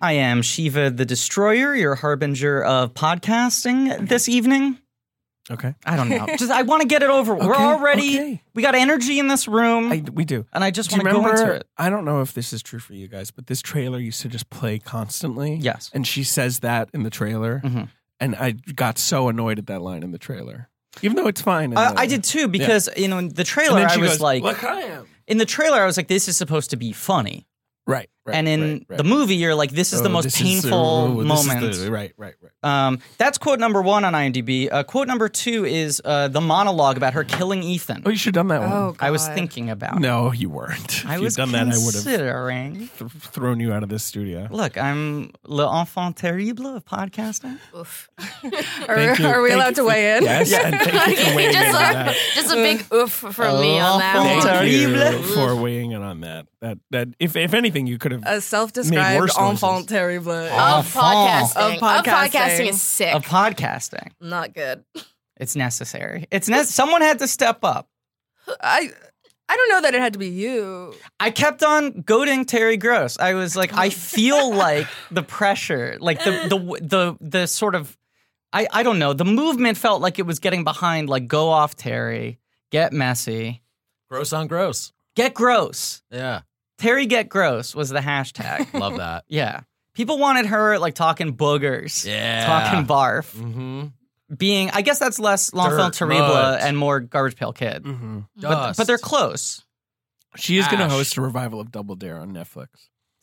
I am Shiva the Destroyer, your harbinger of podcasting this evening. Okay. I don't know. Just I want to get it over. We're Okay, already okay. we got energy in this room, I, we do. and I just Do you want to go remember? into it. I don't know if this is true for you guys, but this trailer used to just play constantly. Yes. And she says that in the trailer, Mhm. and I got so annoyed at that line in the trailer, even though it's fine. in I, the- I did too because you know in the And trailer then I she was goes, like "Look, I am." in the trailer I was like this is supposed to be funny, Right. right and in right, right. the movie you're like this is the Oh, most this is- painful oh, this is the- moment. right. Right. Right. Um, that's quote number one on IMDb. Uh, quote number two is uh, the monologue about her killing Ethan. Oh, you should have done that one. Oh, God. I was thinking about. No, you weren't. I if was you'd done that, I would have considering. th- thrown you out of this studio. Look, I'm le enfant terrible of podcasting. Oof. Thank Are, you. are we Thank allowed you to for- weigh in? Yes, and thank you for weighing in on just, that. a, just a big Uh, oof from me Thank on that one. Thank you Terrible. for weighing in on that. That that if if anything, you could have. A self-described oh, worse noises. enfant terrible. Of Of podcasting. podcasting. Of podcasting podcasting. is sick. Of podcasting. Not good. It's necessary. It's ne- someone had to step up. I I don't know that it had to be you. I kept on goading Terry Gross. I was like, I feel like the pressure, like the the the the sort of, I I don't know. The movement felt like it was getting behind. Like, go off, Terry. Get messy. Gross on gross. Get gross. Yeah. Terry get gross was the hashtag. Love that. yeah, people wanted her like talking boogers, Yeah. talking barf. Mm-hmm. being I guess that's less L'Enfant Dirt, Terrible mud. and more Garbage Pail Kid. Mhm. But, but they're close. She is going to Ash. host a revival of Double Dare on Netflix.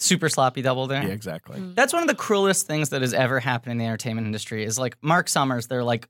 Super sloppy double there. Yeah, exactly. Mm. That's one of the cruelest things that has ever happened in the entertainment industry is like Mark Summers, they're like,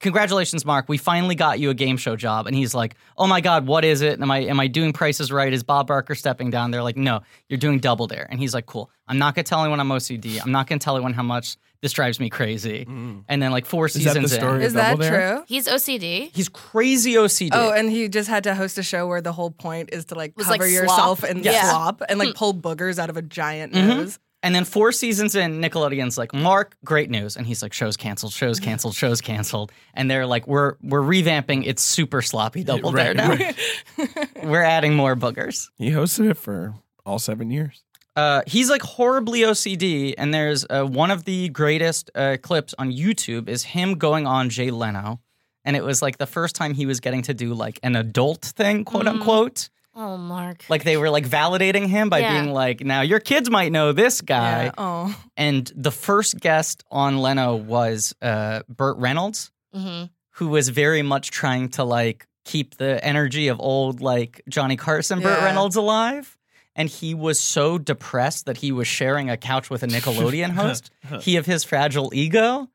Congratulations, Mark, we finally got you a game show job. And he's like, Oh my God, what is it? And am I am I doing prices right? Is Bob Barker stepping down? They're like, No, you're doing double dare. And he's like, Cool. I'm not gonna tell anyone I'm OCD. I'm not gonna tell anyone how much this drives me crazy. Mm. And then like four that the seasons story? in. Is that Double Dare? true? He's OCD. He's crazy OCD. Oh, and he just had to host a show where the whole point is to like Was, like, cover slop? yourself in Yeah. Hmm. slop and like pull boogers out of a giant Mm-hmm. Mhm. nose. And then four seasons in, Nickelodeon's like, Mark, great news. And he's like, show's canceled, show's canceled, show's canceled. And they're like, we're we're revamping. It's super sloppy double dare Right, now. right. We're adding more boogers. He hosted it for all seven years. Uh, he's like horribly OCD. And there's uh, one of the greatest uh, clips on YouTube is him going on Jay Leno. And it was like the first time he was getting to do like an adult thing, quote unquote. Oh, Mark. Like they were like validating him by Yeah. being like, now your kids might know this guy. Yeah. Oh. And the first guest on Leno was uh, Burt Reynolds, hmm who was very much trying to like keep the energy of old like Johnny Carson, Burt Yeah. Reynolds alive. And he was so depressed that he was sharing a couch with a Nickelodeon host. he of his fragile ego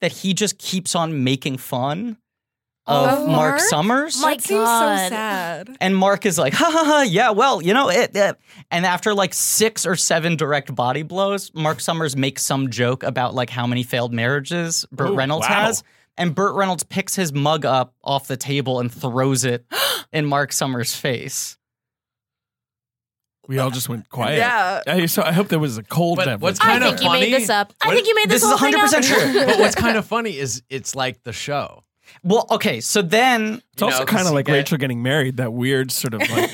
that he just keeps on making fun of Oh, Mark Mark? Summers. My that seems so God. sad. And Mark is like, ha ha ha, yeah, well, you know, it, it. And after like six or seven direct body blows, Mark Summers makes some joke about like how many failed marriages Burt Ooh, Reynolds wow. has. And Burt Reynolds picks his mug up off the table and throws it in Mark Summers' face. We all just went quiet. Yeah. I, so I hope there was a cold. But beverage. what's I Kind of think you made funny. this up. I What- think you made this, This is whole thing up. 100% true. but what's kind of funny is it's like the show. Well, okay, so then It's also kind of like Rachel. Rachel getting married. That weird sort of like,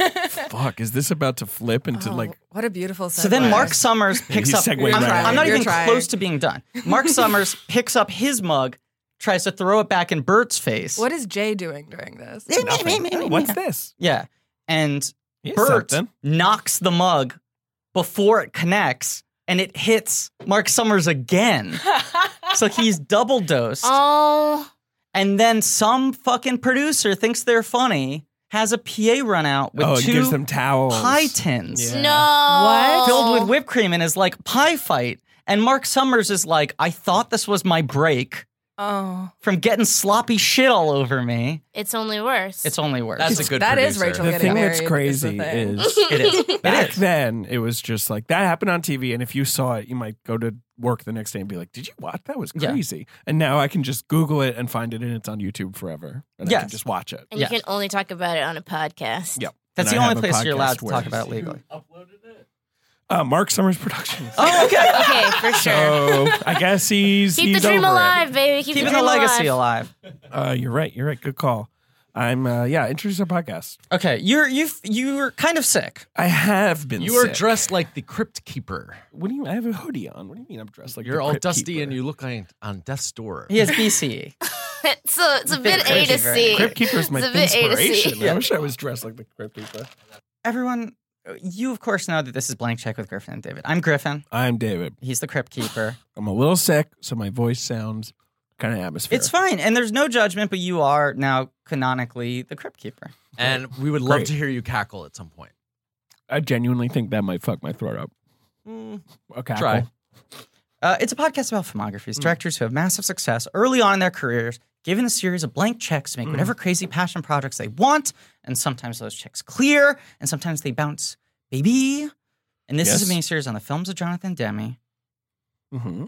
fuck, is this about to flip into Oh, like? what a beautiful. Segue. So then Mark Summers picks You up. I'm, segued right I'm in. not You're even trying. close to being done. Mark Summers picks up his mug, tries to throw it back in Bert's face. What is Jay doing during this? "Oh, What's this? Yeah, and Here's Bert something." knocks the mug before it connects, and it hits Mark Summers again. so he's double dosed, Oh, and then some fucking producer thinks they're funny, has a PA run out with oh, two it gives them towels. pie tins. Yeah. no. What? filled Oh. with whipped cream and is like pie fight. And Mark Summers is like, I thought this was my break Oh, from getting sloppy shit all over me. It's only worse. It's only worse. That's a good that is producer. Rachel The getting thing married. that's is the crazy thing. is it is. It back is. then it was just like that happened on TV, and if you saw it, you might go to work the next day and be like, "Did you watch? That was Yeah. crazy." And now I can just Google it and find it, and it's on YouTube forever, and I can Yes. just watch it. and yes. you can only talk about it on a podcast. Yep. That's And the I only have a place you're allowed podcast to where- talk about it legally. Uh, Mark Summers Productions. Oh, okay. Okay, for sure. So I guess he's Keep the he's dream over it. alive, baby. Keep Keeping the the dream legacy alive. alive. Uh, you're right. You're right. Good call. I'm uh, yeah. Introduce our podcast. Okay, you're you you're kind of sick. I have been. You are sick. dressed like the crypt keeper. What do you? I have a hoodie on. What do you mean? I'm dressed like You're the all Crypt dusty Keeper? and you look like on death's door. He has E. BCE. It's a, it's a bit A crazy, to right? C. Crypt Keeper is my It's a bit A to C. inspiration. I Yeah. wish I was dressed like the Crypt Keeper. Everyone, you of course know that this is blank check with Griffin and David. I'm Griffin. I'm David. He's the crypt keeper. I'm a little sick, so my voice sounds kind of atmospheric. It's fine, and there's no judgment, but you are now canonically the crypt keeper. And we would love Great. to hear you cackle at some point. I genuinely think that might fuck my throat up. Okay. Try. Uh, it's a podcast about filmographies, directors who have massive success early on in their careers, given a series of blank checks to make whatever crazy passion projects they want, and sometimes those checks clear, and sometimes they bounce, baby. And this is a Yes. miniseries on the films of Jonathan Demme. Mm-hmm.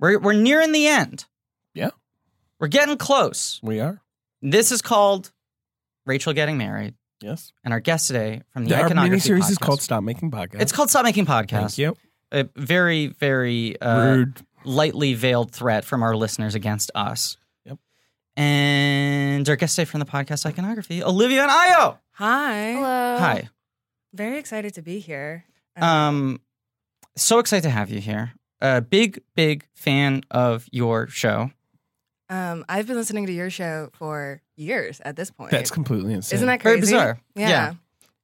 We're we're nearing the end. Yeah. we're getting close. We are. This is called Rachel getting married, Yes. and our guest today from the Our Iconography miniseries podcast. is called Stop Making Podcasts. It's called Stop Making Podcasts. Thank you. A very very uh, Rude. lightly veiled threat from our listeners against us. Yep. And our guest today from the podcast Iconography, Olivia and Io. Hi. Hello. Hi. Very excited to be here. Um, so excited to have you here. A big, big fan of your show. Um, I've been listening to your show for years at this point. That's completely insane. Isn't that crazy? Very bizarre. Yeah.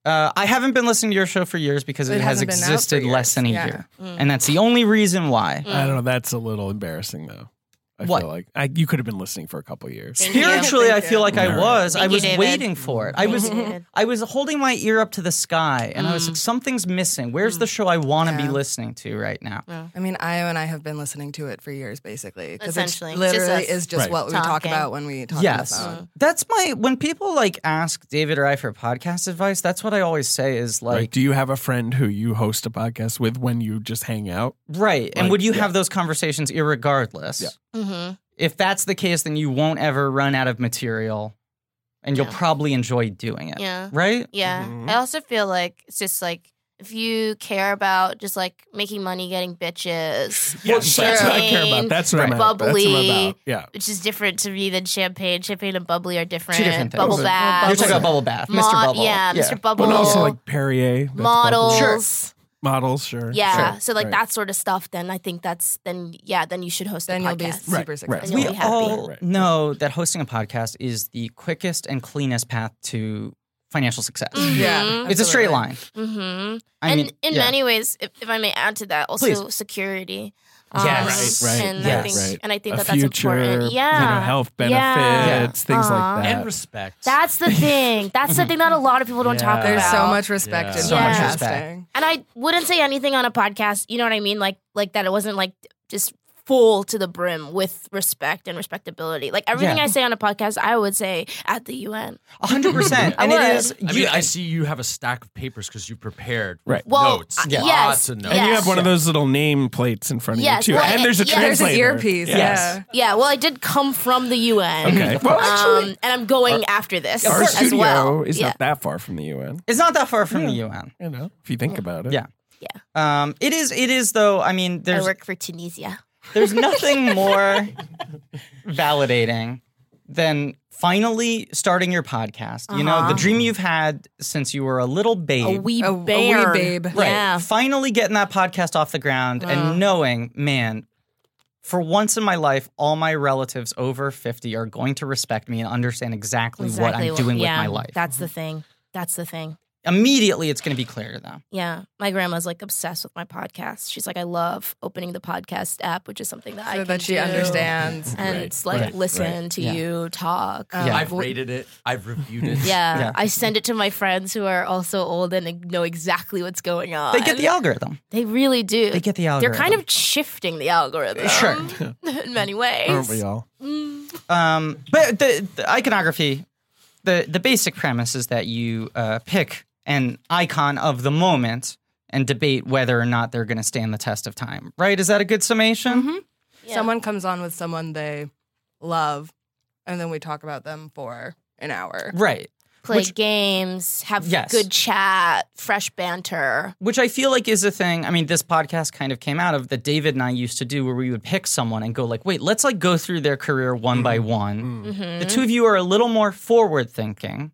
Uh, I haven't been listening to your show for years because it, It has hasn't been out for existed less years. than a Yeah. Mm. year, Mm. and that's the only reason why. I don't know. That's a little embarrassing, though. I What? feel like I, you could have been listening for a couple years. Thank you. Spiritually, I Thank feel you. like I Alright. was. I Thank you, was David. waiting for it. I was. Thank you, David. I was holding my ear up to the sky, and I was like, "Something's missing. Where's the show I want to be Mm. Yeah. listening to right now?" I mean, Io and I have been listening to it for years, basically. 'cause Essentially. it literally Just us is just Right. what we talk talking. about when we talk Yes. on the phone. That's my when people like ask David or I for podcast advice, that's what I always say is Like, like do you have a friend who you host a podcast with when you just hang out? right. and Like, would you yeah. have those conversations irregardless? Yeah. Mm-hmm. If that's the case, then you won't ever run out of material and you'll Yeah. probably enjoy doing it. Yeah. Right? Yeah. Mm-hmm. Mhm. I also feel like it's just like if you care about just like making money, getting bitches, Yes, that's what I care champagne, about. That's what I'm Right. about. That's what I'm Bubbly. about. Yeah. which is different to me than champagne. Champagne and bubbly are different. Two different things. Bubble Well, bath. You're talking about bubble bath, Mo- Mr. Bubble. Yeah, Mr. Bubble. But also like Perrier that's models. bubbly. Sure. models, sure. Yeah. Sure. So like Right. that sort of stuff. Then I think that's then yeah. Then you should host Then a you'll be podcast. Right, super right. successful. You'll We be happy. all Right. know that hosting a podcast is the quickest and cleanest path to financial success. Mhm. Yeah. It's a straight line. Mm-hmm. I and mean, in yeah. many ways, if, if I may add to that, also Please. security. Um, Yes. Right, right, And I yes. think, right. and I think A that future, that's important. Yeah. You know, health benefits, Yeah. things Aw. like that. And respect. That's the thing. That's the thing that a lot of people don't talk Yeah. about. There's so much respect Yeah. in So much podcasting. respect. and I wouldn't say anything on a podcast. You know what I mean? Like like that. It wasn't like just full to the brim with respect and respectability. Like everything Yeah. I say on a podcast, I would say at the UN. A hundred percent. I And would. it is I you- mean, I see you have a stack of papers because you prepared Right. Well, notes. uh, yes, Lots of notes. And you yes. have one of those little name plates in front of Yes, you too. well, and there's a yeah, There's translator. an earpiece. Yes. Yeah. Yeah, well, I did come from the UN. Okay. Well, actually, um, and I'm going after this our Um, as studio well. is yeah. not that far from the UN. it's not that far from the UN. You know, if you think about it. Yeah. Um, it is. It is though. I mean, I there's work for Tunisia. there's nothing more validating than finally starting your podcast. You know, the Uh-huh. dream you've had since you were a little babe. A wee A- a wee bear. babe. right. Yeah. Finally getting that podcast off the ground Uh. and knowing, man. For once in my life, all my relatives over 50 are going to respect me and understand exactly, what I'm doing yeah, with my life. That's the thing. That's the thing. Immediately, it's going to be clear to them. Yeah. My grandma's like obsessed with my podcast. She's like, I love opening the podcast app, which is something that I So can that she do. understands. And Right, it's like right, listen right. to Yeah. you talk. Um, Yeah. I've rated it. I've reviewed it. yeah. Yeah. I send it to my friends who are also old and know exactly what's going on. They get the algorithm. They really do. They get the algorithm. Uh, They're kind of shifting the algorithm. Sure. in many ways. Aren't we all? Mm. Um, but the, the iconography, the the basic premise is that you uh, pick an icon of the moment and debate whether or not they're going to stand the test of time. Right? Is that a good summation? Mm-hmm. Yeah. Someone comes on with someone they love, and then we talk about them for an hour. Right. play Which- games, have Yes. good chat, fresh banter. which I feel like is a thing. I mean, this podcast kind of came out of that David and I used to do where we would pick someone and go like, "Wait, let's like go through their career one by Mm. one." Mm-hmm. Mm. The two of you are a little more forward thinking.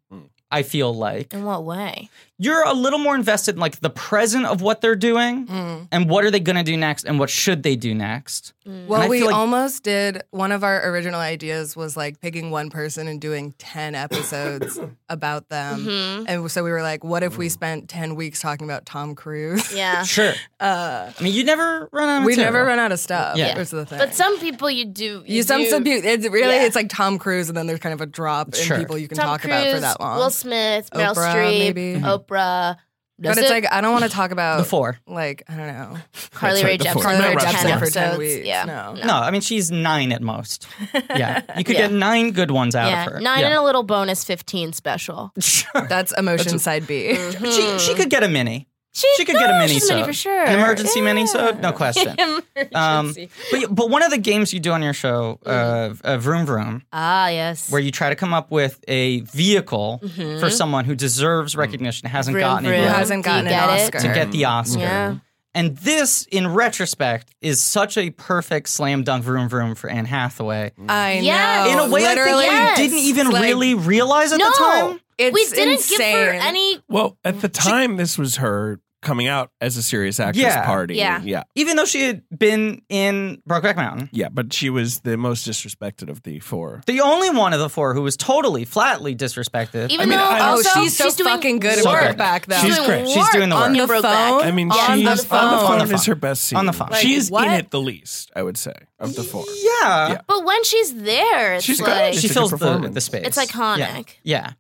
I feel like In what way? you're a little more invested in like the present of what they're doing Mm. and what are they going to do next and what should they do next. And I Well, we feel like- almost did. One of our original ideas was like picking one person and doing 10 episodes about them. Mm-hmm. And so we were like, what if Mm. we spent 10 weeks talking about Tom Cruise? Yeah. Sure. Uh, I mean, you never run out of we material. never run out of stuff. Yeah. Yeah. Is the thing. But some people you do. you some do- some people- it's really yeah. it's like Tom Cruise and then there's kind of a drop Sure. in people you can Tom talk Cruise, about for that long. Will Smith, Meryl Oprah, Streep, maybe. Mm-hmm. Oprah. but it's like I don't want to talk about the four. like I don't know Carly That's Rae right, the Jepsen. four. for Carly Rae 10 Jepsen for ten episodes. weeks. Yeah. No. No. I mean she's nine at most. Yeah, you could Yeah. get nine good ones out Yeah. of her. Nine Yeah. and a little bonus 15 special. sure. That's emotion side B. Mm-hmm. She she could get a mini. She could get a no, mini Hmm. she's sode. for sure. An emergency Yeah. mini sode, no question. Um, Emergency. Mm-hmm. but, you- but one of the games you do on your show, uh, uh, Vroom Vroom, ah, yes. where you try to come up with a vehicle Mhm. for someone who deserves recognition, hasn't Mm. Vroom, gotten it vroom. yet, Hasn't Do you gotten an get it? Oscar. to get the Oscar. Yeah. And this, in retrospect, is such a perfect slam dunk Vroom Vroom for Anne Hathaway. I Yes. know. in a way, I Literally, think Oh, Yes. we didn't even It's like- really realize at no, the time. It's we didn't insane. give her any. Well, at the time, this was her coming out as a serious actress Yeah. party. Yeah. yeah, Even though she had been in Brokeback Mountain. yeah. But she was the most disrespected of the four. The only one of the four who was totally, flatly disrespected. Even I mean, though I- Oh, also, she's so doing fucking good at So work. good. Brokeback though. She's doing great. She's doing the work work. on in the Brokeback. phone. I mean, On she's Oh, the on the phone. phone, On the is phone. her best scene. On the phone. Like, she's what? in it the least, I would say, of the four. Yeah. Yeah. But when she's there, it's She's good. like She It's a good fills the, performance. the space. it's iconic. Yeah.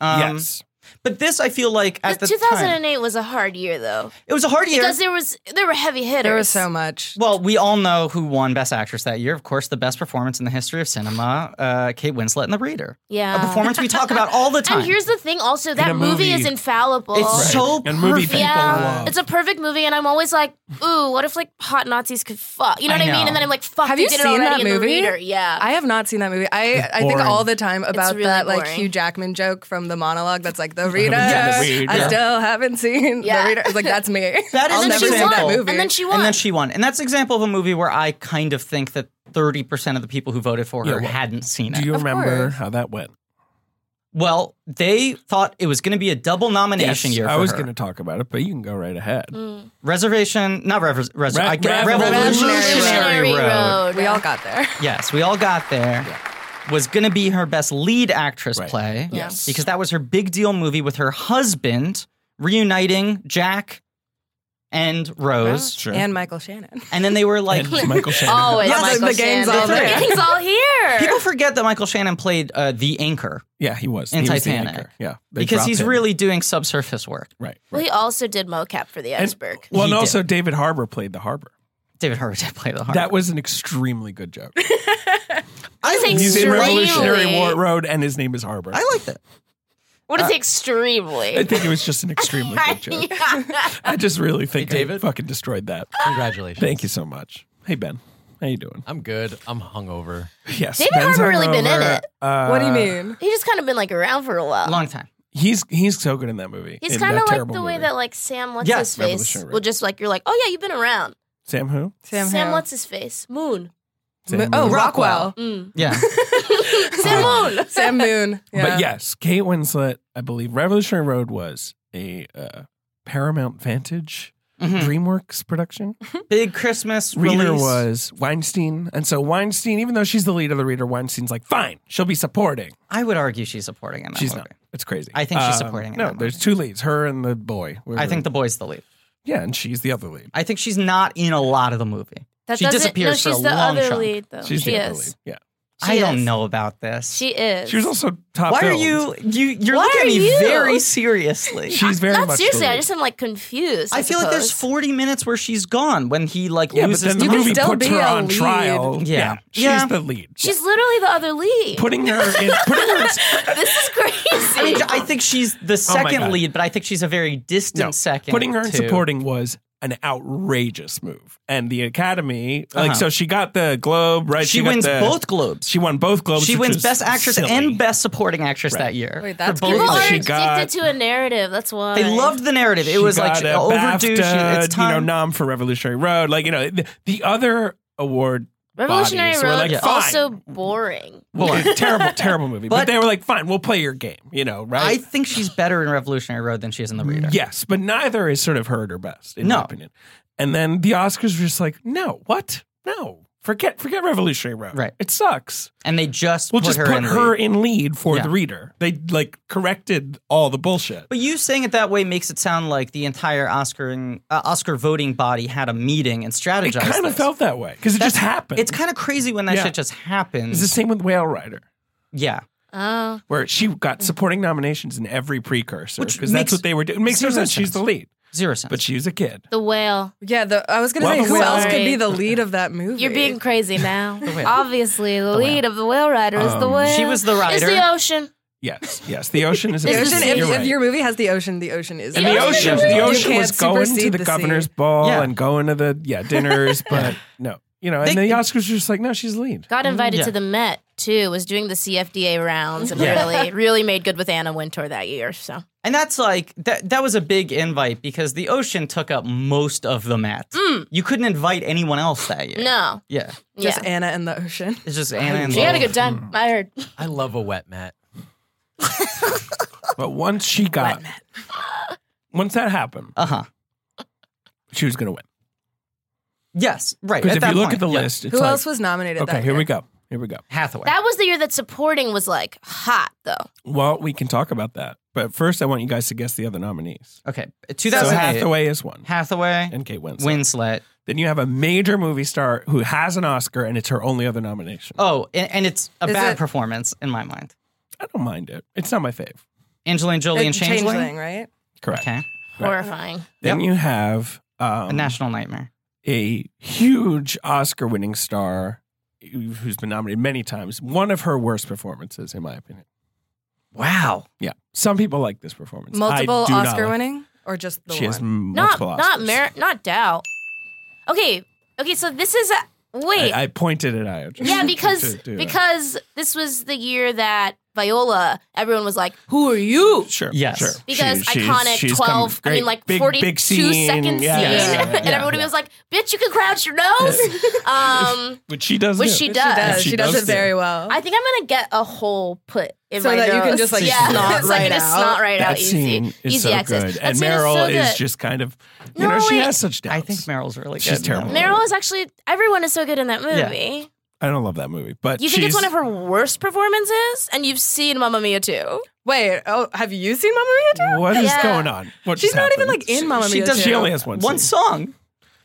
Um, yes, But this, I feel like, at the, But time, 2008 was a hard year though, it was a hard year. because there was there were heavy hitters. There was so much. Well, we all know who won Best Actress that year. Of course, the best performance in the history of cinema, uh, Kate Winslet in The Reader. yeah. A performance we talk about all the time. Uh. And here's the thing, also a that movie, movie- is infallible. it's so and movie perfect. people uh, yeah, love. it's a perfect movie, and I'm always like, ooh, what if like hot Nazis could fuck? You know I what I, know. mean? And then I'm like, fuck, Have they you did it seen already that in movie? The Reader. Yeah, I have not seen that movie. I, I think boring. all the time about really that like boring. Hugh Jackman joke from the monologue that's like the reader. Yes. Reader. I still haven't seen Yeah. the reader. It's like that's me. That is I'll an never see example. that movie. And then she won. And then she won. And that's an example of a movie where I kind of think that 30% of the people who voted for her Yeah, well, hadn't seen it. Do you Of remember course. how that went? well, they thought it was going to be a double nomination year for I was her. going to talk about it, but you can go right ahead. Reservation, not rev- res- Re- I get- Rev- Revolutionary, Revolutionary Road. Road. we all got there. Yes, we all got there. Was going to be her best lead actress Right. play. Yes. Because that was her big deal movie with her husband reuniting Jack and Rose. Sure. And Michael Shannon. And then they were like, And Michael Shannon. Always, Yeah, the- Michael the game's Shannon. all there. The game's all here. people forget that Michael Shannon played uh, the anchor Yeah, he was. In he was the Titanic. anchor. yeah, They because dropped he's him. really doing subsurface work. right. Well, he also did mocap for the And- iceberg. well, He and did. also David Harbour played the Harbor. David Harbour did play the harp. That was an extremely good joke. I It's He's in Extremely. Revolutionary War Road, and his name is Harbor. I liked it. What is I extremely? think it was just an extremely good joke. I just really think I Hey, David? fucking destroyed that. Congratulations. Thank you so much. Hey Ben, how you doing? I'm good. I'm hungover. Yes, David Ben's Harbour really been in hungover. it. Uh, what do you mean? He's just kind of been like around for a while. Long time. He's he's so good in that movie. He's in kind that of like terrible the way movie. that like Sam what's Yes, his face Revolutionary Road. will just like you're like oh yeah you've been around Sam who? Sam, Hill. what's his face Moon Sam Oh, Moon. Rockwell. mm. Yeah. Sam Moon Sam Moon. Yeah. But yes, Kate Winslet. I believe Revolutionary Road was a uh, Paramount Vantage Mhm. DreamWorks production. Big Christmas Reader release. was Weinstein, and so Weinstein, even though she's the lead of the Reader, Weinstein's like, fine, she'll be supporting. I would argue she's supporting in that She's movie. not. It's crazy. Um, I think she's supporting in No, that movie. there's two leads, her and the boy. I think the boy's the lead. yeah, and she's the other lead. I think she's not in a lot of the movie. that she doesn't no disappears she's for a the long other chunk. lead though She's Oh, she the other is lead. Yeah, I She don't is. know about this. she is she was also top. Why are billed. you you you're Why looking at are me you? very seriously? She's very not much the seriously I lead. just am like confused I, I feel like there's suppose. 40 minutes where she's gone when he like Yeah, but loses then the the You can movie still puts be her a on lead. trial. Yeah. she's Yeah. the lead. she's literally the other lead putting her in. Putting her in this is crazy I mean, I think she's the second Oh God. lead, but I think she's a very distant no, second. putting her in to- supporting was an outrageous move. And the Academy, Uh-huh. like, so she got the Globe, right? she got wins the- both Globes. She won both Globes. She which wins was Best Actress silly. and Best Supporting Actress Right. that year. Wait, that's for both good. People of are them. She addicted got- to a narrative. That's why They loved the narrative. It She was like got a overdue. She, BAFTA, it's time. You know, nom for Revolutionary Road. Like you know, the, the other award. Revolutionary bodies. We're Road. like, is fine. also boring. Well, terrible, terrible movie. But, But- they were like, fine, we'll play your game. You know, I right? think she's better in Revolutionary Road than she is in The Reader. yes, but neither is sort of her at her best, in No. my opinion. And then the Oscars were just like, no, what? No, forget, forget Revolutionary Road. Right. it sucks. And they just We'll put just her put in. her lead. in lead for Yeah. the reader. They like corrected all the bullshit. But you saying it that way makes it sound like the entire Oscar uh, Oscar voting body had a meeting and strategized. It kind of this. felt that way because it That's- just happened. It's kind of crazy when that Yeah. shit just happens. it's the same with Whale Rider. yeah, Oh, where she got supporting nominations in every precursor Which because makes that's what they were doing. It makes no zero sense. She's the lead, zero sense. but she was a kid. the whale. Yeah, the, I was gonna Well, say the who whale- else could Sorry. be the lead of that movie? You're being crazy now. whale. Obviously, the, lead of the whale rider is the Um, whale. she was the It's writer. the ocean. Yes, yes. The ocean is. The It's ocean, the if, sea. You're if right. your movie has the ocean, the ocean is and the Yeah, it's ocean, the the sea. ocean You was can't going supersede to the, sea. governor's ball Yeah. and going to the yeah dinners, but no, you know. And They- the Oscars were just like, no, she's lead. Got invited Yeah. to the Met too. Was doing the CFDA rounds and really, really made good with Anna Wintour that year. So and that's like that. That was a big invite because the ocean took up most of the mat. You couldn't invite anyone else that year. Mm. no, Yeah, just yeah, Anna and the ocean. it's just Anna and she had a Lola. good Hmm. time. I heard. I love a wet mat. But once she got, once that happened, Uh-huh. she was going to win. Yes, right. at Because if that you look point, at the yeah. list, it's Who like, else was nominated? okay, that here year? we go, here we go. Hathaway. That was the year that supporting was like hot though. Well, we can talk about that, but first, I want you guys to guess the other nominees. okay, So 2008. Hathaway is one, Hathaway, and Kate Winslet. Winslet. Then you have a major movie star who has an Oscar and it's her only other nomination. Oh, and, and it's a Is bad it- performance in my mind. I don't mind it. It's not my fave. Angelina Jolie and Uh, Changeling. right? Correct. Okay, Right. Horrifying. Then you have um, a national nightmare. a huge Oscar winning star who's been nominated many times. One of her worst performances, in my opinion. Wow. Yeah. Some people like this performance. I Multiple do not Oscar like- winning or just the She one? has multiple Oscars. Not not merit. Not doubt. Okay, okay. So this is a wait. I, I pointed at Io. just yeah, to- because to uh, do that. because this was the year that Viola. Everyone was like, "Who are you?" Sure. Yes. Sure. Because She- she's- iconic she's come- twelve, I great mean like big- forty-two big scene. Yeah, second scene, yeah, yeah, yeah, and yeah. everybody was like, "Bitch, you can crouch your nose." um, Which she does. Which do. she She does. does. She, She does, does it do. very well. I think I'm gonna get a hole put in So my that you can nose. just, like, yeah, snot so I can right just out. snot right that out scene easy, is easy so access. good. That And scene Meryl is, so good. just kind of, you No, know, she wait. has such doubts. I think Meryl's really good. She's in terrible. that movie. Meryl is actually everyone is so good in that Yeah. movie. I don't love that movie, but You think she's- it's one of her worst performances, and you've seen Mamma Mia too. Wait, oh, have you seen Mamma Mia too? What is Yeah. going on? What Mm, She's just not even, happened? like, in Mamma she, Mia Does, she too. only has one. One scene. song.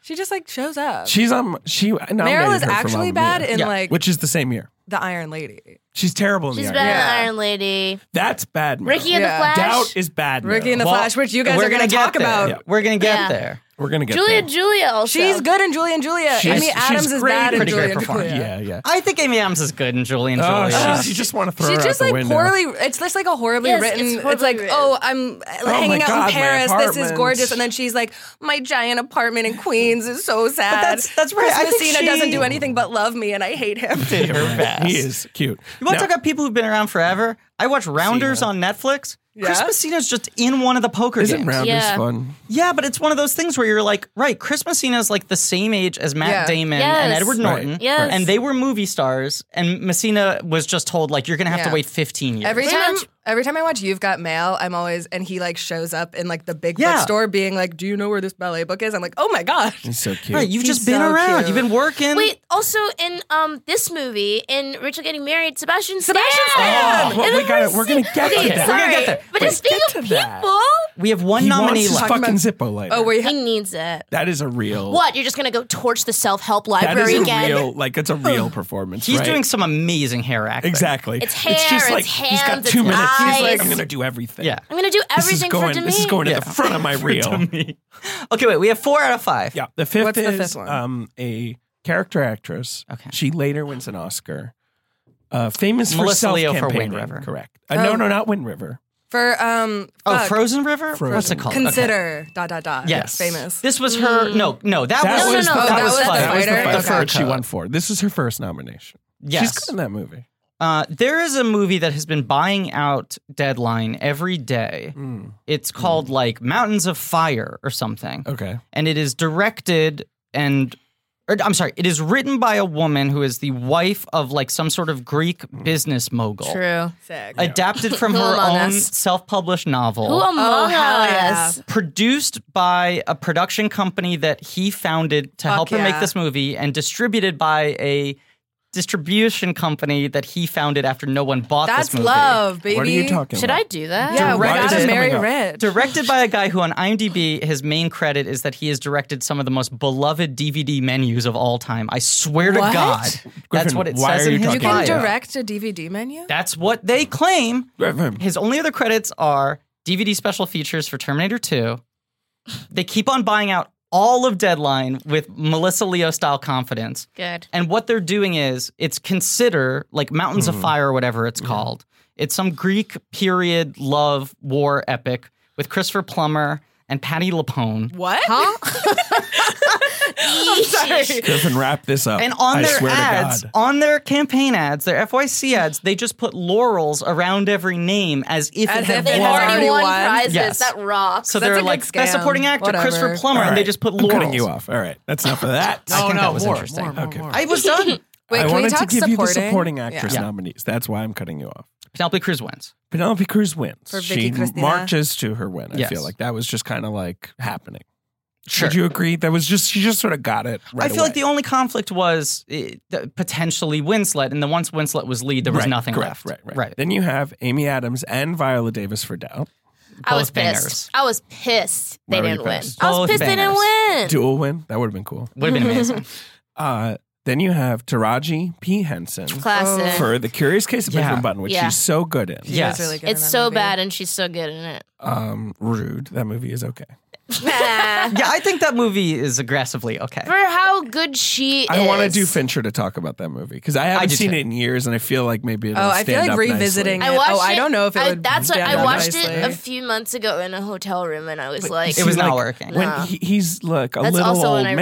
She just like shows up. She's um. She nominated Meryl is her for actually Mamma bad Mia, in Yeah. like which is the same year. The Iron Lady. She's terrible in She's the bad Iron. in Yeah. Iron Lady. That's bad. Meryl. Ricky and Yeah. the Flash. Doubt is bad. Ricky Meryl. and the Well, Flash, which you guys we're are going to get talk there. about. Yeah. We're gonna get Yeah. there. We're gonna get Julia there. Julia also. She's good in Julie and Julia. She's- Amy she's Adams is great bad in in Pretty Julie great and performance. Julia. Yeah, yeah. I think Amy Adams is good in Julie and Oh, Julie. she's, you just want to throw her She's out just the like window. poorly. It's just like a horribly Yes, it's written. It's, horribly like, written. oh, I'm uh, hanging my out God, my in Paris. This is apartment. gorgeous, and then she's like, my giant apartment in Queens is so sad. that's- that's right. Chris I think Messina she- doesn't do anything but love me, and I hate him. did her best. He is cute. You want to Now- talk about people who've been around forever? I watch Rounders on Netflix. Chris Yeah? Messina's just in one of the poker Isn't games. Rounders Yeah. fun? yeah, but it's one of those things where you're like, right, Chris Messina's like the same age as Matt Yeah. Damon Yes. and Edward Norton. Right. Yes. And they were movie stars, and Messina was just told, like, you're going to have to Yeah. wait 15 years. Every Pretty time, much. every time I watch You've Got Mail, I'm always and he like shows up in like the big Yeah. bookstore, being like, "Do you know where this ballet book is?" I'm like, "Oh my god!" He's so cute. right, you've He's just been so around. cute. You've been working. Wait, also in um this movie, in Rachel Getting Married, Sebastian Sebastian Stan. Stan! Oh, well, In we the gotta- first we're gonna scene. get to okay, that. Sorry. We're gonna get there. But Wait, just speaking get of to that. people, We have one He wants nominee his left. talking fucking about- Zippo lighter. Oh, where you he ha- needs it. that is a real. What? You're just gonna go torch the self help That is library a again? real. Like it's a real performance. He's right? doing some amazing hair acting. Exactly. It's hair, it's he's got hands, two it's minutes. eyes. He's like, I'm gonna do everything. Yeah. I'm gonna do This is everything going. for Demi. This is going at the front of my reel. Okay, wait, we have four out of five. Yeah. The fifth What's is the fifth one? um a character actress. Okay. She later wins an Oscar. Uh, famous Melissa for Leo self for Wind campaigning. River. Correct. Uh, No, Oh. no, not Wind River. For um, Oh, fuck, Frozen River. Frozen. What's it called? Okay. Consider dot dot dot. Yes, famous. This was her. No, Oh, no, that, That was was- Mm. No, no, no, that, that was, was the Fighter. That was the Fighter? fight Okay. card she Code. won for. This is her first nomination. Yes, She's good in that movie. Uh, there is a movie that has been buying out Deadline every day. It's called like Mountains of Fire or something, Okay. and it is directed and. Or, I'm sorry. It is written by a woman who is the wife of like some sort of Greek business mogul. True. Sick. Adapted from Who her among own us? self-published novel. Who among Oh, hell us? produced by a production company that he founded to Fuck help her yeah. make this movie and distributed by a distribution company that he founded after no one bought That's this movie. love, baby. What are you talking Should about? I do that? Yeah, we're Directed not a is Mary coming Rich. Directed by a guy who on IMDb his main credit is that he has directed some of the most beloved DVD menus of all time. I swear to What? God. that's Griffin, what it why says are in you his you talking can bio. about direct a DVD menu. That's what they claim. I? His only other credits are DVD special features for Terminator 2. They keep on buying out all of Deadline with Melissa Leo style confidence. Good. And what they're doing is it's consider like Mountains Hmm. of Fire or whatever it's called. It's some Greek period love war epic with Christopher Plummer and Patty LaPone. What? Huh? I'm sorry. Griffin, wrap this up. And on I their swear ads, to God. on their campaign ads, their FYC ads, they just put laurels around every name as if As it had if They've It won. has already already won won. prizes. Yes. That rocks. So That's a they're good like best scam. supporting actor, Whatever. Christopher Plummer, All and they right. just put I'm laurels. cutting you off. All right. That's enough of that. I No, think no, that was more, interesting. more, more, Okay. more. I was done. Wait, I can wanted we talk to give supporting? you the supporting actress Yeah. nominees. That's why I'm cutting you off. Penelope Cruz wins. Penelope Cruz wins. For she Vicky Cristina. marches to her win. I Yes. feel like that was just kind of like happening. Sure. Would you agree? That was just she just sort of got it. Right I feel like the only conflict was uh, the- potentially Winslet, and then once Winslet was lead, there was nothing correct, left. Right, right, Then you have Amy Adams and Viola Davis for Dow. I was Both pissed. bangers. I was pissed they Why were you didn't win. pissed? I was Both pissed they didn't win. Dual win. That would have been cool. Would have been amazing. Uh, then you have Taraji P Henson Oh. Classic. for The Curious Case of Yeah. Benjamin Button, which Yeah. she's so good in. She Yes. was really good in it's that so movie. bad, and she's so good in it. Um, rude. That movie is okay. For yeah, I think that movie is aggressively okay. how good she is. I want to do Fincher to talk about that movie because I haven't do seen too. it in years, and I feel like maybe it'll Oh, I feel stand like up revisiting nicely. it. Oh, I don't know if it I- would that's what stand I up watched it a nicely. few months ago in a hotel room, and I was like, It was See, not like, working. When No. he, he's like a that's little also old when I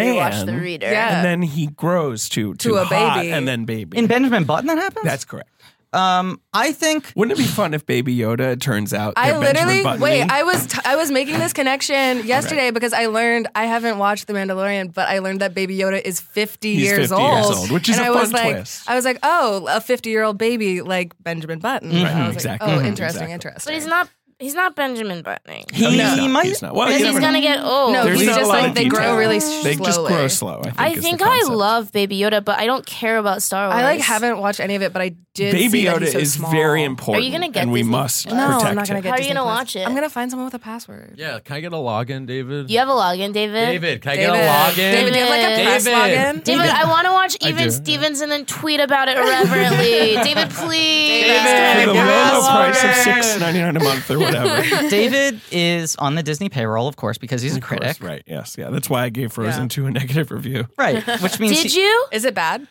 man, rewatched The Reader. Yeah. and then he grows to to, a hot baby. and then baby. In Benjamin Button, that happens. That's correct. um, I think Wouldn't it be fun if Baby Yoda? It turns out I they're Benjamin literally Button wait. I was t- I was making this connection yesterday because I learned I haven't watched The Mandalorian, but I learned that Baby Yoda is fifty He's years 50 old, years old, which is and a I was fun like, twist. I was like, oh, a fifty-year-old baby like Benjamin Button. I was exactly. Like, oh, Mhm. interesting, Exactly. But interesting. he's not. He's not Benjamin Buttoning. he he's not. might. He's not. Well, Because you He's never gonna know. get old. No, There's he's not just a lot like of they detail. grow really They just slowly. grow slow. I think, I is the think I concept. love Baby Yoda, but I don't care about Star Wars. I like haven't watched any of it, but I did. see Baby that Yoda he's so is small. very important. Are you gonna get And we Disney must Plus? No, protect I'm not gonna it. get. How are you Disney gonna Plus. watch it? I'm gonna find someone with a password. Yeah, can I get a login, David? You have a login, David. David, can I David, get a login? David, do you have like a press David. login? David, I want to watch I Even do. Stevens and then tweet about it irreverently. David, please. David, For the low price of Password. six ninety nine a month or whatever. David is on the Disney payroll, of course, because he's a Of course, critic. right? Yes, yeah. That's why I gave Frozen Yeah. two a negative review. right. Which means Did he- you? Is it bad?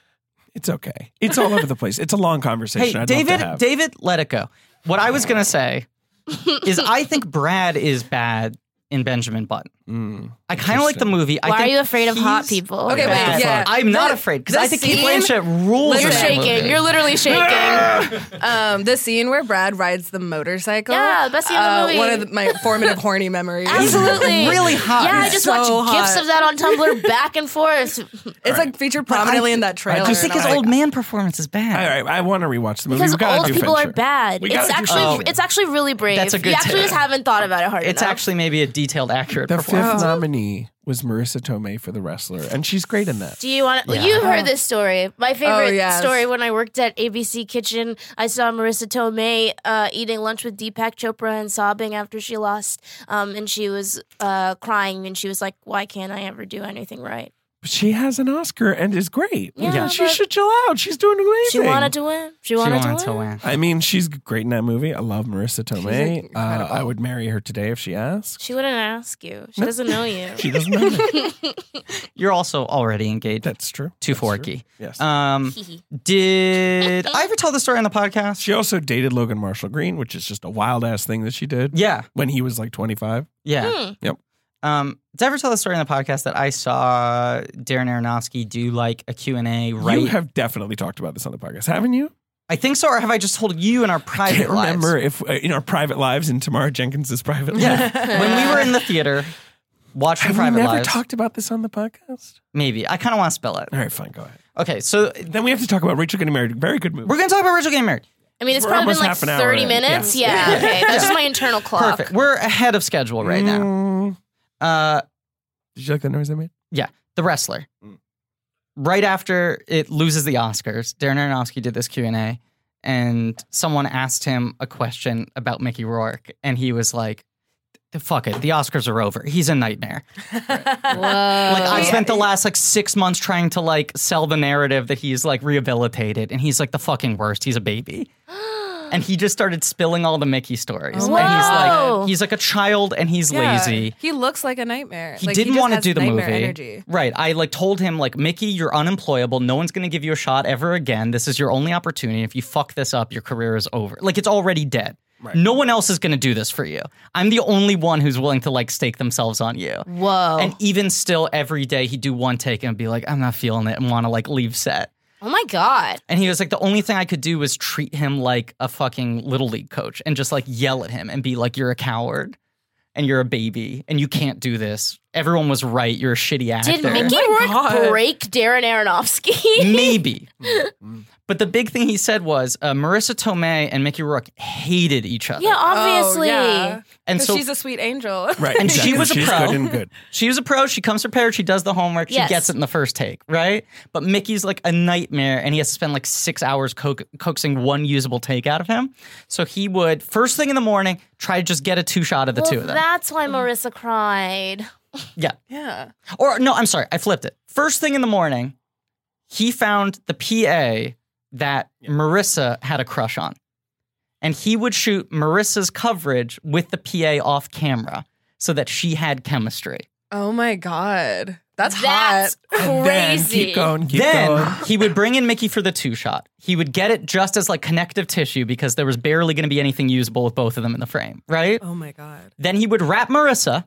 It's okay. It's all over the place. It's a long conversation. Hey, I'd love to David, have. David, let it go. What I was gonna say is, I think Brad is bad in Benjamin Button. Mm. I kind of like the movie. I Why are think you afraid of hot he's people? Okay, wait, bad. yeah. I'm not The- afraid because the I think Kate scene- Blanchett rules. in You're that shaking. movie. You're literally shaking. Um, the scene where Brad rides the motorcycle. uh, Yeah, best scene in the movie. One of the, my formative horny memories. Absolutely. really hot. Yeah, I He's just so watched gifs hot. of that on Tumblr back and forth. It's like featured prominently in that trailer. I think and his I'm old like, man performance is All bad. right, I want to rewatch the movie. Because We've gotta old do people Fincher. are bad. We It's gotta do actually Fincher. it's actually really brave. That's a good you actually tip. just haven't thought about it hard It's enough. actually maybe a detailed, accurate The fifth Oh. performance. nominee was Marissa Tomei for The Wrestler, and she's great in that. Do you want? to You heard this story. My favorite Oh, yes. story when I worked at ABC Kitchen, I saw Marissa Tomei uh, eating lunch with Deepak Chopra and sobbing after she lost, um, and she was uh, crying and she was like, "Why can't I ever do anything right?" But she has an Oscar and is great. Yeah, Yeah. she but- should chill out. She's doing amazing. She wanted to win. She she wanted, wanted to, win. I mean, she's great in that movie. I love Marissa Tomei. She's Uh, incredible. I would marry her today if she asked. She wouldn't ask you. She doesn't know you. She doesn't know. that. You're also already engaged That's true. to That's true. Forky. Yes. Um, did I ever tell the story on the podcast? she also dated Logan Marshall Green, which is just a wild ass thing that she did Yeah, when he was like 25. yeah. Hmm. Um, did I ever tell the story on the podcast that I saw Darren Aronofsky do like a Q&A right? You have definitely talked about this on the podcast, haven't you? I think so, or have I just told you in our private I can't lives? remember if uh, in our private lives in Tamara Jenkins's private life. Yeah. when we were in the theater watching Have we Private never Lives, talked about this on the podcast? maybe I kind of want to spell it. All right, fine, go ahead. Okay, so Then we have to talk about Rachel Getting Married. Very good movie. we're gonna talk about Rachel Getting Married. I mean, it's We're probably almost been like half an hour 30 in. minutes. Yeah. Yeah. Yeah. Okay. That's just my internal clock. Perfect. We're ahead of schedule right now. Mm. Uh, Did you like that noise I made? the wrestler. Mm. Right after it loses the Oscars, Darren Aronofsky did this Q and A, and someone asked him a question about Mickey Rourke, and he was like, "Fuck it, the Oscars are over. He's a nightmare. Whoa. Like I yeah. spent the last like six months trying to like sell the narrative that he's like rehabilitated, and he's like the fucking worst. He's a baby." And he just started spilling all the Mickey stories, Oh my and he's Whoa. like, he's like a child, and he's Yeah. lazy. He looks like a nightmare. He Like, didn't just want to has do the nightmare movie. Energy. Right. I like told him like Mickey, you're unemployable. No one's going to give you a shot ever again. This is your only opportunity. If you fuck this up, your career is over. Like it's already dead. Right. No one else is going to do this for you. I'm the only one who's willing to like stake themselves on you. Whoa. And even still every day he'd do one take and be like, "I'm not feeling it." and want to like leave set. oh my God. And he was like, "The only thing I could do was treat him like a fucking little league coach and just like yell at him and be like, "You're a coward." And you're a baby, and you can't do this. Everyone was right. You're a shitty actor. Did Mickey Rourke Oh God. break Darren Aronofsky? Maybe. Mm. But the big thing he said was uh, Marissa Tomei and Mickey Rourke hated each other. yeah, obviously. Oh, yeah. and 'Cause so she's a sweet angel. Right. And she exactly. was a She's pro. good and good. she was a pro. She comes prepared. She does the homework. Yes. She gets it in the first take, right? But Mickey's like a nightmare and he has to spend like six hours co- coaxing one usable take out of him. So he would, first thing in the morning, try to just get a two shot of the Well, two of them. That's why Marissa cried. yeah. Yeah. Or no, I'm sorry, I flipped it. First thing in the morning, he found the PA that Marissa had a crush on. And he would shoot Marissa's coverage with the PA off camera so that she had chemistry. Oh my god. That's, That's hot. And then crazy. keep going, keep then going. he would bring in Mickey for the two shot. He would get it just as like connective tissue because there was barely going to be anything usable with both of them in the frame, right? Oh my god. Then he would wrap Marissa,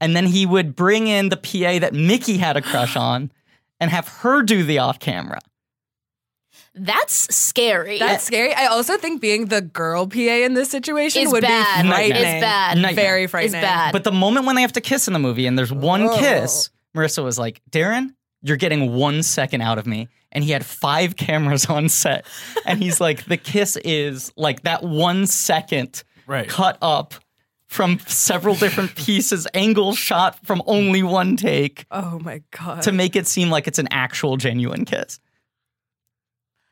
and then he would bring in the PA that Mickey had a crush on and have her do the off camera. That's scary. That's scary. I also think being the girl PA in this situation Is would bad. be Nightmare. frightening. Is bad. Nightmare. Very Is frightening. bad. But the moment when they have to kiss in the movie and there's one Oh. kiss, Marissa was like, Darren, you're getting one second out of me. And he had five cameras on set. And he's like, the kiss is like that one second Right. cut up from several different pieces, angle shot from only one take Oh my god. to make it seem like it's an actual genuine kiss.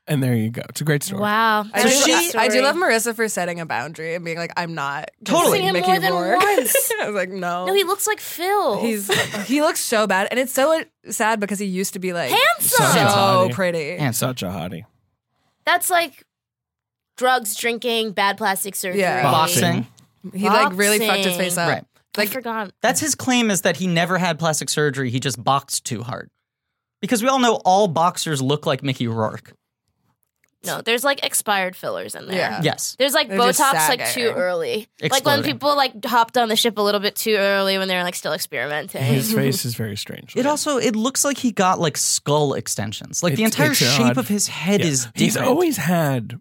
And there you go. It's a great story. wow. So I, do, she- I do love Marissa for setting a boundary and being like, I'm not Totally. kissing Seen him Mickey more than Rourke. once. I was like, no. No, he looks like Phil. He's he looks so bad, and it's so sad because he used to be like handsome. So handsome. so Sorry. pretty. And so Such a hottie. That's like drugs, drinking, bad plastic surgery. Yeah. boxing. He like really fucked his Boxing. face up. Right. I Like forgot. That's his claim is that he never had plastic surgery. He just boxed too hard. Because we all know all boxers look like Mickey Rourke. No, there's like expired fillers in there. Yeah. Yes. There's like They're just Botox like too sagging. early. Like when Exploding. people like hopped on the ship a little bit too early when they were like still experimenting. His face is very strange. It also it looks like he got like skull extensions. Like the It's- entire it's shape odd. of his head Yeah. is different. He's always had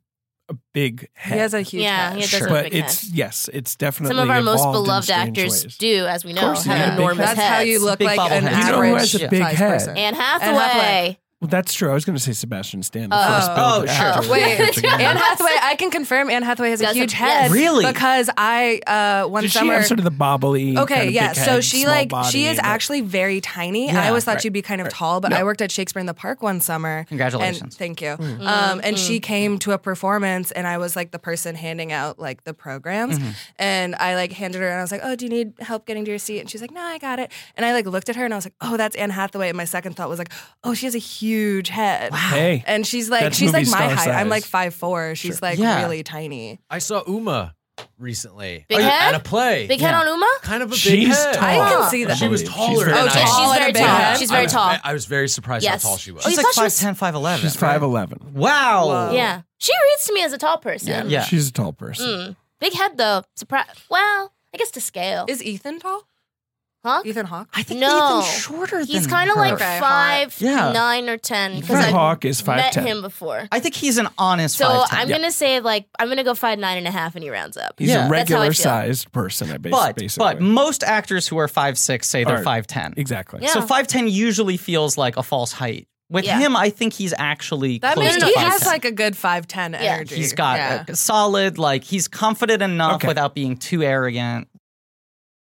a big he head. has a huge yeah, head. he does have a but big it's head. yes, it's definitely Some of our most evolved in beloved strange actors ways. do, as we know, course, have yeah. enormous That's heads. how you look Big like bobble an head. You know who average has a big sized head? person. Anne Hathaway. Hathaway. Well, that's true. I was going to say Sebastian Stan. the Oh. first build Oh, actor. sure. Wait, That's a good Anne one. Hathaway. I can confirm Anne Hathaway has a Does huge it? head. Really? Because I uh, one Did she summer. have sort of the bobbly? okay, kind of yeah. big so head, she small like body, she is but- actually very tiny. Yeah, I always thought right, she'd be kind of tall, but I worked at Shakespeare in the Park one summer. And Congratulations. thank you. Mm-hmm. Um, and she came to a performance, and I was like the person handing out like the programs, and I like handed her, and I was like, "Oh, do you need help getting to your seat?" And she's like, "No, I got it." And I like looked at her, and I was like, "Oh, that's Anne Hathaway." And my second thought was like, "Oh, she has a huge head." Hey, And she's like, That's she's like movie my star height. I'm size. like five four. She's like Yeah. really tiny. I saw Uma recently Big at, head? at a play. Big head on Uma? kind of a big She's head. tall. I can see that. She was She's taller. very Oh, than I yeah, was. she's Tall very and a big tall. head. She's I very was, tall. I was very surprised Yes. how tall she was. Oh, you She's like thought she 5'10, was- 5'11. she's right? five eleven. Wow. Whoa. Yeah. She reads to me as a tall Yeah, person. Yeah. she's a tall person. Mm. Big head though. Surprise. Well, I guess to scale. Is Ethan tall? huh? Ethan Hawke. I think No. Ethan's shorter He's than kind of her. like Okay, five, Yeah. nine or ten. Ethan I've Hawke is Mm. met 5'10". him before. I think he's an honest So 5'10. I'm gonna say like I'm gonna go five nine and a half, and he rounds up. He's Yeah. That's how I a feel. regular sized person. I bas- but basically. but most actors who are 5'6 say they're Are- 5'10. exactly. Yeah. So 5'10 usually feels like a false height. With Yeah. him, I think he's actually That close means to he 5'10. has like a good five ten Yeah. energy. He's got Yeah. a solid, like he's confident enough Okay. without being too arrogant.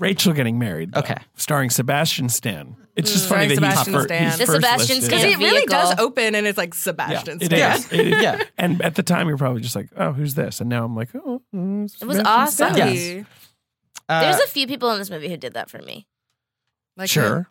Rachel getting married. though, Okay. Starring Sebastian Stan. It's just funny Starring that Sebastian he's, fir- Stan. he's The first Sebastian listed. Stan. Because it really Vehicle. does open, and it's like Yeah, Sebastian. it Stan. is. It is. Yeah. And at the time, you're probably just like, oh, who's this? And now I'm like, oh, mm, It was Sebastian awesome. Stan. Yeah. Really. Uh, there's a few people in this movie who did that for me. Like Sure.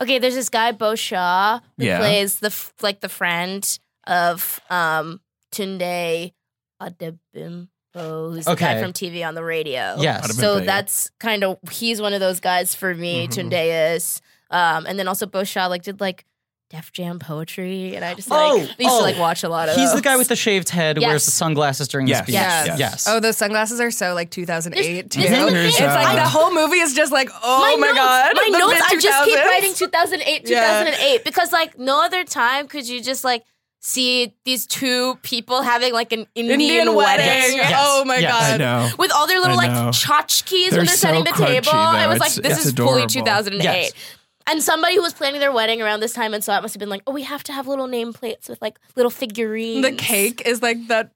Okay, there's this guy Bo Shaw who Yeah. plays the f- like the friend of um Tunde Adebimbo, who's the guy Okay. from TV on the radio. Yes. Adebimbo, so yeah. that's kind of he's one of those guys for me. Mm-hmm. Mhm. Tunde is, um, and then also Bo Shaw like did like Def Jam poetry, and I just like Oh, I used oh. to like watch a lot of. he's the those. guy with the shaved head who Yes. wears the sunglasses during Yes. the speech. Yes. Yes. yes. Oh, those sunglasses are so like 2008 too. This is the thing. It's like the whole movie is just like, oh my, notes, god, my the notes. I just keep mid-2000s. writing 2008, Yeah. 2008 because like no other time could you just like see these two people having like an Indian, Indian wedding. wedding. Yes. Oh my Yes. I god. know. With all their little I like know. tchotchkes They're when they're setting so the table, crunchy, I though. was like, It's- "This it's is fully adorable. 2008." Yes. And somebody who was planning their wedding around this time and saw it must have been like, "Oh, we have to have little nameplates with like little figurines." The cake is like that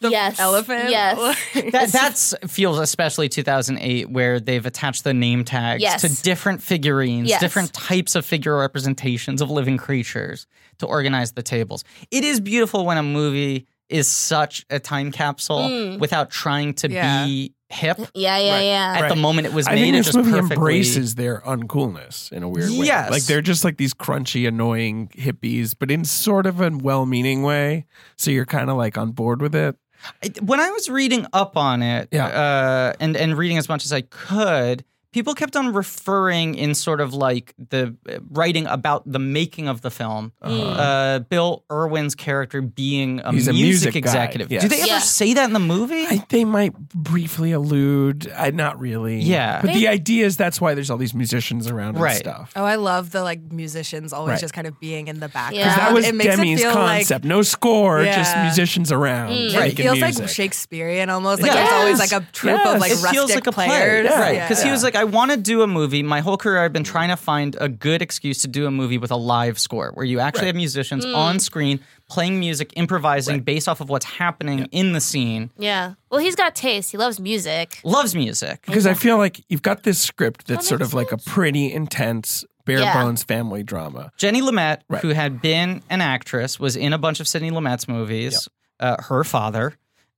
the Yes. elephant. Yes. That that's, feels especially 2008, where they've attached the name tags Yes. to different figurines, Yes. different types of figure representations of living creatures to organize the tables. It is beautiful when a movie is such a time capsule without trying to Yeah. be hip Hmm. Yeah, yeah, yeah. at the moment it was I made. think it this just movie perfectly embraces their uncoolness in a weird way. Yes. Like they're just like these crunchy, annoying hippies, but in sort of a well meaning way. So you're kind of like on board with it. I- when I was reading up on it, Yeah. uh, and and reading as much as I could, people kept on referring in sort of like the uh, writing about the making of the film. Mm. Uh, Bill Irwin's character being a, Uh-huh. He's a music, music guy, executive. yes. Do they ever Yeah. say that in the movie? I, they might briefly allude, I, not really. Yeah. But They- the idea is that's why there's all these musicians around Right. and stuff. Oh, I love the like musicians always Right. just kind of being in the background. Yeah. That was it makes Demi's it feel concept. no score, just Yeah. musicians around. Mm. Right. Like, It making feels like music. Shakespearean almost. Like Yes. it's always like a troupe Yes. of like It rustic players. Right. Yeah. Because he was like, I want to do a movie. My whole career, I've been trying to find a good excuse to do a movie with a live score where you actually have musicians Mm. on screen playing music, improvising based off of what's happening in the scene. yeah. Well, he's got taste. He loves music. Loves music. Because I feel like you've got this script that's That sort makes of like a pretty intense, bare Yeah. bones family drama. Jenny Lamette, Right. who had been an actress, was in a bunch of Sidney Lumet's movies. Uh, her father,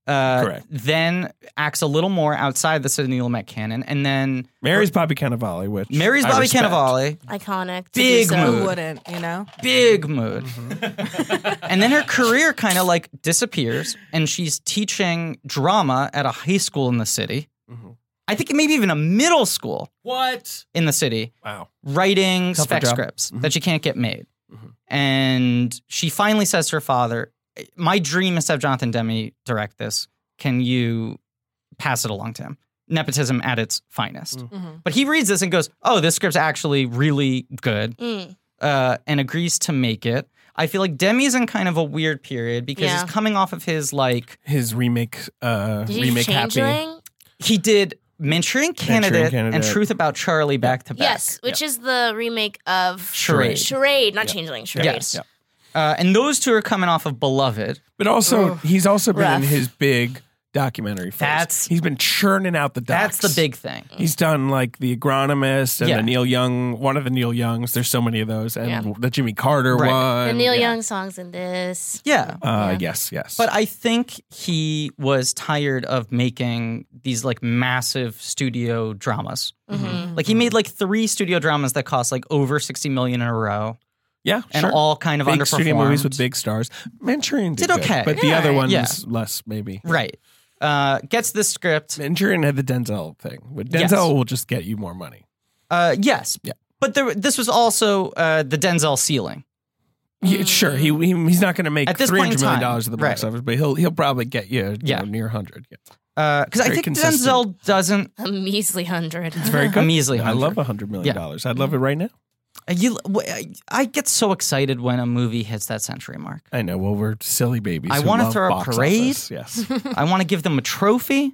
uh, Correct. then acts a little more outside the Sidney Lumet canon, and then Mary's Bobby Cannavale, which marries I Bobby respect. Cannavale. Iconic. to Big do so. move. Who wouldn't, you know? big mood. Mm-hmm. and then her career kind of Mm-hmm. like disappears, and she's teaching drama at a high school in the city. I think maybe even a middle school What? in the city Wow. writing Tougher spec job. scripts Mhm. that she can't get made. Mhm. And she finally says to her father, My dream is to have Jonathan Demi direct this. Can you pass it along to him? Nepotism at its finest. Mm. Mm-hmm. Mhm. But he reads this and goes, Oh, this script's actually really good Mm. uh, and agrees to make it. I feel like Demi's in kind of a weird period because Yeah. he's coming off of his like His remake, uh, Did you remake happy. changeling? he did Manchurian Candidate, and Candidate. Truth About Charlie back to back. Yes, which is the remake of Charade. Charade, not changeling. Charade. Yes. Uh, and those two are coming off of Beloved. But also, he's also been in rough. his big documentary. Phase. That's- he's been churning out the docs. That's the big thing. He's done like the agronomist and Yeah. the Neil Young, one of the Neil Youngs. There's so many of those, and Yeah. the Jimmy Carter Right. one. The Neil Um, Yeah. Young songs in this. Yeah. Uh, Yeah. Yes, yes. But I think he was tired of making these like massive studio dramas. Mm-hmm. Mhm. Like he made like three studio dramas that cost like over 60 million in a row yeah, and sure. all kind of big underperformed. studio movies with big stars. Manchurian did, Did good, okay. but the Yeah, other right. one's Yeah. less maybe. Right. Uh, gets this script. Manchurian had the Denzel thing. With Denzel Yes. will just get you more money. Uh, yes. Yeah. But there, this was also uh, the Denzel ceiling. Yeah, sure. He, he he's not going to make Mm. At this three point in hundred million time, dollars at the box right. office, but he'll he'll probably get you, you Yeah. know, near hundred. Yeah. Because Uh, I Very think consistent. Denzel doesn't A measly hundred. It's very good. A measly I love $100. hundred million dollars. I'd love it right now. You, I get so excited when a movie hits that century mark. I know. Well, we're silly babies. I who wanna love throw a box parade. office. Yes. I want to give them a trophy.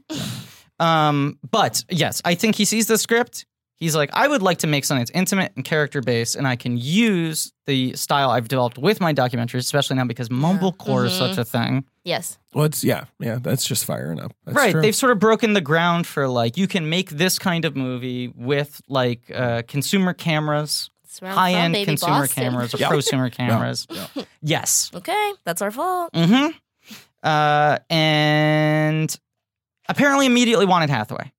Um, but yes, I think he sees the script. He's like, I would like to make something that's intimate and character based, and I can use the style I've developed with my documentaries, especially now because mumblecore is Mhm. such a thing. Yes. well, it's yeah, yeah. That's just firing up. That's right. true. They've sort of broken the ground for like, you can make this kind of movie with like uh, consumer cameras, It's around high from end baby consumer Boston. cameras, or Yeah. prosumer cameras. Yeah. Yes. Okay, that's our fault. Mm hmm. Uh, and apparently immediately wanted Hathaway.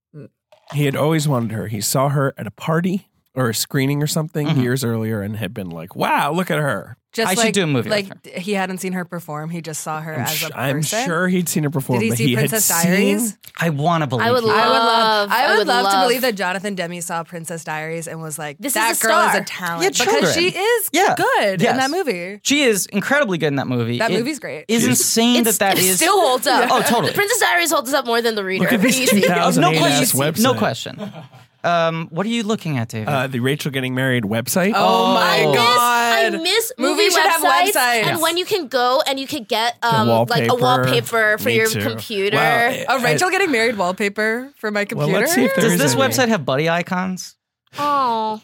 He had always wanted her. He saw her at a party or a screening or something Mhm. years earlier, and had been like, "Wow, look at her." I Just should like, do a movie with Like he hadn't seen her perform. He just saw her I'm, as sh- a person. I'm sure he'd seen her perform. Did he but see he Princess had seen- Diaries? I want to believe. I would you. I would love. I would, love, to love- believe that Jonathan Demi saw Princess Diaries and was like, This is "That a girl is star." a talent Yeah, children. because she is Yeah. good Yes. in that movie. She is incredibly good in that movie. That It movie's great. Is insane It's- that that it is still holds up. Oh, totally. The Princess Diaries holds up more than the reader. Look at this Easy. 2008 no ass question. website. No question. Um, what are you looking at, David? Uh, the Rachel getting married website. Oh my I god! miss, I miss Movies movie should have websites, websites. and when you can go and you can get um like wallpaper. a wallpaper for Me your too. computer. Wow, it- A Oh, Rachel getting married wallpaper for my Well, computer. let's see if there Does is this any. website have buddy icons? Oh,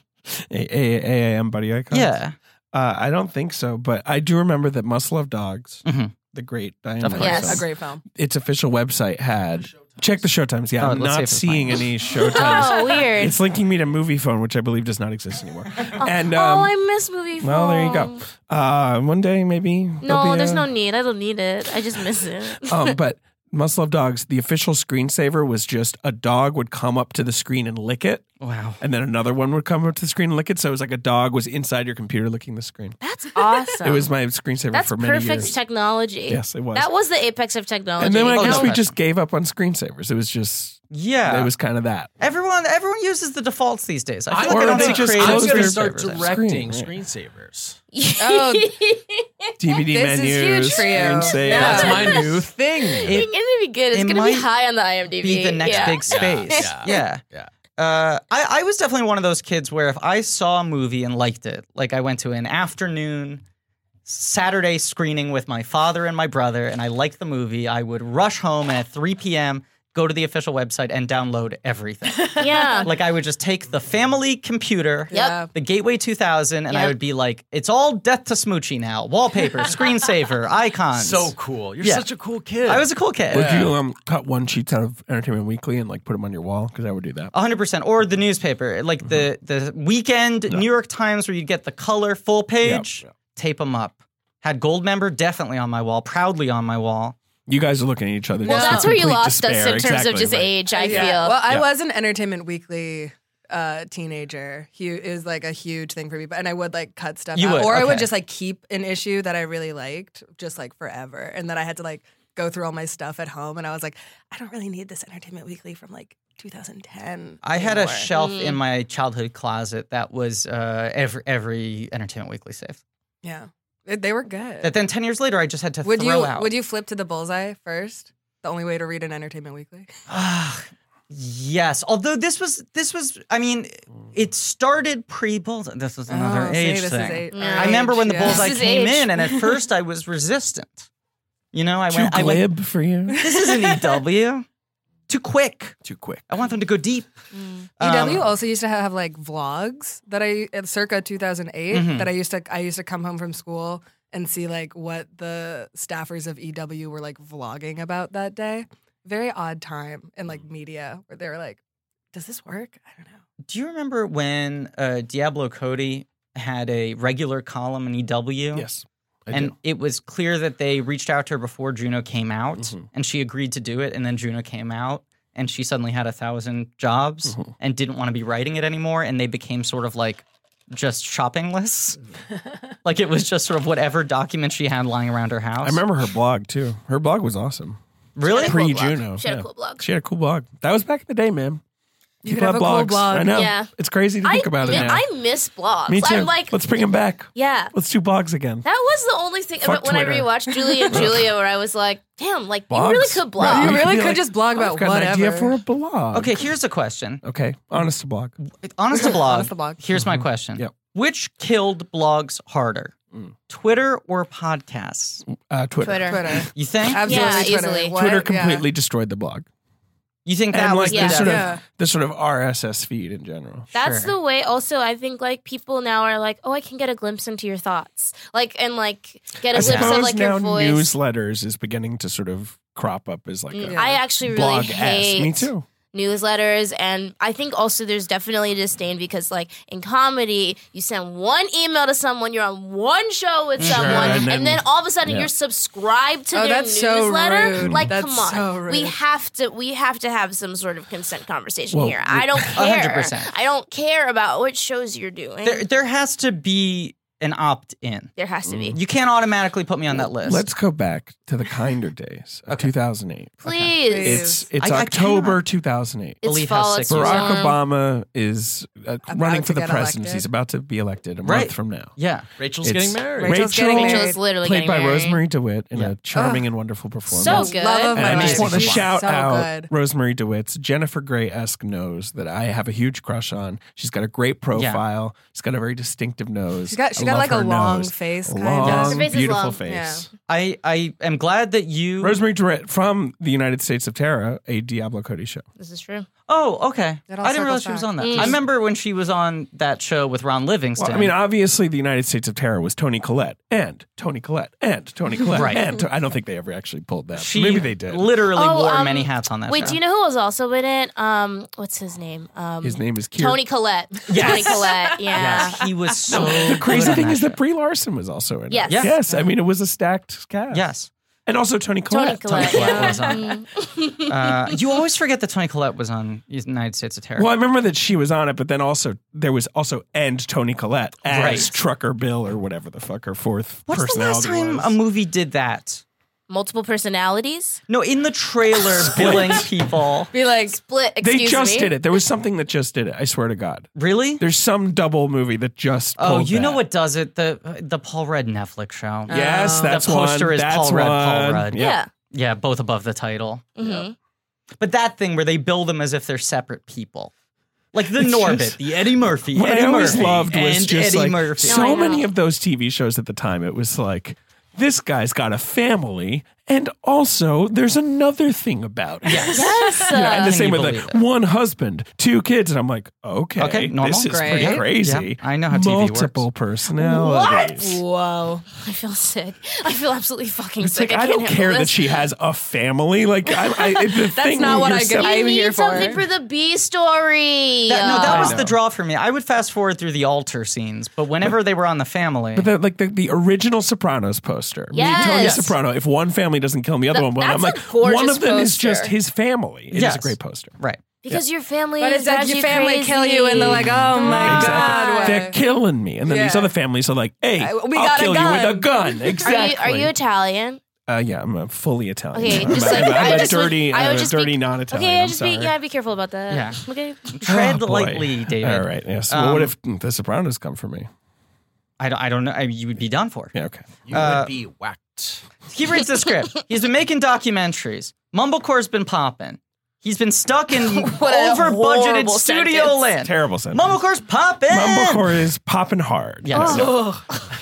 A- A- AAM buddy icon? Yeah. Uh, I don't think so, but I do remember that Must Love Dogs, Mhm. the great Diane Of Marcel, course. Yes. a great film. its official website had. Check the showtimes. Yeah, Oh, I'm let's see not if it's seeing mine. any showtimes. oh, weird. it's linking me to Movie Phone, which I believe does not exist anymore. And oh, um, I miss movie. well, there you phone. go. Uh, one day maybe. there'll No, be there's a- no need. I don't need it. I just miss it. um, but Must Love Dogs, the official screensaver was just a dog would come up to the screen and lick it, Wow. and then another one would come up to the screen and lick it. So it was like a dog was inside your computer licking the screen. That's awesome. It was my screensaver That's for many perfect years. technology. Yes, it was. That was the apex of technology. and then I Oh, guess no. we just gave up on screensavers. It was just Yeah. it was kind of that. everyone. Everyone uses the defaults these days. I feel Or like I don't they see just creative close I'm their gonna screen start favors. directing Screen, screensavers. Oh, DVD This is menus, huge for you. screensavers. Yeah. That's my new thing. It- it's gonna be good. It's it gonna be might high on the IMDb. be the next Yeah. big space. Yeah. Yeah. Uh, I, I was definitely one of those kids where if I saw a movie and liked it, like I went to an afternoon Saturday screening with my father and my brother, and I liked the movie, I would rush home and at 3 p.m. go to the official website and download everything. Yeah. like I would just take the family computer. yeah. The Gateway 2000, and I Yep. would be like, it's all Death to Smoochie now. Wallpaper, screensaver, icons. So cool. You're Yeah. such a cool kid. I was a cool kid. Would you um, cut one sheet out of Entertainment Weekly and like put them on your wall? Because I would do that. hundred percent, or the newspaper, like the the weekend New York Times, where you'd get the color full page. Mm-hmm. yeah. Tape them up. Had gold member definitely on my wall, proudly on my wall. You guys are looking at each other. well, just that's in where you complete lost us in despair. terms Exactly, of just right. age. I Yeah. feel. Well, I Yeah. was an Entertainment Weekly uh, teenager. Hu it was like a huge thing for me, but and I would like cut stuff You out, would, or I okay. would just like keep an issue that I really liked, just like forever, and then I had to like go through all my stuff at home, and I was like, I don't really need this Entertainment Weekly from like 2010. I had a anymore. shelf in my childhood closet that was uh, every every Entertainment Weekly save. Yeah, they, they were good. That then ten years later, I just had to would throw you out. would you flip to the bullseye first? The only way to read an Entertainment Weekly. Ah, yes. Although this was this was I mean, it started pre bullseye. This was another Oh, see, age this thing. Is eight, Yeah. I remember when the yeah. bullseye This is came age. in, and at first I was resistant. You know, I Too went. I went. glib for you. This isn't EW. Too quick. Too quick. I want them to go deep. Mm. E UW Um, also used to have like vlogs that I at circa 2008 Mm-hmm. Mhm. that I used to I used to come home from school and see like what the staffers of EW were like vlogging about that day. Very odd time in like media where they were like, "Does this work?" I don't know. Do you remember when uh, Diablo Cody had a regular column in E EW? Yes. I and do. it was clear that they reached out to her before Juno came out, Mhm. and she agreed to do it. And then Juno came out, and she suddenly had a thousand jobs Mhm. and didn't want to be writing it anymore. And they became sort of like just shopping lists. Mm-hmm. like it was just sort of whatever document she had lying around her house. I remember her blog too. Her blog was awesome. really. She had a cool Pre-Juno, blog. She had yeah. a cool blog. She had a cool blog. That was back in the day, man. You could have a cool blog. I know. Yeah. It's crazy to think about it yeah, now. I miss blogs. Me too. I'm like, Let's bring him back. yeah. Let's do blogs again. That was the only thing Fuck when I Twitter. rewatched Julia and Julia, where I was like, damn, like blogs. you really could blog. Right, You really be could just blog about I've got an idea whatever. for a blog. Okay, here's a question. Okay. Honest to blog. Honest to blog. Honest to blog. Here's my question. Mm-hmm. Yep. Mm. Which killed blogs harder, Twitter or podcasts? Uh, Twitter. Twitter. Twitter. You think? Absolutely, Yeah, Twitter. easily. What? Twitter Yeah. completely destroyed the blog. You think that and like was the yeah. sort of Yeah. the sort of RSS feed in general. That's Sure. the way. Also, I think like people now are like, oh, I can get a glimpse into your thoughts, like and like get I a glimpse of suppose like now your voice. newsletters is beginning to sort of crop up as like Mm, a I actually really blog hate Me too. newsletters, and I think also there's definitely a disdain because like in comedy, you send one email to someone, you're on one show with Sure, someone, and and, then- then all of a sudden yeah. you're subscribed to Oh, their that's so newsletter. rude. Like, That's come on, so rude. we have to we have to have some sort of consent conversation Well, here. we- I don't care. 100%. I don't care about what shows you're doing. there, There, there has to be an opt in. has to be. You can't automatically put me on that list. Let's go back to the kinder days of 2008. Mm-hmm. Please. It's it's I- I October cannot- 2008. It's believe how fall. sick It's you Barack warm. Obama is uh, running to for the get presidency. elected. He's about to be elected a Right. month from now. yeah. Rachel's It's- getting married. Rachel- Rachel's getting married. Rachel's literally played getting by married. Rosemary DeWitt in Yeah. a charming and wonderful performance. So Oh, good. Love of And my I life. just want to She's shout so out good. Rosemary DeWitt's Jennifer Grey esque nose that I have a huge crush on. She's got a great profile. She's got a very distinctive nose. She's got- she I got, love like, a her long nose. face, A kind long, of. Her face is beautiful long. face. I, I am glad that you. Rosemary DeWitt from the United States of Terra, a Diablo Cody show. This is true. oh, okay. I It all didn't realize circles she was back. on that. Mm. I remember when she was on that show with Ron Livingston. Well, I mean, obviously, the United States of Terror was Tony Collette and Tony Collette and Tony Collette. Right. And to- I don't think they ever actually pulled that. she Maybe they did. literally Oh, wore um, many hats on that Wait, show. do you know who was also in it? Um, what's his name? Um, His name is Kier. Tony Collette. Tony Collette. Yeah. Yes, he was so. The crazy good thing on is that that Brie Larson was also in it. Yes. Yeah. Yes. I mean, it was a stacked show. cast. Yes. And also Tony Tony Collette. Collette. Collette yeah. was on Mm. Uh, you always forget that Tony Collette was on United States of Terror. Well, I remember that she was on it, but then also there was also and Tony Collette as Right. Trucker Bill or whatever the fuck her fourth What's the last personality time was. a movie did that? Multiple personalities. No, in the trailer, billing people. Be like, Split. they Excuse just me. did it. There was something that just did it. I swear to God. Really? There's some double movie that just. Oh, pulled you know that. what does it? The the Paul Rudd Netflix show. Yes, that's the poster one. is that's Paul one. Rudd. Paul Rudd. Yeah. Yeah, both above the title. Mhm. But that thing where they bill them as if they're separate people, like the Norbit, just- the Eddie Murphy. What Eddie I always Murphy, loved was and just Eddie like Murphy. No, I so know. many of those TV shows at the time. It was like this guy's got a family, and also there's another thing about him. Yes. You know, and uh, the Can same you with believe like it? one husband, two kids, and I'm like, okay, Okay, normal, this is great. pretty crazy. Yeah, I know how TV works. Multiple personalities. whoa. I feel sick. I feel absolutely fucking It's sick. like I don't can't care handle that this. she has a family. Like I, I it- the that's thing not what I get. You I'm need here for something it. for the B story. That- no, that Uh, was I the know. draw for me. I would fast forward through the altar scenes, but whenever they were on the family, But the, like the, the original Sopranos poster, Yes. me, Tony Yes. Soprano. If one family doesn't kill him, the other one Th- will. that's I'm like, a gorgeous one of them is poster. just his family. It is Yes. a great poster. right? because your family. But it's drives like your you family crazy. kill you, and they're like, oh my Exactly. god, They're killing me, and then these Yeah. other families are like, "Hey, I- we I'll got a kill you with a gun." Are you Exactly. are you Italian? Uh, yeah, I'm a fully Italian. Okay, I'm, just a, like- I'm a I just, like, dirty, I I'm would a just be- dirty not Italian. Okay, I'm just sorry. be yeah, be careful about that. Yeah. Okay. Tread Oh, boy. lightly, David. All right. Yes. well, Um, what if The Sopranos come for me? I don't, I don't know. I, you would be done for. Yeah. Okay. You Uh, would be whacked. He reads the script. He's been making documentaries. Mumblecore's been popping. He's been stuck in What a over budgeted horrible studio sentence. land. Terrible sentence. Mumblecore's popping. Mumblecore is popping hard. Oh. Yes. No.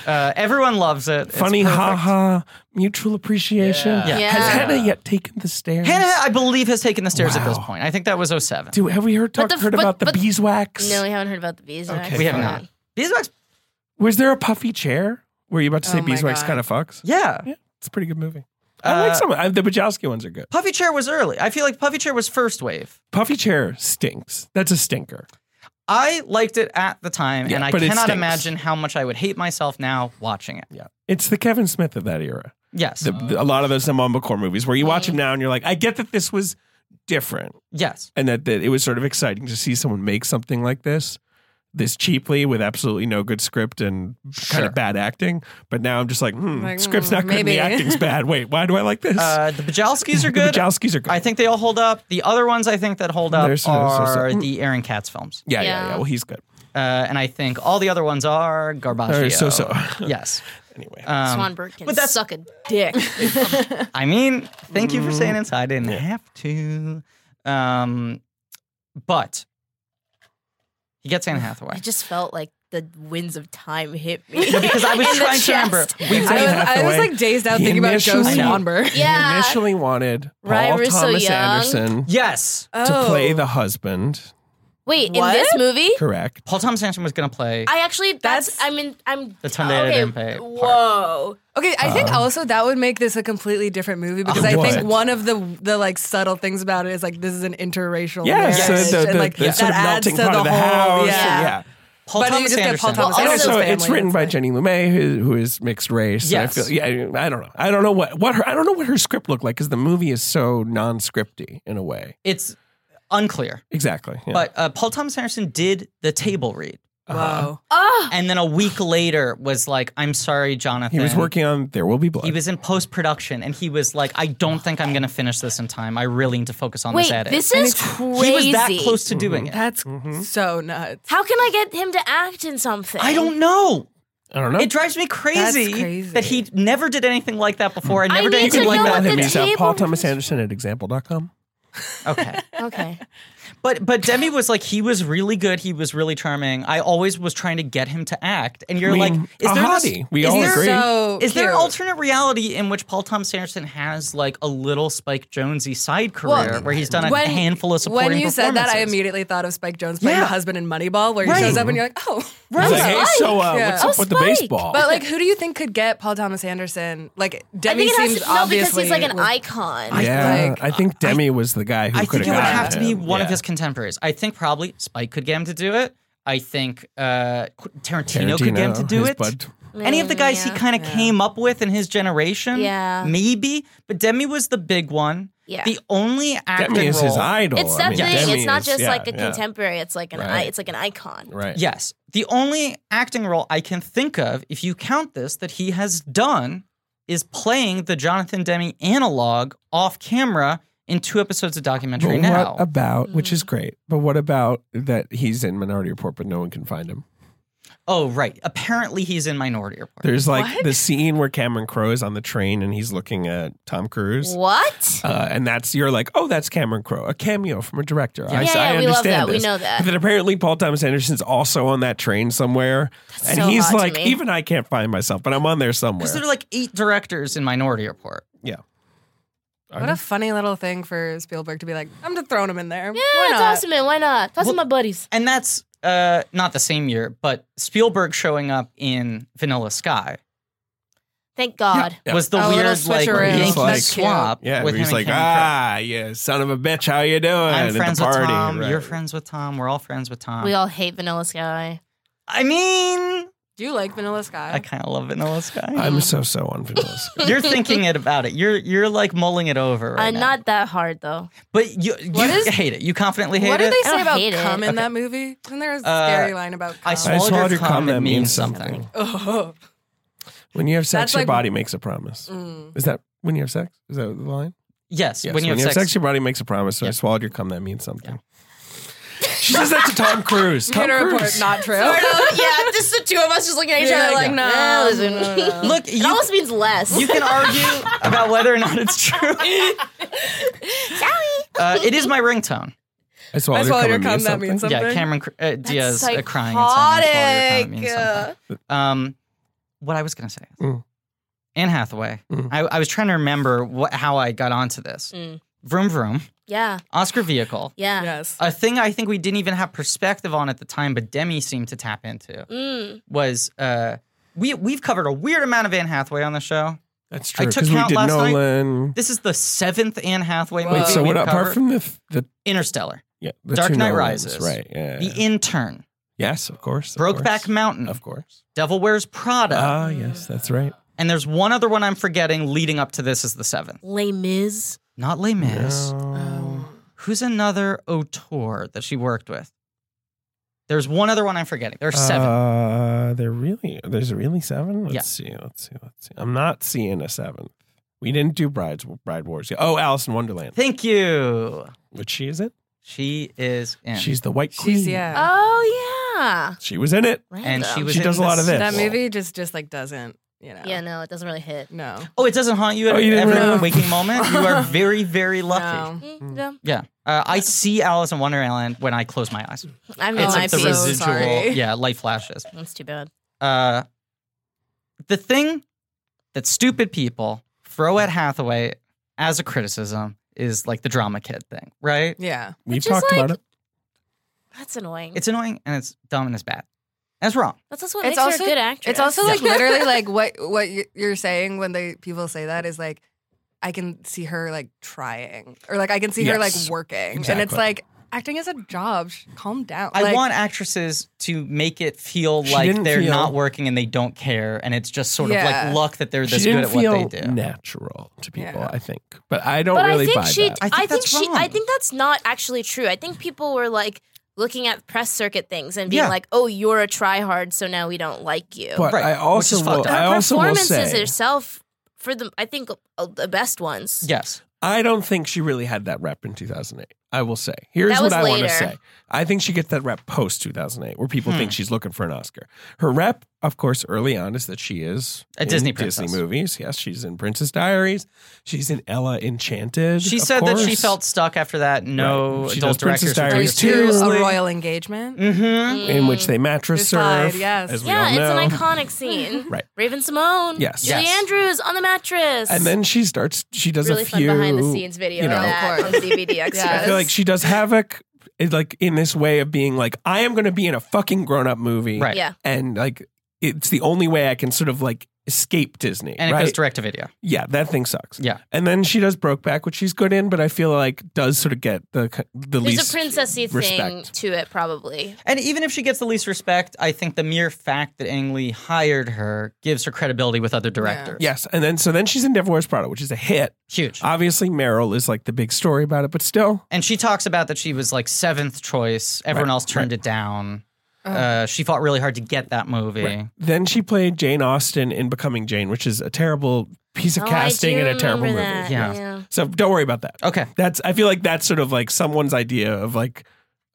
Uh, everyone loves it. It's Funny, perfect. haha. Mutual appreciation. Yeah. Yeah. Has Yeah. Hannah yet taken the stairs? Hannah, I believe, has taken the stairs at this Wow. point. I think that was 07. Do have we heard But talk, the- heard but- about the but- beeswax? No, we haven't heard about the bees. Okay, right? we have fine. not. Beeswax, Was there a puffy chair? Were you about to say Oh my beeswax God. kind of fucks? yeah. Yeah, it's a pretty good movie. I Uh, like some. I, the Bajowski ones are good. Puffy Chair was early. I feel like Puffy Chair was first wave. Puffy chair stinks. That's a stinker. I liked it at the time, Yeah, and I but it cannot stinks. imagine how much I would hate myself now watching it. Yeah, it's the Kevin Smith of that era. Yes. The, the- a lot of those Mumblecore movies where you watch them now and you're like, I get that this was different yes. and that, that it was sort of exciting to see someone make something like this, this cheaply with absolutely no good script and kind Sure. of bad acting. But now I'm just like, hmm, Like, script's not good, and maybe. the acting's bad. Wait, why do I like this? Uh, the Bajalskis are The good. Wachowskis are good. I think they all hold up. The other ones I think that hold up There's- there's- there's- are the Aaron Katz films. yeah, yeah, Yeah. yeah, Well, he's good. Uh, and I think all the other ones are Garbaggio. Or so-so. yes. Anyway, Um, Swan Bird can but that's- suck a dick. I mean, thank you for saying it. so I didn't have to. Um, but he gets Anne I Hathaway. just felt like the winds of time hit me. Because I was In the trying to remember. chest. We I was, I was Hathaway. like dazed out He thinking about Joe initially- Swanberg. Yeah. he initially wanted Right, Paul we're so Thomas young. Anderson Yes. to Oh. play the husband. Wait, What? in this movie? Correct. Paul Thomas Anderson was going to play. I actually that's, That's- I mean I'm The Tunde okay, Adempe part. Whoa. Okay, I think Um, also that would make this a completely different movie because It I would. think one of the the like subtle things about it is like this is an interracial Yeah, marriage so the, the, and like the that sort of adds melting to pot the of the whole house. yeah. and yeah. Paul But you Thomas just get Anderson. Paul Thomas Well, And also also, Anderson's it's family, written that's by why. Jenny LeMay, who, who is mixed race. and Yes. I feel, yeah, I don't know. I don't know what, what her I don't know what her script looked like because the movie is so non-scripty in a way. It's unclear. Exactly. yeah. But uh, Paul Thomas Anderson did the table read. Uh-huh. Whoa. Oh And then a week later was like, I'm sorry, Jonathan. he was working on There Will Be Blood. He was in post production and he was like, I don't think I'm going to finish this in time. I really need to focus on wait, this edit. this is crazy. Mm-hmm. he was that close to doing it. That's Mm-hmm. so nuts. How can I get him to act in something? I don't know. I don't know. It drives me crazy, crazy. that he never did anything like that before and I never did need anything to like know that. what the him. He's at table Paul Thomas Anderson at example.com. Okay. Okay. But but Demi was like he was really good. He was really charming. I always was trying to get him to act, and you're I mean, like, is a there this- hottie. We is all there- agree. So Is there an cute. alternate reality in which Paul Thomas Anderson has like a little Spike Jonesy side career Well, where he's done a when- handful of supporting When you said that, I performances? immediately thought of Spike Jones playing Yeah. the husband in Moneyball, where he Right. shows up and you're like, oh. He's like, hey, so uh, Yeah. what's Oh, up with the Spike. baseball? But like, who do you think could get Paul Thomas Anderson? Like, I Demi think it has seems to, no, because obviously he's like an with- icon. yeah, like- I think Demi was the guy who I could think it would gotten have to be him. one of Yeah. his contemporaries. I think probably Spike could get him to do it. I think uh, Qu- Tarantino, could get him to Tarantino, do his it. bud. Any of the guys he Yeah. kind of came up with in his generation, Yeah. maybe. But Demi was the big one. Yeah. The only acting Demi is role, his idol. It's I that mean, thing. Demi it's not is- just yeah, like a yeah. contemporary. It's like an I, Right. it's like an icon. Right. Yes, the only acting role I can think of, if you count this, that he has done is playing the Jonathan Demi analog off camera in two episodes of documentary But now. what about, which Mm. is great, but what about that he's in Minority Report, but no one can find him? oh, right. Apparently, he's in Minority Report. There's like the scene where Cameron Crowe is on the train and he's looking at Tom Cruise. What? Uh, and that's you're like, oh, that's Cameron Crowe, a cameo from a director. I, Yeah, I yeah, understand we love that. We this. know that. But then apparently Paul Thomas Anderson's also on that train somewhere, and so he's hot to like, me. even I can't find myself, but I'm on there somewhere. Because there are like eight directors in Minority Report. yeah, What a funny little thing for Spielberg to be like, I'm just throwing him in there. Why Yeah, not? toss him in. Why not? Toss him my buddies. And that's uh, not the same year, but Spielberg showing up in Vanilla Sky Thank God. Yeah. was Oh, the A little weird like switcheroo. Yankee He's like- swap yeah. with where he's him like, and Cameron Crowe. ah, yeah, son of a bitch, how you doing? I'm At friends the party, with Tom. right. You're friends with Tom. We're all friends with Tom. We all hate Vanilla Sky. I mean, Do you like Vanilla Sky? I kind of love Vanilla Sky. I'm so so on vanilla. Sky. you're thinking it about it. You're you're like mulling it over right I'm now. Uh, not that hard though. but you you What is- hate it. You confidently hate what it. did they I don't say about hate it. cum in that movie? Isn't there a Uh, scary line about cum? I swallowed, swallowed your your cum, cum. It that means means something. something. oh. When you have sex, That's your like- Mm. body makes a promise. Is that when you have sex? Is that the line? Yes, Yes, when you have sex. your body makes a promise. So I Yeah. swallowed your cum. That means something. She says that to Tom Cruise. Tom Computer report, Cruise. not true. yeah, just the two of us just looking at each Yeah, other like, yeah. no. Yeah, this is- Look, It you, almost means less. you can argue about whether or not it's true. Uh, it is my ringtone. I I swallowed, swallowed your your cum, cum. that means something. Yeah, Cameron Cr- uh, Diaz uh, crying and saying "I swallow your cum," it means something. Um, what I was gonna say, is Mm. Anne Hathaway. Mm. I, I was trying to remember what, how I got onto this. Mm. Vroom vroom, yeah, Oscar vehicle, yeah. Yes. a thing I think we didn't even have perspective on at the time, but Demi seemed to tap into Mm. was uh, we we've covered a weird amount of Anne Hathaway on the show. That's I true. took Because we count did last night. Nolan. This is the seventh Anne Hathaway Whoa. movie. Wait, so we've what? Apart covered. from the f- the, Interstellar, yeah, the Dark two Knight Nolans, Rises. right? Yeah. The Intern, yes, of course. of Brokeback course. Mountain, Of course. Devil Wears Prada, Ah, yes, that's right. and there's one other one I'm forgetting. Leading up to this is the seventh, Les Mis. not Les Mis. Um, No. Who's another auteur that she worked with? There's one other one I'm forgetting. There's seven. Uh, there really, there's really seven. Let's Yeah. see, let's see, let's see. I'm not seeing a seventh. We didn't do brides, bride wars. yet. Oh, Alice in Wonderland. Thank you. Which she is it? She is in. She's the white queen. She's, yeah. Oh yeah. She was in it. Right. and she was She in does a the lot of sequel. this. That movie just just like doesn't, you know. Yeah, no, it doesn't really hit. No. Oh, it doesn't haunt you at Oh, you didn't every really- waking moment. You are very, very lucky. No. Mm, yeah. Yeah, uh, I see Alice in Wonderland when I close my eyes. I'm Oh, it's my like the I'm so residual, sorry. yeah, light flashes. That's too bad. Uh, the thing that stupid people throw at Hathaway as a criticism is like the drama kid thing, right? Yeah. We've Which is talked about like- it. That's annoying. It's annoying and it's dumb and it's bad. That's wrong. that's also what It's makes also- her a good actress. It's also like literally like what what you- you're saying when the people say that is like I can see her like trying or like I can see her like Yes. working and it's Exactly. like acting is a job. Sh- Calm down. I Like, want actresses to make it feel She like didn't they're feel- not working and they don't care, and it's just sort Yeah. of like luck that they're She this good didn't at what feel they do. natural to people, Yeah. I think. But I don't but really I think buy she. that. I I think think, that's she. wrong. I think that's not actually true. I think people were like looking at press circuit things and being Yeah. like, "Oh, you're a tryhard, so now we don't like you." But Right, I which also is will, fucked up. I Her also will performances say herself for the I think uh, the best ones. Yes. I don't think she really had that rep in 2008. I will say. Here's That what was I want to later. say. I think she gets that rep post 2008 where people Hmm. think she's looking for an Oscar. Her rep, of course, early on is that she is A in Disney Disney princess. movies. Yes, she's in Princess Diaries. She's in Ella Enchanted. She of said that she course. felt stuck after that. No Right. She adult does Princess directors. Diaries there's too. two Seriously? a royal engagement. Mm-hmm. Mm. in which they mattress Decide, surf. yes. as we yeah, all know. it's an iconic scene. Right. Raven Simone. Yes. Julie Yes. Andrews on the mattress. And then she starts. She does really a few fun behind the scenes video you know. of that Of on course. DVD extras. Yeah. I feel like she does havoc, it- like in this way of being like, I am going to be in a fucking grown up movie, Right. Yeah. And like, it's the only way I can sort of like escape Disney, And it right? goes direct to video. yeah, that thing sucks. Yeah. And then she does Brokeback, which she's good in, but I feel like does sort of get the c- the There's least a princessy thing respect. to it, probably. And even if she gets the least respect, I think the mere fact that Ang Lee hired her gives her credibility with other directors. Yes, and then so then she's in Devil Wears Prada, which is a hit. Huge. Obviously, Meryl is like the big story about it, but still, and she talks about that she was like seventh choice. Everyone Right, else turned it down. Uh, she fought really hard to get that movie. Then she played Jane Austen in Becoming Jane, which is a terrible piece of Oh, I casting do and a terrible remember movie. that. Yeah. So don't worry about that. Okay. That's I feel like that's sort of like someone's idea of like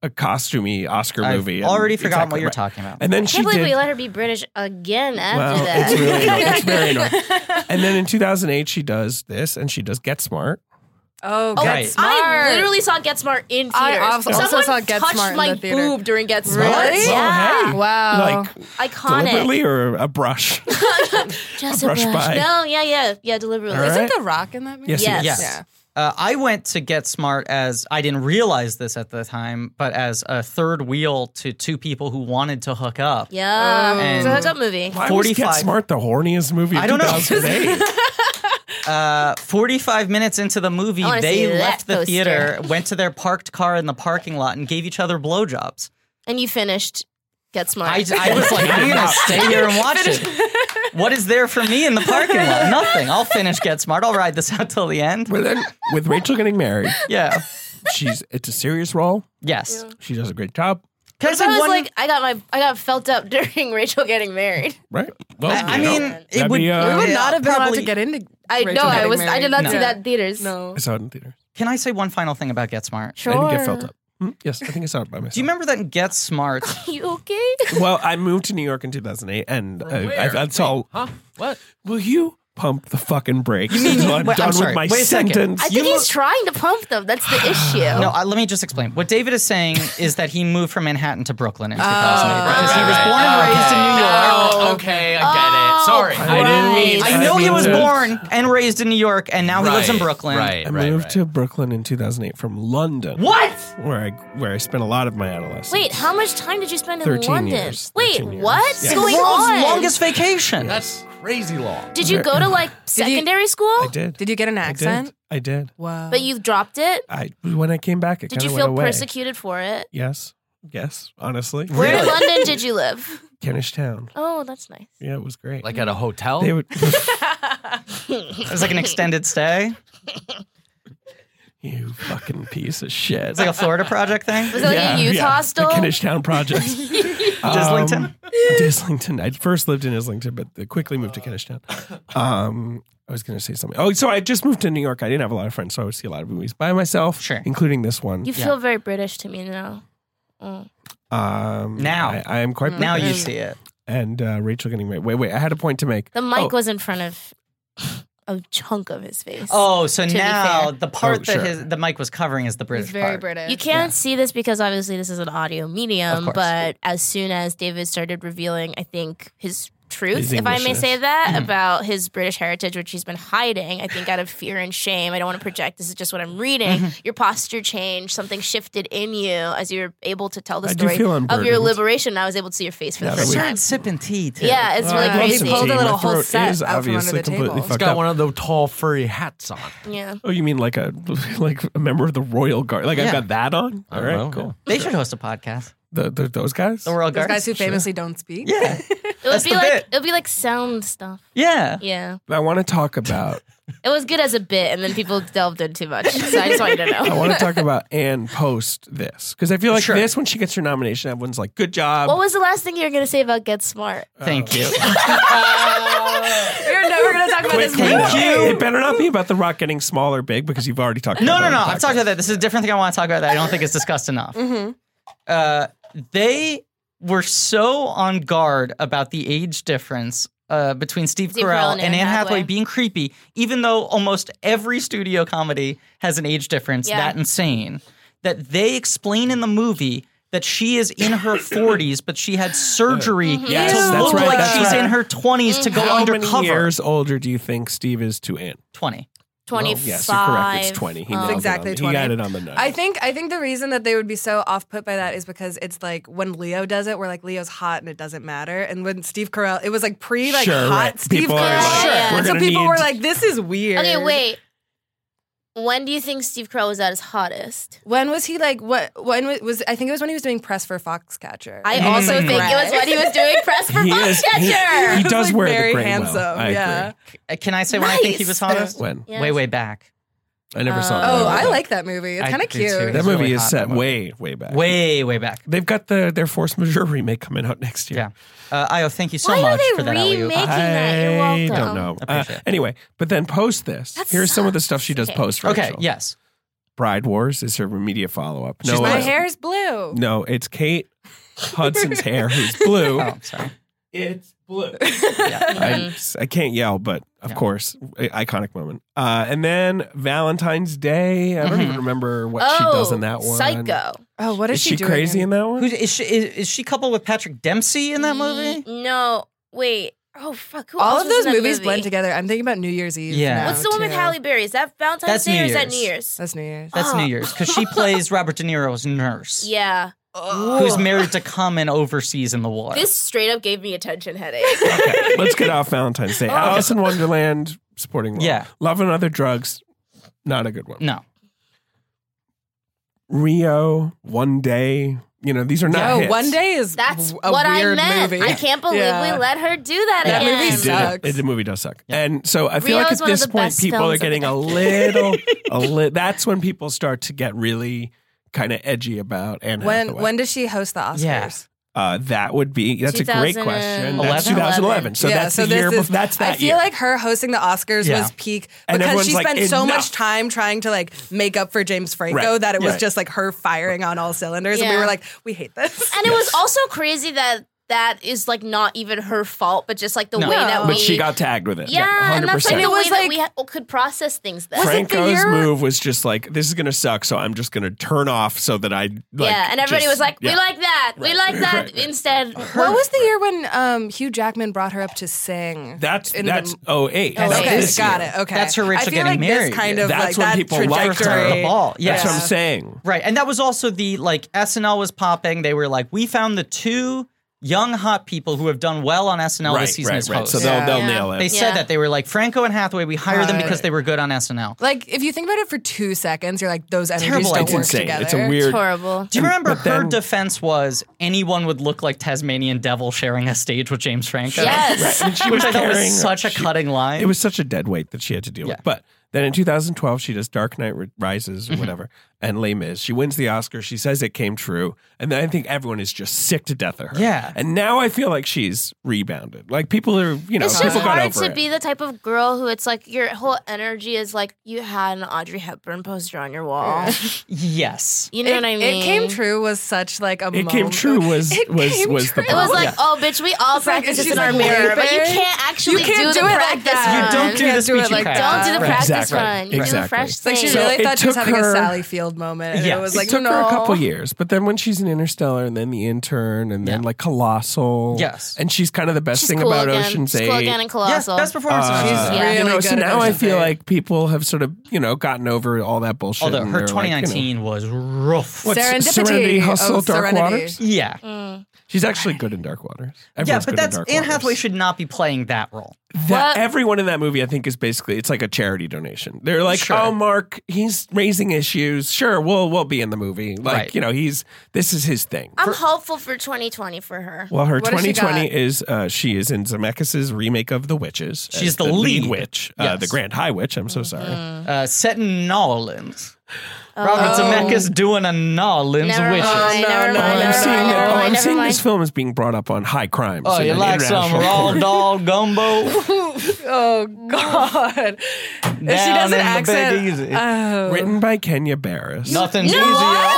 a costumey Oscar I've movie. and- already forgotten exactly what you're right. talking about. And then I she can't believe did. we let her be British again well, after that. it's really annoying. It's very annoying. And then in 2008, she does this, and she does Get Smart. Oh, Oh, Get Right. Smart. I literally saw Get Smart in theaters. I also- also Someone saw Get touched Smart in my the theater. boob during Get Smart. Really? Yeah. Oh, hey. Wow. Like Iconic. deliberately or a brush? Just A brush by. No, yeah, yeah, yeah, deliberately. All Isn't right. The Rock in that movie? Yes, he Yes. Yes. Yeah. Uh, I went to Get Smart as I didn't realize this at the time, but as a third wheel to two people who wanted to hook up. Yeah, And- it's a hookup movie. Why was Get 45. Smart the horniest movie of I don't know. 2008? Uh, 45 minutes into the movie, I wanna they see that left the poster. theater, went to their parked car in the parking lot, and gave each other blowjobs. And you finished Get Smart. I, I was like, I'm going to stay here and watch it. What is there for me in the parking lot? Nothing. I'll finish Get Smart. I'll ride this out till the end. But then with Rachel getting married, Yeah. she's it's a serious role. Yes. She does a great job, Can I I say was one? like, I got my, I got felt up during Rachel getting married. right? Well, I, I you know, mean, that'd it would, be, uh, We would Yeah, not have been allowed to probably- get into I Rachel no, I getting was I did not married. see No. that in theaters. No. I saw it in theaters. Can I say one final thing about Get Smart? Sure. I didn't get felt up. Hmm? Yes, I think I saw it by myself. Do you remember that in Get Smart? You okay? well, I moved to New York in 2008, and I, I, I saw. Huh? What? Will you pump the fucking brakes? until I'm wait, I'm done sorry. with my Wait a second. sentence. I think he's trying to pump them. That's the issue. No, I, let me just explain. What David is saying is that he moved from Manhattan to Brooklyn in 2008 because he was born and raised in New York. Oh, Oh, okay, I get it. Sorry. I didn't mean Christ. I know he was Yes. born and raised in New York, and now he lives in Right, Brooklyn. Right, I right, moved right. to Brooklyn in 2008 from London. What? Where I where I spent a lot of my adolescence. Wait, how much time did you spend in 13 London? years. Wait, 13 years. what's Yeah. going World's on? longest vacation. That's crazy long. Did you go to like secondary school? I did. Did you get an I did. accent? I did. Wow. But you dropped it? I when I came back, it Did kinda you went feel away. persecuted for it? Yes. Yes. Honestly, Where in London did you live? Kentish Town. Oh, that's nice. Yeah, it was great. Like at a hotel? they would. It was like an extended stay. you fucking piece of shit. It's like a Florida project thing. Was it like a youth hostel? The Kentish Town Project. Islington? Islington. I first lived in Islington, but they quickly moved to Kentish Town. Um, I was going to say something. Oh, so I just moved to New York. I didn't have a lot of friends, so I would see a lot of movies by myself, Sure. including this one. You feel very British to me now. Um, Now. I, I am Mm. quite Now you British. see it. and uh, Rachel getting married. Wait, wait. I had a point to make. The mic Oh. was in front of a chunk of his face. Oh, so be now fair. the part Oh, that sure. his, the mic was covering is the British He's very part. British. You can't see this because obviously this is an audio medium, course. but as soon as David started revealing, I think, his truth, His if I may Englishness. Mm-hmm. say that, about his British heritage, which he's been hiding, I think out of fear and shame. I don't want to project, this is just what I'm reading. Mm-hmm. Your posture changed, something shifted in you as you were able to tell the I do story feel of your unburdened. liberation. And I was able to see your face for the Yeah, first but we- time. sipping tea too. Yeah, it's really I'd love crazy. some pulled tea. a little uh, My whole throat set is out from obviously under the completely table. It's It's fucked got up. one of those tall furry hats on. Yeah. Oh, you mean like a like a member of the royal guard? Like Yeah. I've got that on. I All don't right, know, cool. They should host a podcast. The, the, those guys. The Royal Those Guard. guys who famously don't speak. yeah. It would That's be the like bit. it would be like sound stuff. Yeah. Yeah. I want to talk about. It was good as a bit and then people delved in too much. So I just want you to know. I want to talk about Anne post this because I feel like Sure. this when she gets her nomination, everyone's like, "Good job." What was the last thing you were going to say about Get Smart? Thank you. We're never going to talk about this. Thank more. you. It better not be about the rock getting small or big because you've already talked. No, about no, it no. on the I've talked about that. This is a different thing I want to talk about that I don't think is discussed enough. Mm-hmm. Uh, they were so on guard about the age difference. Uh, between Steve Steve Carell Carell and and Anne Anne Hathaway. Hathaway. being creepy, even though almost every studio comedy has an age difference Yeah. that insane, that they explain in the movie that she is in her 40s, but she had surgery Mm-hmm. Yes, to that's look right, like that's she's right. in her 20s to go podcast. How undercover. many years older do you think Steve is to Anne? 20. 25. Yes, you're correct. It's twenty. Um, He nailed it Oh, exactly on the- 20. He got it on the nose. I think I think the reason that they would be so off put by that is because it's like when Leo does it, we're like Leo's hot and it doesn't matter. And when Steve Carell, it was like pre like Sure, hot right. Steve People are Carell. like, Sure. "We're And so gonna people need- were like, this is weird. Okay, wait. When do you think Steve Carell was at his hottest? When was he like what when was, was I think it was when he was doing press for Foxcatcher. I And he was, also like, think it red. was when he was doing press for Mm. He is- he- Foxcatcher. He was, does like, wear the very gray well. handsome. I agree. yeah. Uh, Can I say when I think he Nice. was hottest? When Yes. Way, way back. I never saw. it. Oh, Way I back. like that movie. It's I kind of do too. cute. that It's movie. really is hot, set that movie. way, way back. Way, way back. They've got the their force majeure remake coming out next year. Yeah. Uh, Io, thank you so Why are much they for that. alley-oop. remaking- that. You're I welcome. don't know. Uh, Appreciate it. anyway, but then post this. That Here's some of the sucks. stuff she does Okay. post. Rachel. Uh, Okay, yes. Bride Wars is her media follow up. No, My it's- hair's blue. no, it's Kate Hudson's hair who's blue. Oh, sorry. It's blue. Yeah. I, I can't yell, but of Yeah. course, i- iconic moment. Uh, and then Valentine's Day. I don't Mhm. even remember what oh, she does in that one. Psycho. Oh, what is, Is she doing? crazy in that one? Who's, is, she, is, is she coupled with Patrick Dempsey in that movie? Ye- No, wait. Oh fuck! Who All else of was those in that movies movie? blend together. I'm thinking about New Year's Eve. Yeah. now, What's the one with too. Halle Berry? Is that Valentine's That's Day New or is that New Year's. Year's? That's New Year's. That's New Ah. Year's because she plays Robert De Niro's nurse, yeah. who's married to Common overseas in the war. This straight up gave me a tension headache. Okay, let's get off Valentine's Day. Alice in Wonderland, supporting role. Oh, Yeah. Love and Other Drugs, not a good one. no, Rio, One Day. You know, these are not No, hits. one day is That's w- a what I weird meant. movie. I can't believe Yeah. we let her do that That again. movie She did sucks. it. It- The movie does suck. And so I feel Rio like is at one of this the point, best people are films of getting the a little, a little. That's when people start to get really kind of edgy about Anne When Hathaway. when does she host the Oscars? Yes. Uh, that would be that's a great 2011. question. That's 2011. 2011. So that's the year. is- bef- that's that I feel year. like her hosting the Oscars Yeah. was peak And because everyone's she like, spent so "Enough." much time trying to like make up for James Franco Right. that it was Right. just like her firing on all cylinders, and we Yeah. were like, we hate this. And it was also crazy that that is like not even her fault, but just like the No. way that we. but she got tagged with it. yeah, and that's 100%. like the It way was that like- we ha- could process things. Then Was it the Franco's year- move was just like this is gonna suck, so I'm just gonna turn off so that I like, yeah, and everybody just- was like, yeah. "We like that. We like that." Instead, what was the year when um, Hugh Jackman brought her up to sing? that's In that's the- oh eight. Oh, That's okay, this got year. it. Okay, That's her Rachel I feel getting like married. This kind of That's like when that people liked her. trajectory. The ball. Yeah. That's what I'm Yeah. saying. Right. And that was also the like SNL was popping. They were like, we found the two young hot people who have done well on SNL right, this season right, as right. hosts. So they'll Yeah. they'll Yeah. nail it. they said Yeah. that they were like Franco and Hathaway. We hired them Right. because they were good on SNL. Like if you think about it for two seconds, you're like those energies Terrible. don't it's work insane. together. It's a weird. horrible. Do you remember but her then- defense was anyone would look like Tasmanian devil sharing a stage with James Franco? Yes. And she Which I thought carrying- was such a cutting line. It was such a dead weight that she had to deal Yeah. Mm-hmm. with. But then in 2012, she does Dark Knight Ri- Rises or whatever, and Les Mis. She wins the Oscar. She says it came true, and then I think everyone is just sick to death of her. Yeah. And now I feel like she's rebounded. Like people are, you know, It's just people got hard over to it. be the type of girl who it's like your whole energy is like you had an Audrey Hepburn poster on your wall. yes. You know It, what I mean? it came true was such like a. it came moment. true was It was came was the true. It was problem. like, oh, bitch, we all It's like- practice this she's in our like, mirror, but you "Wait, can't actually you can't do do, the it like practice that. You one. don't do Can't this do it speech like practice. that. Don't do the Right. practice Exactly. one. You do the Exactly. fresh It's thing. Like she So really it thought she was took having her- a Sally Field moment, and Yes. it was It like it took no. her a couple years, but then when she's in Interstellar and then The Intern and then Yeah. like Colossal, Yes. and she's kind of the best She's thing cool about again. Ocean's She's Eight. cool again and Yes, colossal. best Uh, performance. Uh, of the She's season. Yeah. really you know, good so at now I Ocean's feel Eight. like people have sort of, you know, gotten over all that bullshit. Although and her they're like, you know, 2019 was rough. what's Serendipity. Serenity, Hustle, Oh, Dark Serenity. Waters. Yeah. Mm. She's actually good in Dark Waters. Yeah, Everyone's but good in that's Dark Anne Waters. Hathaway should not be playing that role. That, What? everyone in that movie, I think, is basically it's like a charity donation. They're like, Sure. "Oh, Mark, he's raising issues. Sure, we'll we'll be in the movie. Like, Right. you know, he's this is his thing." I'm hopeful for 2020 for her. Well, her What has she 2020 got? is uh, she is in Zemeckis' remake of The Witches. She's as the lead. witch, uh, Yes. the Grand High Witch. I'm Mm-hmm. so sorry. Mm-hmm. Uh, set in New Orleans. Robert Zemeckis doing a New Orleans Oh. Never mind. witches. Never mind. Oh, I'm seeing, that- Never mind. Never oh, I'm mind. Never seeing this mind. film is being brought up on high crimes. Oh, in you an like some international raw court. dog gumbo? Oh God! If she Down in does an the Big accent, Easy. Written by Kenya Barris. Nothing's uh, No! easier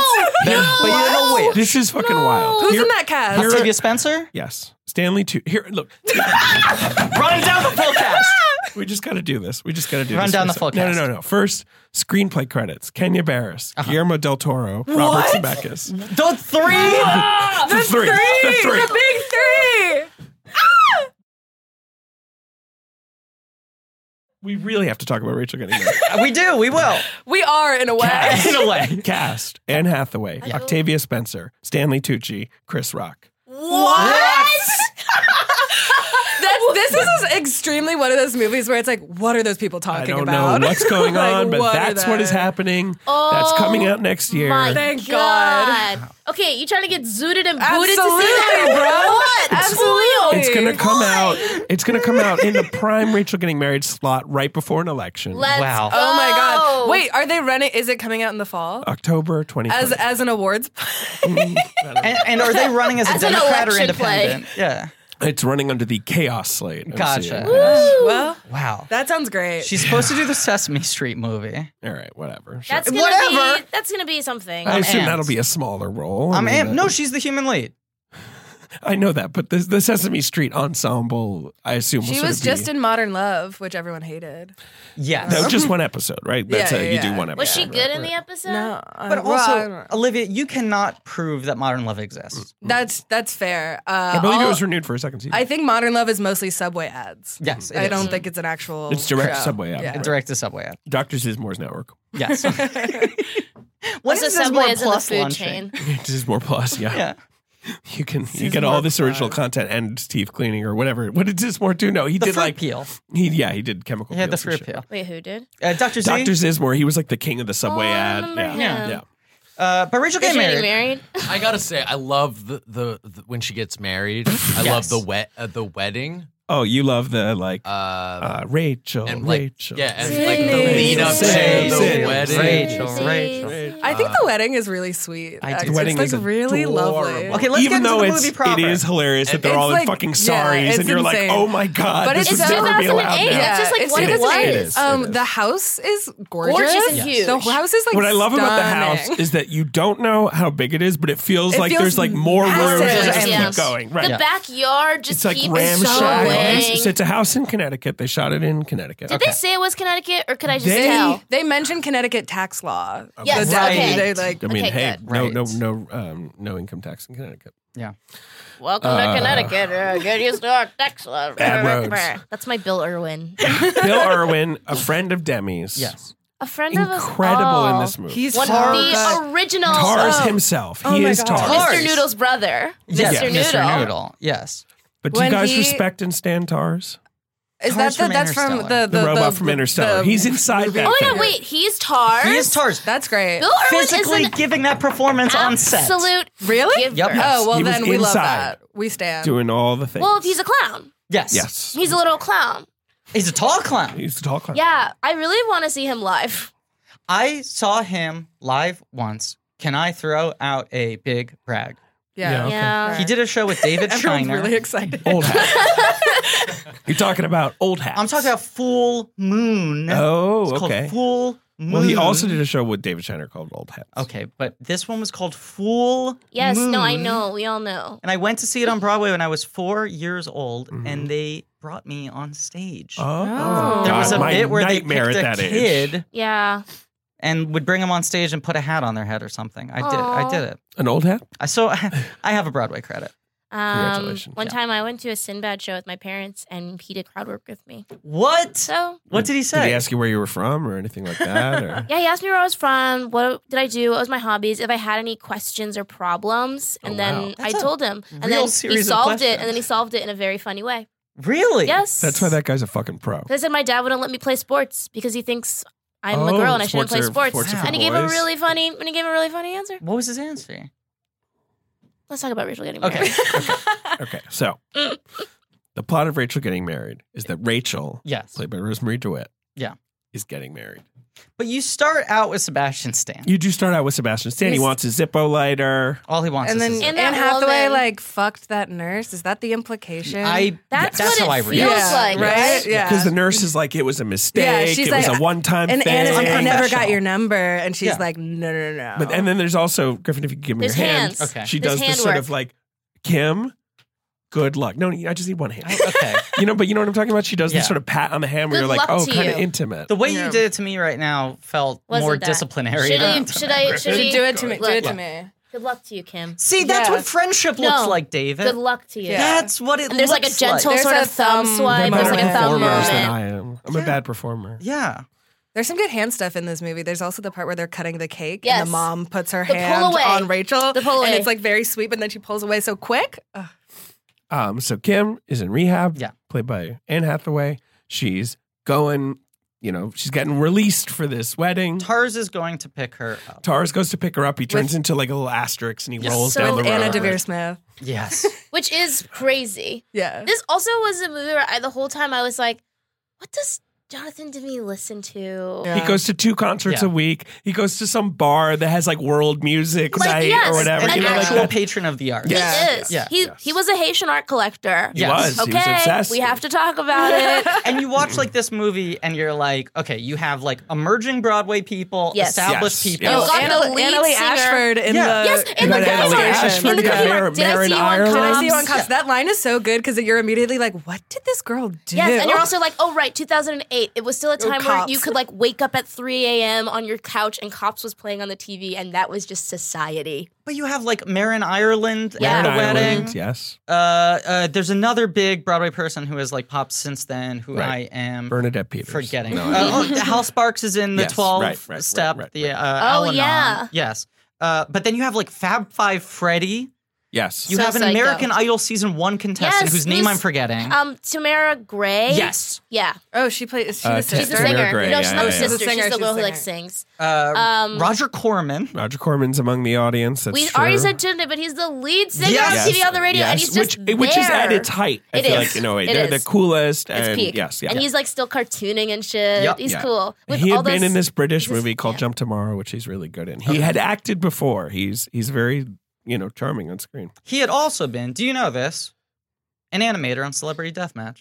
than being a witch. This is fucking wild. who's Here- in that cast? You're- Octavia Spencer? Yes. Stanley too. Here, look. Run down the full cast. We just got to do this. We just got to do Run this. down first. the full No, cast. no, no, no. First, screenplay credits. Kenya Barris, Uh-huh. Guillermo del Toro, Robert Zemeckis. The three. The three. The three. Ah! The big three. We really have to talk about Rachel getting we do. We will. We are in a way. In a way. Cast. Anne Hathaway, Octavia Spencer, Stanley Tucci, Chris Rock. That's, this is extremely one of those movies where it's like, what are those people talking I don't about? know what's going Like, on, but what are that's what is they? happening. that's coming out next year. My Thank God. Okay, you trying to get zooted and booted to see Absolutely, that? bro. What? Absolutely. It's gonna come out. It's gonna come out in the prime Rachel getting married slot right before an election, Let's Wow. go. Oh my god! Wait, are they running? Is it coming out in the fall Uh, October twenty. as as an awards? Mm. And, and are they running as a As an Democrat or election play. independent? Yeah. It's running under the chaos slate. of Gotcha. CNN. well, Wow. that sounds great. She's supposed to do the Sesame Street movie. All right, whatever. Sure. That's gonna Whatever. be that's gonna be something. I assume amped. that'll be a smaller role. I I'm mean, am- that- no, she's the human lead. I know that, but the, the Sesame Street ensemble, I assume, will she sort was of be- just in Modern Love, which everyone hated. Yes. That was just one episode, right? That's Yeah, how yeah, you do yeah. one episode. Was she good in right? the episode? No, But uh, well, I also, don't know. Olivia, you cannot prove that modern love exists. that's that's fair. Uh, I believe it all- was renewed for a second season. I think Modern Love is mostly Subway ads. Yes, it I is. don't think it's an actual. It's direct show. Subway ad, right? Direct to Subway ad. Dr. Sismore's network. Yes. What's Also, Subway is in the food chain. Sismore Plus, yeah. Yeah. You can you get all this original content and teeth cleaning or whatever. What did Sismore do? No, he The did fruit like peel. he yeah he did chemical. He had the peels and fruit shit. peel. Wait, who did? Uh, Dr. Z. Dr. Sismore, he was like the king of the subway Oh, I ad. remember Yeah. him. yeah. uh, but Rachel getting Is she married. getting married? I gotta say, I love the the, the when she gets married. I Yes. love the wet uh, the wedding. Oh, you love the like Uh, uh, Rachel and like Oh, Rachel. yeah, and like the Rachel. lead up to Rachel. the Rachel. wedding. Rachel. Rachel. Rachel. I think the wedding is really sweet. I do. actually. The wedding is it's like really adorable. lovely. Okay, Okay, let's Even get though into the it's movie proper. it is hilarious that they're It's all in like- fucking yeah, sorries, it's and you're insane. like, oh my god, But this it's would never be allowed 2008. now. That's just, like, it's what it it is. is. It Um, is. the house is gorgeous. Gorgeous and huge. The house is like what I love about the house stunning. is that you don't know how big it is, but it feels It like feels there's like more room massive. to just Yeah. keep going. Right. The backyard just It's like keeps ramshackle. going. It's, it's a house in Connecticut. They shot it in Connecticut. Did they say it was Connecticut, or could I just They- tell? They mentioned Connecticut tax law. Yes, The deputy, okay. They like I mean, Okay, hey, good. no, Right. no, no, um, no income tax in Connecticut. Yeah. Welcome to Connecticut. Uh, get used to our tax law. Bad roads. That's my Bill Irwin, Bill Irwin, a friend of Demi's, Yes. a friend of us. incredible in all. this movie. he's One so of the good. original Tars Oh, himself. Oh he my is God. Tars. Mr. Noodle's brother, Yes, Mr. Noodle. Mr. Noodle. Yes. But do you When guys he- respect and stand Tars? Is Cars that the, from that's from the, Interstellar. The, the, robot the- from the- Interstellar. the- He's inside that. Oh my thing. God! Wait, he's Tars. He is Tars. That's great. Bill Irwin Physically is an giving that performance on set. absolute Really? giver. Yep. Oh well, He was then we love inside. that. We stand. Doing all the things. Well, if he's a clown, Yes. yes, he's a little clown. He's a tall clown. he's the tall clown. Yeah, I really want to see him live. I saw him live once. Can I throw out a big brag? Yeah, Oh, Yeah. okay. Yeah. He did a show with David Everyone's Schreiner. really excited. Old hat. You're talking about old hat. I'm talking about Full Moon. Oh, it's okay. called Full Moon. Well, he also did a show with David Shiner called Old Hats. Okay, but this one was called Full Yes, no, I Moon. know. We all know. And I went to see it on Broadway when I was four years old, and they brought me on stage. Mm-hmm. Oh, there was a God, my bit where they nightmare picked at a that age. kid Yeah. and would bring him on stage and put a hat on their head or something. I did. Aw. I did it. An old hat. I so I have a Broadway credit. Um, Congratulations. one time I went to a Sinbad show with my parents and he did crowd work with me. What? So, What did he Did say? he ask you where you were from or anything like that? Or yeah, he asked me where I was from, what did I do, what was my hobbies, if I had any questions or problems. And Oh, then wow. I That's a told him. And real then he series of solved it. questions. And then he solved it in a very funny way. really? Yes. that's why that guy's a fucking pro. I said my dad wouldn't let me play sports because he thinks I'm a Oh, girl and I sports shouldn't play are- sports. sports are for and he gave a boys. really funny and he gave a really funny answer. What was his answer? Let's talk about Rachel getting married. Okay. Okay, so the plot of Rachel getting married is that Rachel, yes. played by Rosemary DeWitt, Yeah. is getting married. But you start out with Sebastian Stan. You do start out with Sebastian Stan. He Yes. wants a Zippo lighter. All he wants And is then his- And Anne that Hathaway woman- like fucked that nurse. Is that the implication? I That's that's what how it I read feels it. yeah, like, right? Yes. Yeah. Because the nurse is like, it was a mistake. Yeah, she's it was like- a one time and thing. Anne is like, I never Unprofessional. got your number, and she's Yeah. like, no, no, no. But and then there's also Griffin. If you give me There's your hand, hands. Okay. she There's does hand this sort work. of like Kim. Good luck. No, I just need one hand. okay. you know, but you know what I'm talking about. She does Yeah. this sort of pat on the hand where Good you're like, luck oh, to kind of you. intimate. The way Yeah. you did it to me right now felt Wasn't more that- disciplinary. Should I? than- Should I? Should I? do it to me. Do it Look, to me. Good luck to you, Kim. See, that's Yeah. what friendship looks No. like, David. Good luck to you. Yeah. That's what it And there's looks like a gentle There's sort a of thumb thumb- They're swipe. They're There's like better a thumb performers than moment. I am. I'm a bad performer. Yeah. There's some good hand stuff in this movie. There's also the part where they're cutting the cake Yes. and the mom puts her The pull hand away. on Rachel. The pull away. And it's like very sweet, but then she pulls away so quick. Ugh. Um, so Kim is in rehab. Yeah. played by Anne Hathaway. She's going. You know, she's getting released for this wedding. Tars is going to pick her up. Tars goes to pick her up. He turns With- into like a little asterisk and he Yes. rolls So down the With road. Anna DeVere Smith. Yes. Which is crazy. Yeah. This also was a movie where I, the whole time I was like, what does Jonathan Demi listen to? Yeah. He goes to two concerts Yeah. a week. He goes to some bar that has like world music Like, night yes, or whatever. An Like you know, like actual that. patron of the arts. He Yeah. is. Yeah. He Yes. he was a Haitian art collector. He Yes. was. Okay. He was obsessed. We have to talk about it. and you watch like this movie and you're like, okay, you have like emerging Broadway people, Yes. established Yes. people. Yes. and- got the lead Annalee singer. Ashford in Yeah. the. yes, in the Anna cookie Lee mark. Ashford In the got cookie Mare- mark. Did Mare I in see you on Ireland. Did I see you on Cops? Cops? That line is so good because you're immediately like, what did this girl do? Yes, and you're also like, oh right, 2008. It was still a time where cops. you could like wake up at 3 a.m. on your couch and Cops was playing on the TV, and that was just society. but you have like Marin Ireland Yeah. at the Ireland, wedding. Yes. Uh, uh, there's another big Broadway person who has like popped since then, who Right. I am Bernadette Peters. forgetting. No, I don't- uh, oh, Hal Sparks is in the Yes, 12 right, right, step. right, right, The uh, Oh, Al-Anon. yeah. Yes. Uh, but then you have like Fab Five Freddy. Yes. You So have an psycho. American Idol season one contestant Yes, whose name who's- I'm forgetting. Um, Tamara Gray. Yes. Yeah. Oh, she plays. Is she Uh, the She's the sister? Tamara singer. Gray, No, she's yeah, not the yeah, yeah. sister. She's a singer, She's the she's a girl who like singer. sings. um, uh, Roger Corman. Roger Corman's among the audience. That's We true. already said Jinder, but he's the lead singer Yes. on TV on the radio, Yes. and he's which, just which is at there. its height. I It feel is. like in a way It they're is. the coolest. It's And peak. yes, yeah. And he's like still cartooning and shit. Yep. He's Yeah. cool. With he all had been those- in this British he's- movie called yeah. Jump Tomorrow, which he's really good in. He had acted before. He's he's very you know charming on screen. He had also been, do you know this? An animator on Celebrity Deathmatch.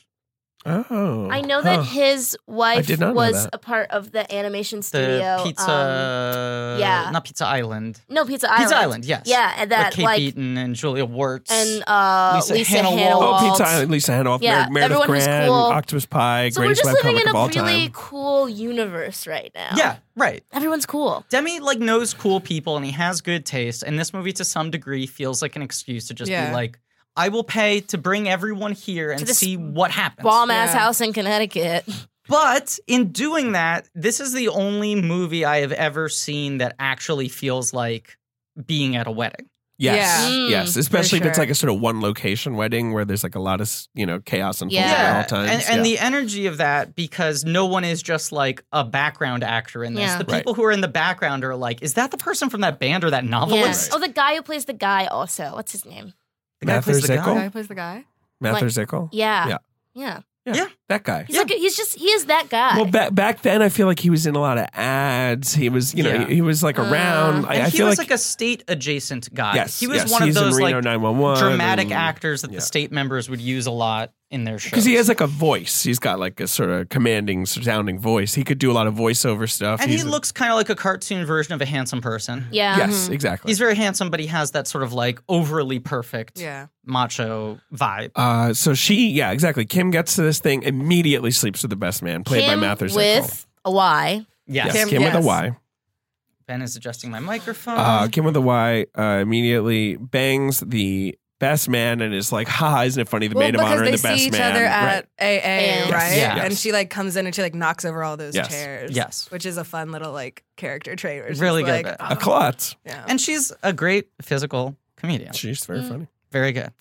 Oh, I know that Huh. his wife did not know was that. a part of the animation The studio. um, pizza yeah. not Pizza Island. no, Pizza Island. Pizza Island, yes. Yeah, and that With Kate like Beaton and Julia Wirtz. and uh, Lisa Lisa, Hannah Hannah, Wall. Oh, Walt. Pizza Island, Lisa Hanoff, Yeah, Mer- Meredith everyone who's Grant, cool. Octopus Pie, So we're greatest just web living comic in of all a really time. cool universe right now. yeah, right. everyone's cool. Demi like knows cool people and he has good taste, and this movie to some degree feels like an excuse to just be Yeah. like, I will pay to bring everyone here and this see what happens. Bomb ass Yeah. house in Connecticut. But in doing that, this is the only movie I have ever seen that actually feels like being at a wedding. Yes, Yeah. Mm, yes, especially if it's sure. like a sort of one location wedding where there's like a lot of you know chaos and Yeah. at all times. and, and Yeah. the energy of that because no one is just like a background actor in this. Yeah. The Right. people who are in the background are like, is that the person from that band or that novelist? Oh, the guy who plays the guy also. What's his name? The guy plays Mather the guy. Zickel, Guy plays the guy. Mather Zickel, Yeah. Yeah. Yeah. Yeah. that guy. He's like he's just he is that guy. Well, back back then, I feel like he was in a lot of ads. He was, you know, Yeah. he, he was Uh, like around. I, And I he feel was like, a state adjacent guy. yes, he was yes, one of he's in those Reno like 911 dramatic and- actors that yeah. the state members would use a lot in their shows. Because he has like a voice, he's got like a sort of commanding, sounding voice. He could do a lot of voiceover stuff. and he He's a- looks kind of like a cartoon version of a handsome person. yeah. Mm-hmm. yes, exactly. He's very handsome, but he has that sort of like overly perfect Yeah. macho vibe. uh, so she, yeah, exactly. Kim gets to this thing, immediately sleeps with the best man, played Kim by Mather Zickel. with a Y. Yes. yes, Kim- Kim with yes. a Y. Ben is adjusting my microphone. Uh-huh. uh, Kim with a Y uh, immediately bangs the best man and is like, "Ha! Isn't it funny? The well, maid of because honor they and the see best each man." other Right. at AA, Yes. right? Yeah. And Yes. she like comes in and she like knocks over all those Yes. chairs. Yes. which is a fun little like character trait. Where she's Really good like, oh, bit. a klutz. yeah. and she's a great physical comedian. She's Mm. very funny. Very good.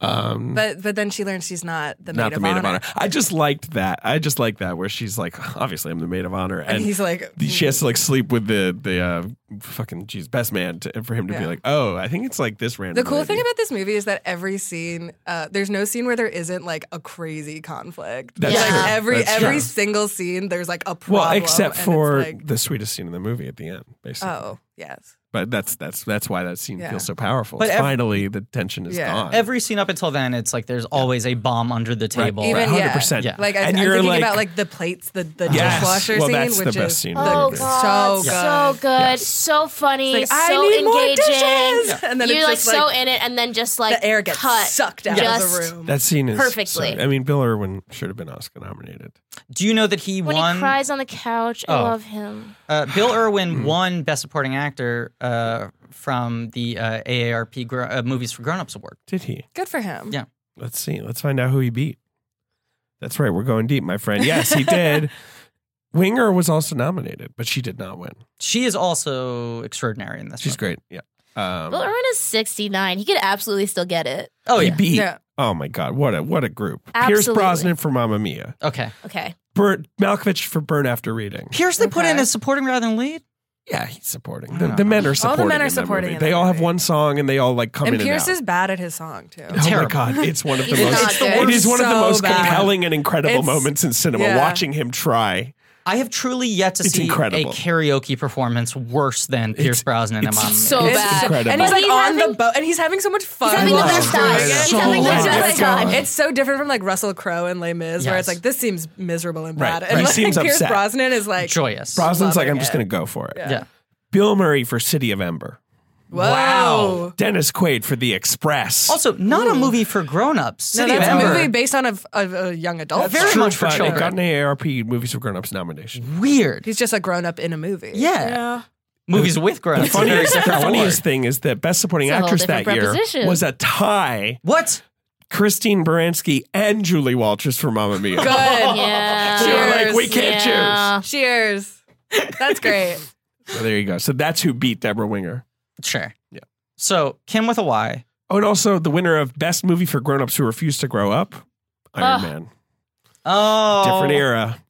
Um, but but then she learns she's not the not maid, the of, maid honor. of honor. I just liked that. I just like that where she's like, obviously, I'm the maid of honor, And, and he's like, hmm. the- she has to like sleep with the the uh, fucking geez best man to, for him to be Yeah. like, oh, I think it's like this random. The cool thing lady." about this movie is that every scene, uh, there's no scene where there isn't like a crazy conflict. That's It's like true. every That's every true. single scene, there's like a well, problem. except and it's for like, the sweetest scene in the movie at the end, basically. oh yes, But that's that's that's why that scene Yeah. feels so powerful. But It's ev- finally, the tension is Yeah. gone. Every scene up until then, it's like there's always a bomb under the table. Even- Right, yeah. 100%. Yeah. like I, And I'm you're thinking like- about like the plates, the the Yes. dishwasher Well, scene, that's the which best is scene in the Oh movie. god, So so good. good, so funny, It's like, I so need more engaging. dishes! Yeah. And then You're it's like just, so like, in it, and then just like the air gets cut. sucked out of Just the room. that scene is Perfectly. so- I mean, Bill Irwin should have been Oscar nominated. Do you know that he When won? he cries on the couch, I Oh. love him. Uh, Bill Irwin won Best Supporting Actor uh, from the uh, AARP Gro- uh, Movies for Grown Ups Award. Did he? Good for him. Yeah. Let's see. Let's find out who he beat. That's right. We're going deep, my friend. Yes, he did. Winger was also nominated, but she did not win. She is also extraordinary in this. She's one. great. Yeah. Um, Bill Irwin is 69. He could absolutely still get it. Oh he yeah. beat. Yeah. Oh my God! What a what a group. Pierce Absolutely. Brosnan for Mamma Mia. Okay. Okay. Bert Malkovich for Burn After Reading. Pierce, they put in Okay. as supporting rather than lead. Yeah, he's supporting. I The, don't the know. men are All supporting. the men are in that supporting movie. in They that all have movie. one song and they all like come and in Pierce and out. is bad at his song too. Oh my Terrible. god! It's one of the He's most. not good. It is one of the So most bad. compelling and incredible It's- moments in cinema. yeah. Watching him try. I have truly yet to It's see incredible. a karaoke performance worse than Pierce It's- Brosnan and it's Mom. So It's bad. incredible. And he's But like he's on having- the boat, and he's having so much fun. having the Wow. best Doing time. it. He's So having the much best fun. time. It's so different from like Russell Crowe and Les Mis, where Yes. it's like this seems miserable and Right, bad. And right. like, Seems Pierce upset. Brosnan is like, joyous. Brosnan's like, I'm Loving just it. going to go for it. yeah. Bill Murray for City of Ember. whoa. Wow. Dennis Quaid for The Express. Also, not a movie for grown-ups. No, City of that's a Ember. movie based on a, a, a young adult. Very True much for Fun. It children. Got an AARP Movies for Grown Ups nomination. Weird. He's just a grown up in a movie. Yeah. Movies with The grown-ups. Very funniest, the different funniest award. thing is that Best Supporting It's a whole Actress that different year proposition. was a tie. What? Christine Baranski and Julie Walters for Mamma Mia. Good. Yeah. They were like, we Cheers. can't Yeah. Cheers. That's great. choose. So there you go. So that's who beat Deborah Winger. Sure. Yeah. So Kim with a Y, Oh, and also the winner of Best Movie for Grown-Ups Who Refuse to Grow Up, Iron Ugh. Man. Ah. Oh, Different era.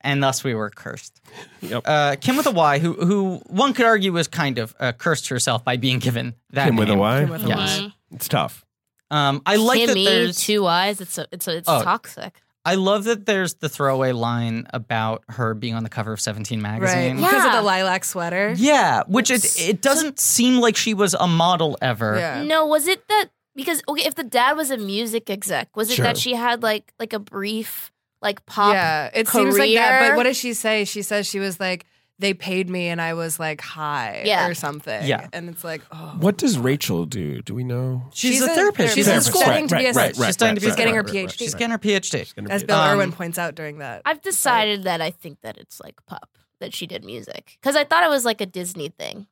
and thus we were cursed. Yep. Uh, Kim with a Y, who who one could argue was kind of uh, cursed herself by being given that Kim with a name. Y. with a Yes. Y. Mhm. It's tough. Um, I like that Kimmy, there's two eyes. It's so, it's so, it's Oh. toxic. I love that there's the throwaway line about her being on the cover of Seventeen Right. magazine. Yeah. Because of the lilac sweater. Yeah, which it it doesn't seem like she was a model ever. Yeah. No, was it that because okay, if the dad was a music exec, was it Sure. that she had like like a brief like pop? yeah, it seems like that. career. But what does she say? She says she was like, they paid me and I was like high Yeah. or something. Yeah. And it's like, oh. What does Rachel do? Do we know? She's, a, therapist. She's in Therapist, school. studying to be a right, right, psych- She's studying to be right, a getting her right, right, PhD. She's right. getting her PhD. Gonna As be- Bill Um, Irwin points out during that. I've decided that I think that it's like pop that she did music because I thought it was like a Disney thing.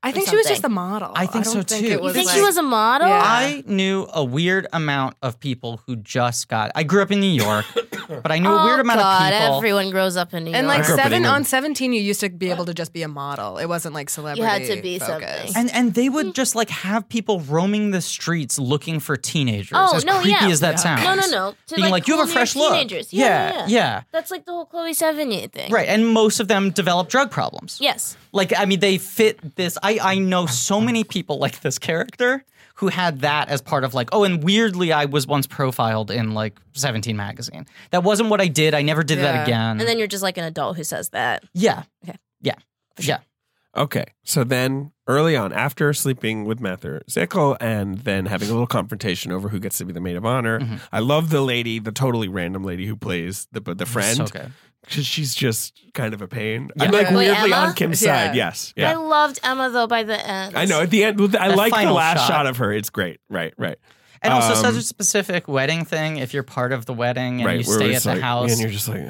I think she was something. just a model. I think don't so, think too. it You You was think like, she was a model? Yeah. I knew a weird amount of people who just got. I grew up in New York, but I knew a Oh, weird amount God, of people. Everyone grows up in New And York. like grew up in seven England. on seventeen, you used to be able to just be a model. It wasn't like celebrity. be focused. something. and and they would just like have people roaming the streets looking for teenagers. Oh, as no, creepy yeah. as that sounds. no, no, no. To, Being like, you cool have a New fresh York look. teenagers. Yeah, yeah, yeah. yeah. That's like the whole Chloe Sevigny thing. Right, and most of them develop drug problems. Yes. Like, I mean, they fit this. I, I know so many people like this character who had that as part of like, oh, and weirdly, I was once profiled in like 17 magazine. That wasn't what I did. I never did Yeah. that again. And then you're just like an adult who says that. yeah. Okay. Yeah. Yeah. Okay. So then early on, after sleeping with Mather Zickel and then having a little confrontation over who gets to be the maid of honor, Mm-hmm. I love the lady, the totally random lady who plays the the So friend. good. Because she's just kind of a pain. I'm Yeah. like Wait, weirdly Emma? on Kim's Yeah. side. Yes. I Yeah. loved Emma though by the end. I know. At the end, I That like the final last shot. shot of her. It's great. Right. Right. And also, Um, such a specific wedding thing if you're part of the wedding and right. you where stay at it's the like- house. And you're just like,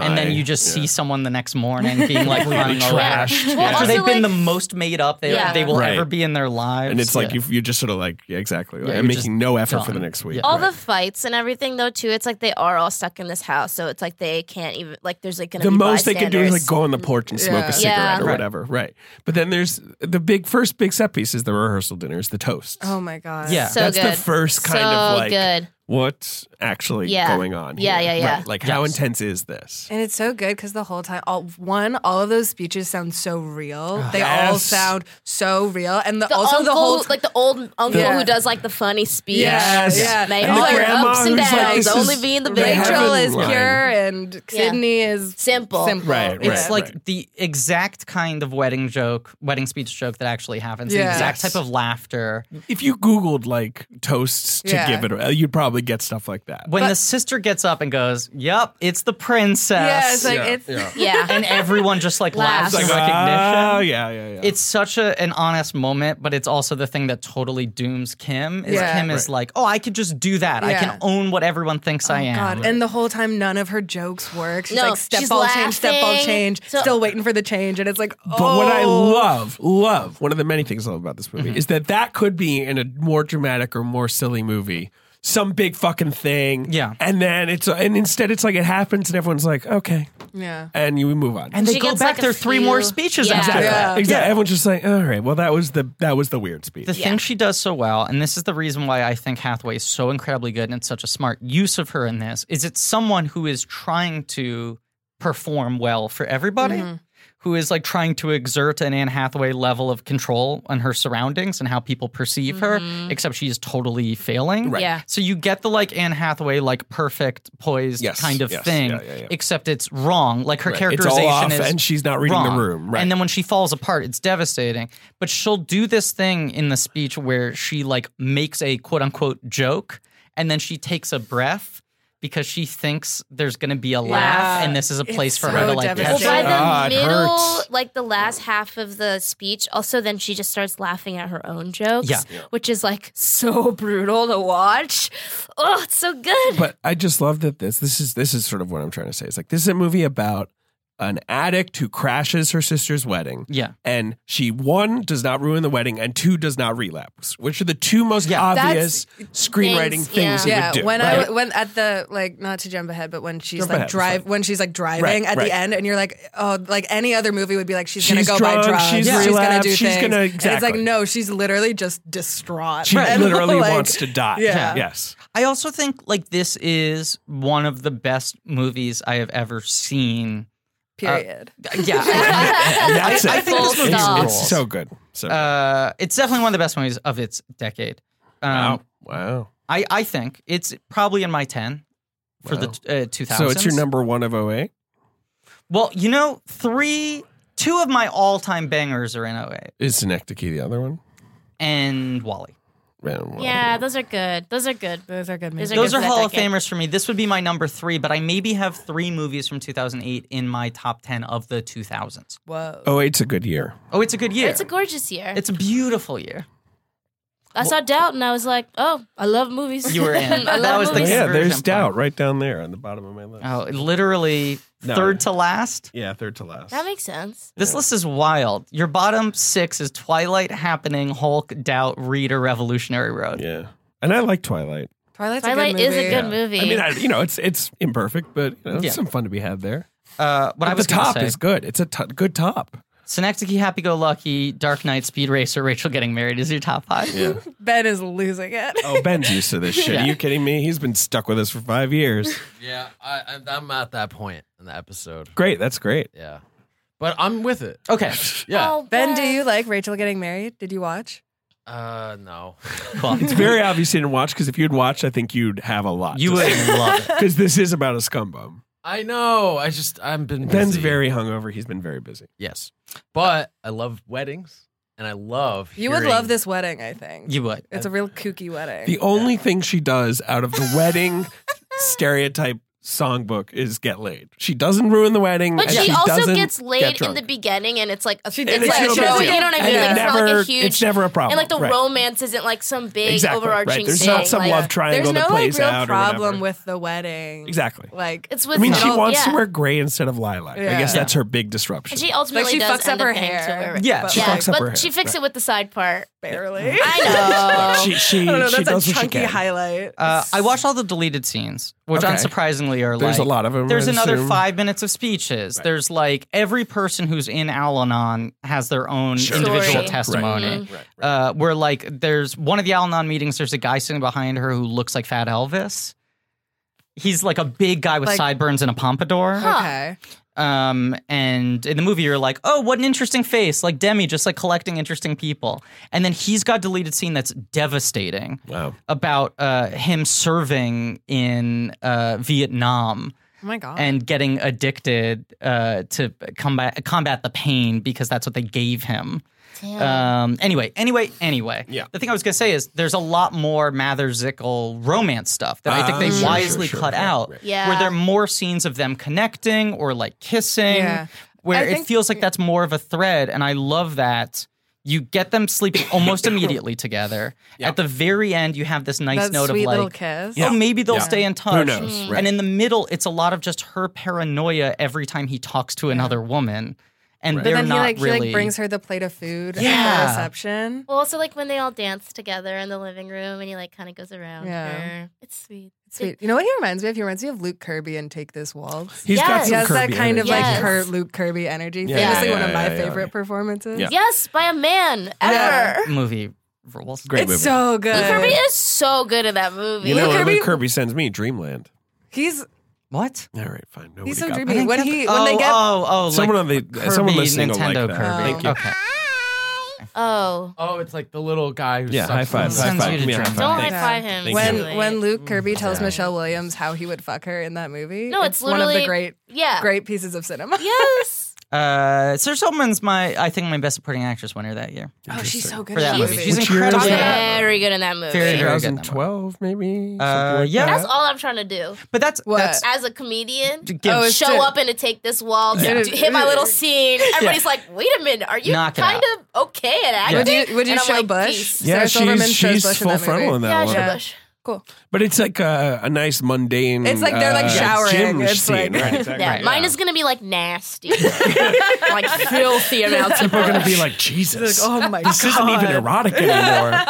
and then you just see someone the next morning being like running over. trashed. After Well, also, they've been the like- most made up they, Yeah. they will Right. ever be in their lives. And it's like, Yeah. you, you're just sort of like, yeah, exactly. you're I'm just making no effort for done. the next week. Yeah. all Right. the fights and everything though too. It's like they are all stuck in this house, so it's like they can't even like. There's like gonna the be most they could do is like bystanders. go on the porch and smoke Yeah. a cigarette Yeah. or Right. whatever, right? But then there's the big first big set piece is the rehearsal dinner is the toast. Oh my god. Yeah. So that's good. the first kind so of like good. what's actually Yeah. going on. Yeah, here. yeah, yeah. Right, Like how intense is this? And it's so good because the whole time, all one, all of those speeches sound so real. They all Ah, Yes. sound so real, and the, The also uncle, the whole like the old uncle Yeah. who does like the funny speech. Yes. Yeah. They And the all are grandma ups and who's like, downs. this only is- being the they big have Rachel Heaven is line. pure and Sydney is Simple. simple. Right, Yeah. It's right. like the exact kind of wedding joke, wedding speech joke that actually happens. The Yeah. exact Yes. type of laughter. If you Googled like toasts to Yeah. give it, uh, you'd probably get stuff like that. When the sister gets up and goes, "Yep, it's the princess," Yeah, it's like Yeah, it's yeah. Yeah. and everyone just like laughs Laughs. in It's It's like, recognition. Oh yeah, yeah, yeah. It's such a, an honest moment, but it's also the thing that totally dooms Kim. Is Yeah. Kim is like, "Oh, I could just do that. I Yeah. can own what everyone thinks Oh, I am." God, and the whole time none of her jokes work. She's No, like step she's ball change, step ball laughing. change, So- still waiting for the change, and it's like oh. But what I love, love, one of the many things I love about this movie is that that could be in a more dramatic or more silly movie, some big fucking thing. Yeah. And then it's, and instead it's like it happens and everyone's like, okay. yeah. And you move on. And they She go gets, back like, a there three few- more speeches Yeah. after exactly. that. Exactly. Everyone's just like, all right, well, that was the, that was the weird speech. The thing she does so well, and this is the reason why I think Hathaway is so incredibly good and it's such a smart use of her in this, is it's someone who is trying to perform well for everybody, who is like trying to exert an Anne Hathaway level of control on her surroundings and how people perceive her, except she is totally failing. Right. Yeah. So you get the like Anne Hathaway, like perfect, poised Yes, kind of yes, thing, yeah, yeah, yeah. except it's wrong. Like her Right. It's all characterization off is and she's not reading the wrong. room. Right. And then when she falls apart, it's devastating. But she'll do this thing in the speech where she like makes a quote unquote joke and then she takes a breath because she thinks there's going to be a laugh and this is a place for her so to like catch devastating. Well, by the up. Ah, it middle, hurts. like the last half of the speech, also then she just starts laughing at her own jokes, Yeah. which is like so brutal to watch. Oh, it's so good. but I just love that this this is this is sort of what I'm trying to say. It's like this is a movie about an addict who crashes her sister's wedding. Yeah. And she one does not ruin the wedding, and two does not relapse, which are the two most obvious screenwriting Things, things. yeah. you Yeah, would do, when right? I when at the like not to jump ahead, but when she's Jump like ahead, drive it's when she's like driving Right, at right. the end, and you're like, oh, like any other movie would be like she's, She's gonna go drunk, buy drugs, she's gonna relapsed, do she's things, gonna- and it's like exactly. no, she's literally just distraught. she And, literally like, wants to uh, die. yeah. Yes. I also think like this is one of the best movies I have ever seen. Period. Yeah. That's it. I think this Full movie stop. It's, it's so good. So uh, it's definitely one of the best movies of its decade. Um, wow. Wow. I, I think it's probably in my 10 for Wow. the uh, 2000s. So it's your number one of 08? Well, you know, three, two of my all time bangers are in 08 Is Synecdoche the other one? and Wally. Round one. Yeah, those are good. Those are good. Those are good Those movies. are Those are for that Hall of decade. Famers for me. This would be my number three, but I maybe have three movies from 2008 in my top 10 of the 2000s. Whoa. 08's a good year. Oh, it's a good year. It's a gorgeous year. It's a beautiful year. I saw Doubt and I was like, oh, I love movies. You were in. I love That was the movies. Oh, yeah, conversion there's point. doubt right down there on the bottom of my list. Oh, literally No. third to last. Yeah, third to last. That makes sense. This list is wild. Your bottom six is Twilight, Happening, Hulk, Doubt, Reader, Revolutionary Road. yeah. And I like Twilight. Twilight's a Twilight good is movie. a good movie. I mean, I, you know, it's it's imperfect, but you know, it's Yeah. some fun to be had there. Uh, what I But the was gonna top say, is good. It's a t- good top. Synecdoche, Happy Go Lucky, Dark Knight, Speed Racer, Rachel Getting Married is your top five. Yeah. Ben is losing it. oh, Ben's used to this shit. Yeah. Are you kidding me? He's been stuck with us for five years. Yeah, I, I'm- I'm at that point in the episode. Great. That's great. Yeah, but I'm with it. Okay, Yeah. Oh, Ben, do you like Rachel getting married? Did you watch? Uh, no. cool. It's very obvious you didn't watch because if you'd watched, I think you'd have a lot. you would love it. Because this is about a scum bum. I know. I just I've been Ben's busy. very hungover. He's been very busy. yes, but I love weddings and I love You would hearing- love this wedding, I think. You would. it's a real kooky wedding. The only thing she does out of the wedding stereotype songbook is get laid. She doesn't ruin the wedding. But and she, she also doesn't gets get laid in drunk. the beginning, and it's like a, it's did. And like it's a no show. big You deal. know what I And mean? Like, it it's not like never- a huge. it's never a problem. And like the Right. romance isn't like some big Exactly, right. overarching There's thing. not some like, love triangle There's no that plays like real out or problem whatever. with the wedding. exactly. Like It's I with. mean, no- she wants yeah. to wear gray instead of lilac. I Yeah. guess Yeah. that's her big disruption. And she ultimately she does fucks end up her up getting hair. to wear it. Yeah, but, she yeah. fucks up but her hair, She fixed right. it with the side part. barely. I know. she she, I don't know. she That's does a what she chunky can. highlight. Uh, I watched all the deleted scenes, which Okay. unsurprisingly are There's like a lot of 'em, There's I another assume. five minutes of speeches. There's like every person who's in Al-Anon has their own individual Story. testimony. Uh, where like there's one of the Al-Anon meetings. There's a guy sitting behind her who looks like Fat Elvis. He's like a big guy with Like- sideburns and a pompadour. okay. Um, and in the movie, you're like, oh, what an interesting face, like Demi, just like collecting interesting people. And then he's got deleted scene that's devastating Mm-hmm. Wow. about uh, him serving in uh, Vietnam Oh my god. and getting addicted uh, to combat combat the pain because that's what they gave him. Um, anyway, anyway, anyway. Yeah. The thing I was gonna say is there's a lot more Mather Zickel romance stuff that I think Ah, they sure, sure, wisely sure. cut Right, out. right. Yeah. Where there are more scenes of them connecting or like kissing. Yeah. Where I it think- feels like that's more of a thread, and I love that. You get them sleeping almost immediately together. At the very end, you have this nice that note sweet of like, little kiss. Oh, maybe they'll stay in touch. knows, Mm. right. And in the middle, it's a lot of just her paranoia every time he talks to another woman, and But they're then he not like really. he like brings her the plate of food at Yeah. the reception. Well, also like when they all dance together in the living room, and he like kind of goes around Yeah. her. It's sweet. Sweet. You know what he reminds me of? He reminds me of Luke Kirby and Take This Waltz. He's got Yes. some He has curvy that kind of energy. Yes. like her Luke Kirby energy. Yeah, Famously yeah, one of yeah, my yeah, favorite yeah. performances. Yeah. Yes, by a man ever. Yeah. movie rules. Great It's movie. so good. Luke Kirby is so good in that movie. you know what Kirby- Luke Kirby sends me? Dreamland. He's What? All right, fine. Nobody he's so got that. dreamy. When he oh, when they get oh oh like Someone on the- Kirby, someone listening will like Nintendo that. Kirby. Thank you. Okay. Oh, Oh, it's like the little guy who Yeah, sucks high five. on Sends High you five. to Give me a high Dreamland. five. don't Thank high you. five him. oh, Thank when you. silly. when Luke Kirby tells Michelle Williams how he would fuck her in that movie. No, it's one of the literally- great yeah, great pieces of cinema. Yes, Uh, Sarah Silverman's my I think my best supporting actress winner that year Oh, she's so good for that in movie. She's Which year is incredible. that? very good in that movie. Very, very- good in that 2012, maybe. Uh, Something like yeah. that. That's all I'm trying to do But that's What? that's as a comedian. uh, Give- Oh, it's show to- up and to take this wall, Yeah. do- hit my little scene. Everybody's like, "Wait a minute, are you Knock it kind of okay at acting?" Would you would you And I'm show like, Bush? "Peace." Yeah, Sarah Silverman she's, shows she's Bush in full that movie. frontal in that Yeah, one. show Bush. cool. But it's like a, a nice mundane. It's like they're, like, uh, showering. Gym It's scene, like- right? Exactly. Yeah, mine is gonna be like nasty, like filthy amounts of. People are gonna be like, Jesus, oh my this isn't even erotic anymore.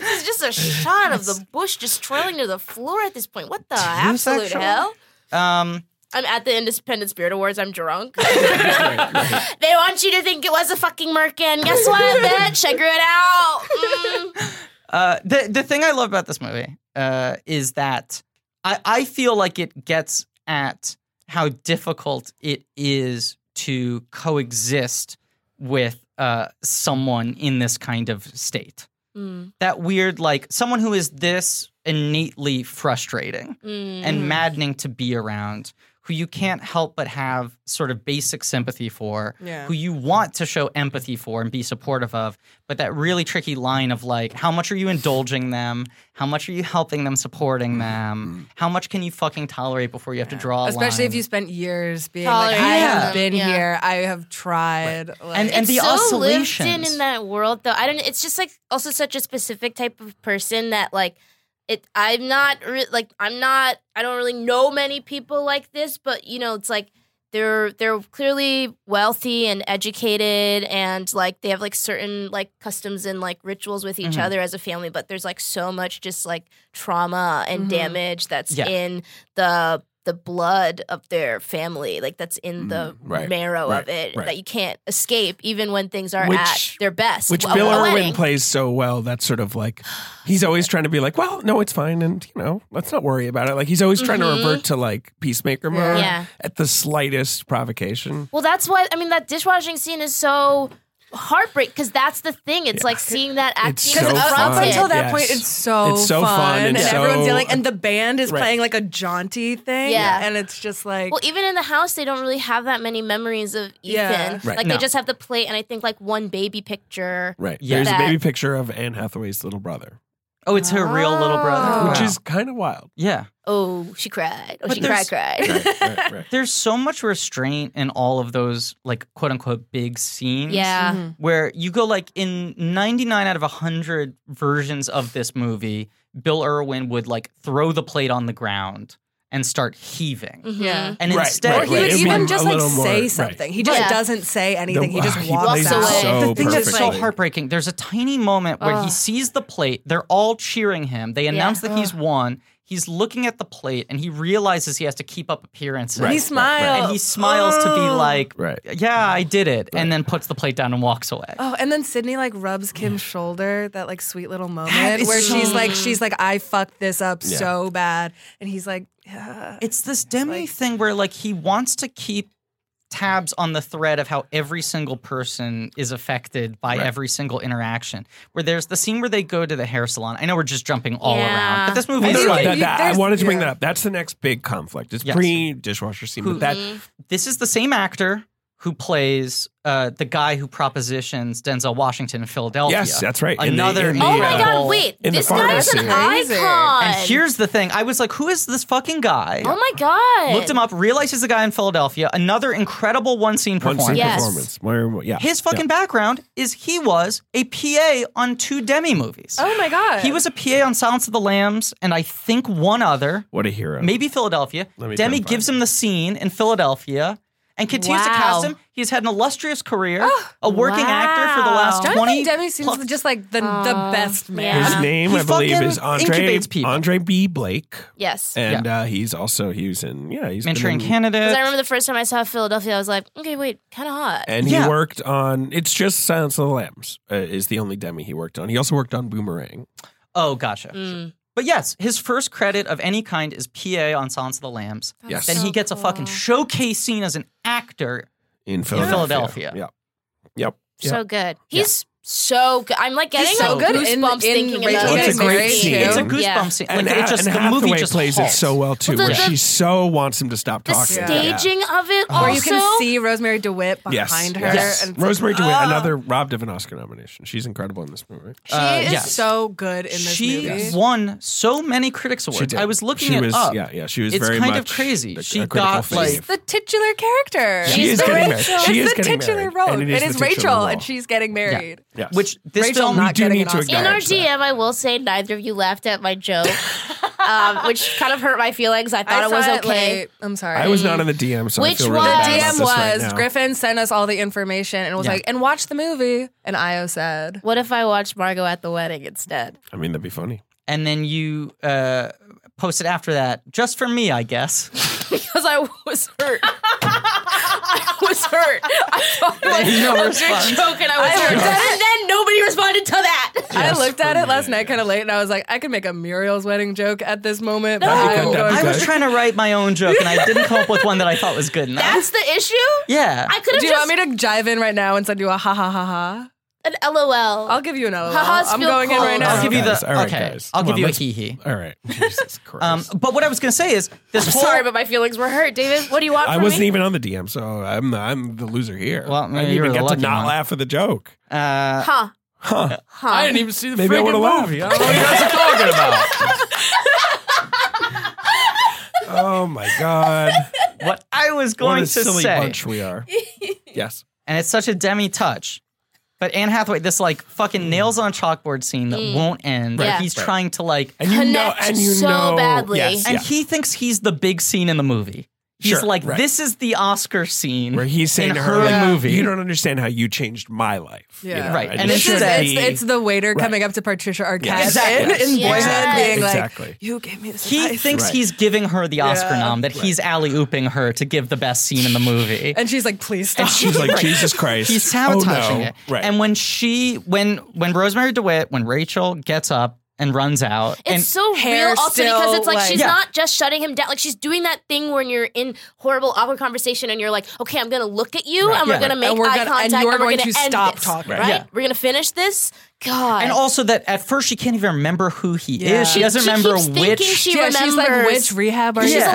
This is just a shot of the bush just trailing to the floor at this point. What the absolute actual? hell? Um, I'm at the Independent Spirit Awards. I'm drunk. they want you to think it was a fucking merkin. Guess what, bitch? I grew it out. Mm. Uh, the the thing I love about this movie uh, is that I, I feel like it gets at how difficult it is to coexist with uh, someone in this kind of state. Mm. That weird, like someone who is this innately frustrating Mm. and maddening to be around, who you can't help but have sort of basic sympathy for, Yeah. who you want to show empathy for and be supportive of, but that really tricky line of like, how much are you indulging them? How much are you helping them, Mm-hmm. supporting them? How much can you fucking tolerate before you have to draw a Especially line? if you spent years being like, Tolerating I them, have been yeah. here. I have tried. Like, And- and it's the so lived oscillations. in in that world though i don't it's just like also such a specific type of person that like it i'm not re- like i'm not i don't really know many people like this but you know it's like they're they're clearly wealthy and educated and like they have like certain like customs and like rituals with each Mhm. other as a family but there's like so much just like trauma and Mhm. damage that's Mm-hmm. Yeah. in the the blood of their family like that's in the Mm, Mm-hmm. right, marrow right, of it right. that you can't escape even when things are at Which- their best Which a- Bill a Irwin wedding. plays so well. That's sort of like he's always trying to be like, well, no, it's fine, and you know, let's not worry about it. Like he's always trying Mhm. to revert to like peacemaker Mm-hmm. Yeah. mode Yeah. at the slightest provocation. Well, that's why I mean that dishwashing scene is so heartbreak because that's the thing. It's like seeing that acting It's because so up, fun. up until that Yes. point, it's so It's so fun and, and so- everyone's yelling, and the band is Right. playing like a jaunty thing, Yeah. and it's just like, Well, even in the house, they don't really have that many memories of Ethan. Yeah. Right. Like No. they just have the plate, and I think like one baby picture. Right. Yeah. There's a baby That- picture of Anne Hathaway's little brother, oh, it's her real little brother. Oh. which Wow. is kind of wild. yeah. Oh, she cried. Oh, But she there's- cried, cried. Right, right, right. There's so much restraint in all of those like quote unquote big scenes. yeah. where you go like in 99 out of 100 versions of this movie bill irwin would like throw the plate on the ground and start heaving Mhm. Yeah. and Right, instead right, or he would It'd be even a just like little more- say right. something. He just Yeah. doesn't say anything. he just he walks plays it out. so the thing that's so perfectly. heartbreaking there's a tiny moment where he Ugh. sees the plate they're all cheering him they announce that he's won he's looking at the plate and he realizes he has to keep up appearances He Right. smiles. Oh. and he smiles to be like Right. yeah i did it and then puts the plate down and walks away Oh, and then Sydney like rubs Kim's shoulder, that like sweet little That moment is where so- she's like, she's like, I fucked this up so bad. And he's like, yeah. It's this Demi thing where like he wants to keep tabs on the thread of how every single person is affected by every single interaction. Where there's the scene where they go to the hair salon. I know we're just jumping all Yeah. around, but this No, movie no, is no, like that- that- I there's- wanted to bring yeah. that up. That's the next big conflict. It's Yes. pre dishwasher scene, but Mm-hmm. that this is the same actor who plays uh, the guy who propositions Denzel Washington in Philadelphia. Yes, that's right. In the- Another in the, Oh Yeah. my incredible- god! Wait, In the this guy is an pharmacy. icon. And here's the thing: I was like, "Who is this fucking guy?" oh my god! Looked him up, realized he's the guy in Philadelphia. Another incredible one-scene one scene performance. Yes. performance. Where, yeah. His fucking background is he was a PA on two Demi movies. Oh my God. He was a PA on Silence of the Lambs and I think one other, What a hero. maybe Philadelphia. Let me try Demi and find gives him the scene in Philadelphia and continues to Wow. cast him. He's had an illustrious career, Oh, a working wow. actor for the last Jonathan 20 Demi seems plus- just like the, the best man. Oh, yeah. His name, He I believe, fucking is Andre, incubates people. Andre B. Blake. yes. And uh, he's also, he was in, yeah, he's been Manchurian in- Candidate. 'Cause I remember the first time I saw Philadelphia, I was like, okay, wait, kind of hot. And Yeah. he worked on, it's just Silence of the Lambs uh, is the only demi he worked on. He also worked on Boomerang. oh, gotcha. Mm. Mm, But yes, his first credit of any kind is PA on Silence of the Lambs. yes. Then he gets a Oh. fucking showcase scene as an actor. in Philadelphia. Philadelphia. Yeah. Yep. Yep. So good. He's so good. I'm like getting He's so good in- goosebumps in thinking Rachel about Well, it's this a great movie. scene. It's a Yeah. goosebump scene. Like and it just and the movie Hathaway just plays it halts. so well too, Well, the- where the- she so wants him to stop The talking. Yeah. staging of it also. Where you can see Rosemary DeWitt behind Yes, her. yes. And it's like, Rosemary DeWitt, "Ah!" another robbed of an Oscar nomination. She's incredible in this movie. she Uh, is yes. so good in this she movie. won so many critics awards. I was looking she it was, up. Yeah, yeah, she was It's very kind much of crazy. a- a She critical got, fave. like- the titular character. She is the Rachel. getting married. She is it's the getting titular married. role. And it is the titular Rachel, role. and she's getting married. Yes. Which this Rachel film not do getting need an to Oscar. In our acknowledge that. DM, I will say neither of you laughed at my joke, um, which kind of hurt my feelings. I thought I it was saw okay. late. I'm sorry. I was not in the DM, so I Which feel really was- the bad about DM this right was now. Griffin sent us all the information and was Yeah. like, and watch the movie. And Io said, What if I watched Margot at the wedding instead? I mean, that'd be funny. and then you uh, posted after that just for me, I guess. Because I was hurt. I was hurt. I thought it was No a response. good joke and I was I hurt. looked at And then nobody responded to that. I looked at it last night kind of late and I was like, I could make a Muriel's wedding joke at this moment. but That'd be I'm good, going that'd I be to- was Okay. trying to write my own joke, and I didn't come up with one that I thought was good enough. That's the issue? yeah, I could have Do just you want me to jive in right now and send you a ha ha ha ha? an LOL. I'll give you another. one. Haha's I'm feel going in cold. right I'll now. give you Guys, the all right, okay. guys. I'll Come give on, you a let's- hee hee. All right. Jesus Christ. Um, but what I was gonna say is this whole Sorry, but my feelings were hurt. David, what do you want I from wasn't me? even on the DM, so I'm the, I'm the loser here. Well, I maybe didn't you were even the get to lucky not one. laugh at the joke. uh, huh. Huh? Huh. I didn't even see the Maybe I freaking would've laughed. movie. I don't know what you guys are talking about. Oh my god! what I was what going to a silly say, bunch we are. yes. and it's such a demi touch. But Anne Hathaway, this like Mm. fucking nails on a chalkboard scene that Mm. won't end. Right, that he's trying to like, And you Connect know, and you so know, badly. Yes, and yes. he thinks he's the big scene in the movie. He's Sure, like, right. this is the Oscar scene where he's saying in to her, her like, movie. "You don't understand how you changed my life." you Yeah. know, Right, I and just it This should is, shouldn't be- it's, be- it's the waiter coming up to Patricia Arquette Yes. in, Exactly. in Yes. Boyhood, being like, Exactly. "You gave me this." He advice." thinks Right. he's giving her the Oscar Yeah. nom, that he's alley ooping her to give the best scene in the movie. and she's like, "Please stop." she's like, "Jesus Christ!" he's sabotaging oh, no. it. Right. And when she, when when Rosemary DeWitt, when Rachel gets up and runs out, It's and so hair real also still, because it's like, like- she's Yeah. not just shutting him down. Like she's doing that thing when you're in horrible, awkward conversation and you're like, okay, I'm gonna look at you and Yeah. we're gonna make And we're eye gonna- contact and you're we're going gonna to end stop this, talking. Right? Yeah. We're gonna finish this. God. and also that at first she can't even remember who he Yeah. is. She She- doesn't she remember keeps thinking which. she yeah, remembers. she's like, "Which rehab are She's you Yeah.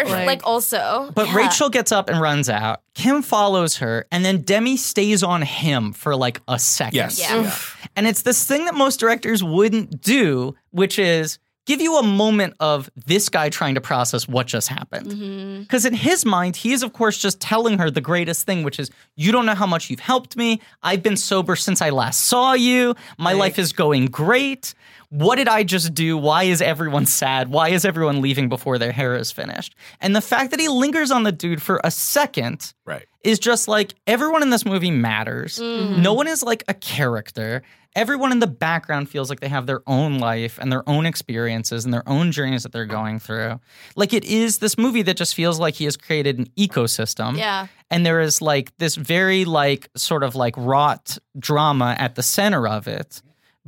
a from?" liar. Like, also. but Yeah. Rachel gets up and runs out. Kim follows her, and then Demi stays on him for like a second. yes. Yeah. Yeah. And it's this thing that most directors wouldn't do, which is give you a moment of this guy trying to process what just happened. Because in his mind, he is, of course, just telling her the greatest thing, which is, you don't know how much you've helped me. I've been sober since I last saw you. My life is going great. What did I just do? Why is everyone sad? Why is everyone leaving before their hair is finished? And the fact that he lingers on the dude for a second Right. is just like everyone in this movie matters. Mm-hmm. No one is like a character. Everyone in the background feels like they have their own life and their own experiences and their own journeys that they're going through. Like it is this movie that just feels like he has created an ecosystem. Yeah. And there is like this very like sort of like wrought drama at the center of it.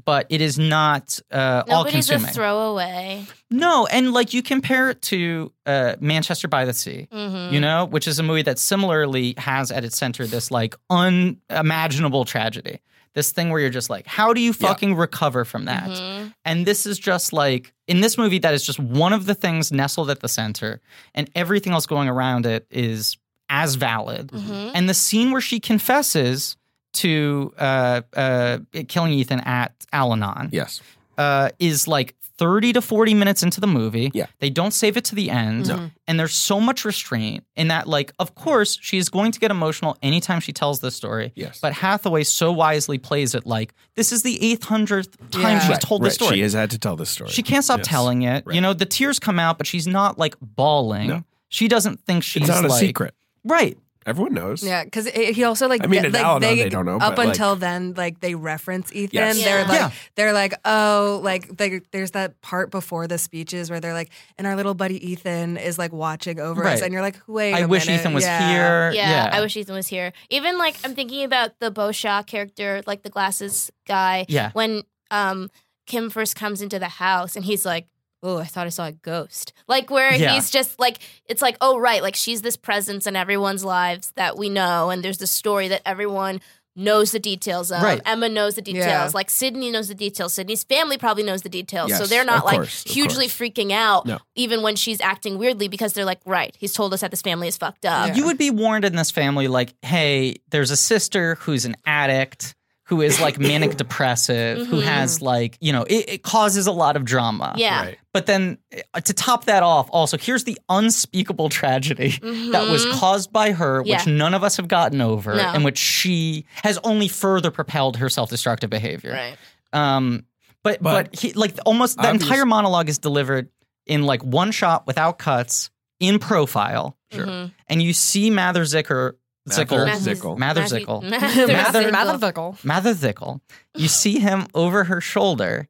But it is not uh, all Nobody's a consuming. throwaway. No, and like you compare it to uh, Manchester by the Sea, you know, which is a movie that similarly has at its center this like unimaginable tragedy. This thing where you're just like, how do you fucking recover from that? And this is just like, in this movie, that is just one of the things nestled at the center, and everything else going around it is as valid. And the scene where she confesses to uh, uh, killing Ethan at Al Anon Yes. uh, is like 30 to 40 minutes into the movie. Yeah. They don't save it to the end. No. And there's so much restraint in that, like, of course, she is going to get emotional anytime she tells this story. Yes. But Hathaway so wisely plays it like this is the 800th time Yeah. she's Right, told right. this story. She has had to tell this story. She can't stop Yes. telling it. You Right. know, the tears come out, but she's not like bawling. No. She doesn't think she's It's not a like- secret. Right. Everyone knows. Yeah, because he also like I mean, get- in like, Al-Anon, they don't know, up but, like- until then like they reference Ethan. Yes. They're Yeah. like Yeah. they're like oh like they, there's that part before the speeches where they're like and our little buddy Ethan is like watching over us Right. and you're like wait I a wish minute. Ethan was Yeah. here. Yeah, I wish Ethan was here. Even like I'm thinking about the Beauchamp character, like the glasses guy. Yeah. When um Kim first comes into the house and he's like, Oh, I thought I saw a ghost. Like where Yeah. he's just like it's like, oh right, like she's this presence in everyone's lives that we know and there's this story that everyone knows the details of. Right. Emma knows the details. Yeah. Like Sydney knows the details. Sydney's family probably knows the details. so Yes, they're not of like course, of hugely course. freaking out No. even when she's acting weirdly because they're like, right, he's told us that this family is fucked up. Yeah. you would be warned in this family like hey there's a sister who's an addict who is like manic depressive, who has like, you know, it, it causes a lot of drama. Mm-hmm. Yeah. Right. But then uh, to top that off, also, here's the unspeakable tragedy that was caused by her, Mm-hmm. Yeah. which none of us have gotten over, No. and which she has only further propelled her self destructive behavior. Right. Um, but, but, he, like, almost the Obvious- entire monologue is delivered in like one shot without cuts in profile. Sure. Mhm. And you see Mather Zicker, Zickle, Mather Zickle. Mather Matthew- Zickle. Matthew Mather- Zickle. Mathervickle. Mather Thickle, you see him over her shoulder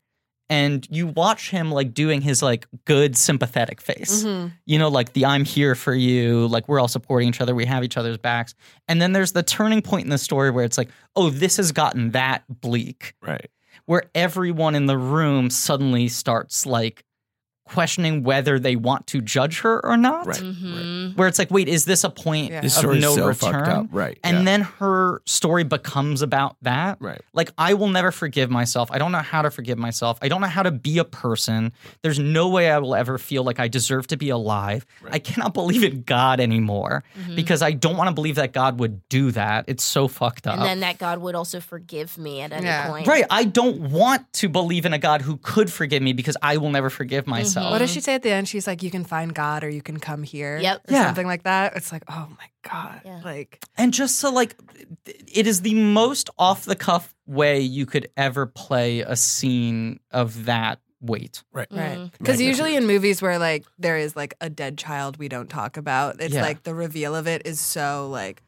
and you watch him like doing his like good sympathetic face. You know, like the I'm here for you, like we're all supporting each other, we have each other's backs. And then there's the turning point in the story where it's like, oh, this has gotten that bleak, Right. where everyone in the room suddenly starts like questioning whether they want to judge her or not. Right. Mhm. Where it's like, wait, is this a point Yeah. This Mm-hmm. of story's no so return? fucked up. Right. And yeah. then her story becomes about that. Right. Like, I will never forgive myself. I don't know how to forgive myself. I don't know how to be a person. There's no way I will ever feel like I deserve to be alive. I cannot believe in God anymore Mm-hmm. because I don't want to believe that God would do that. It's so fucked up. And then that God would also forgive me at any Yeah. point. right. I don't want to believe in a God who could forgive me because I will never forgive myself. Mm-hmm. What does she say at the end? She's like, "You can find God, or you can come here." Yep. Or Yeah. Something like that. It's like, oh my god. Yeah. Like, And just so like, it is the most off the cuff way you could ever play a scene of that weight. Mm. right? Because usually in movies where like there is like a dead child we don't talk about, it's Yeah. like the reveal of it is so like,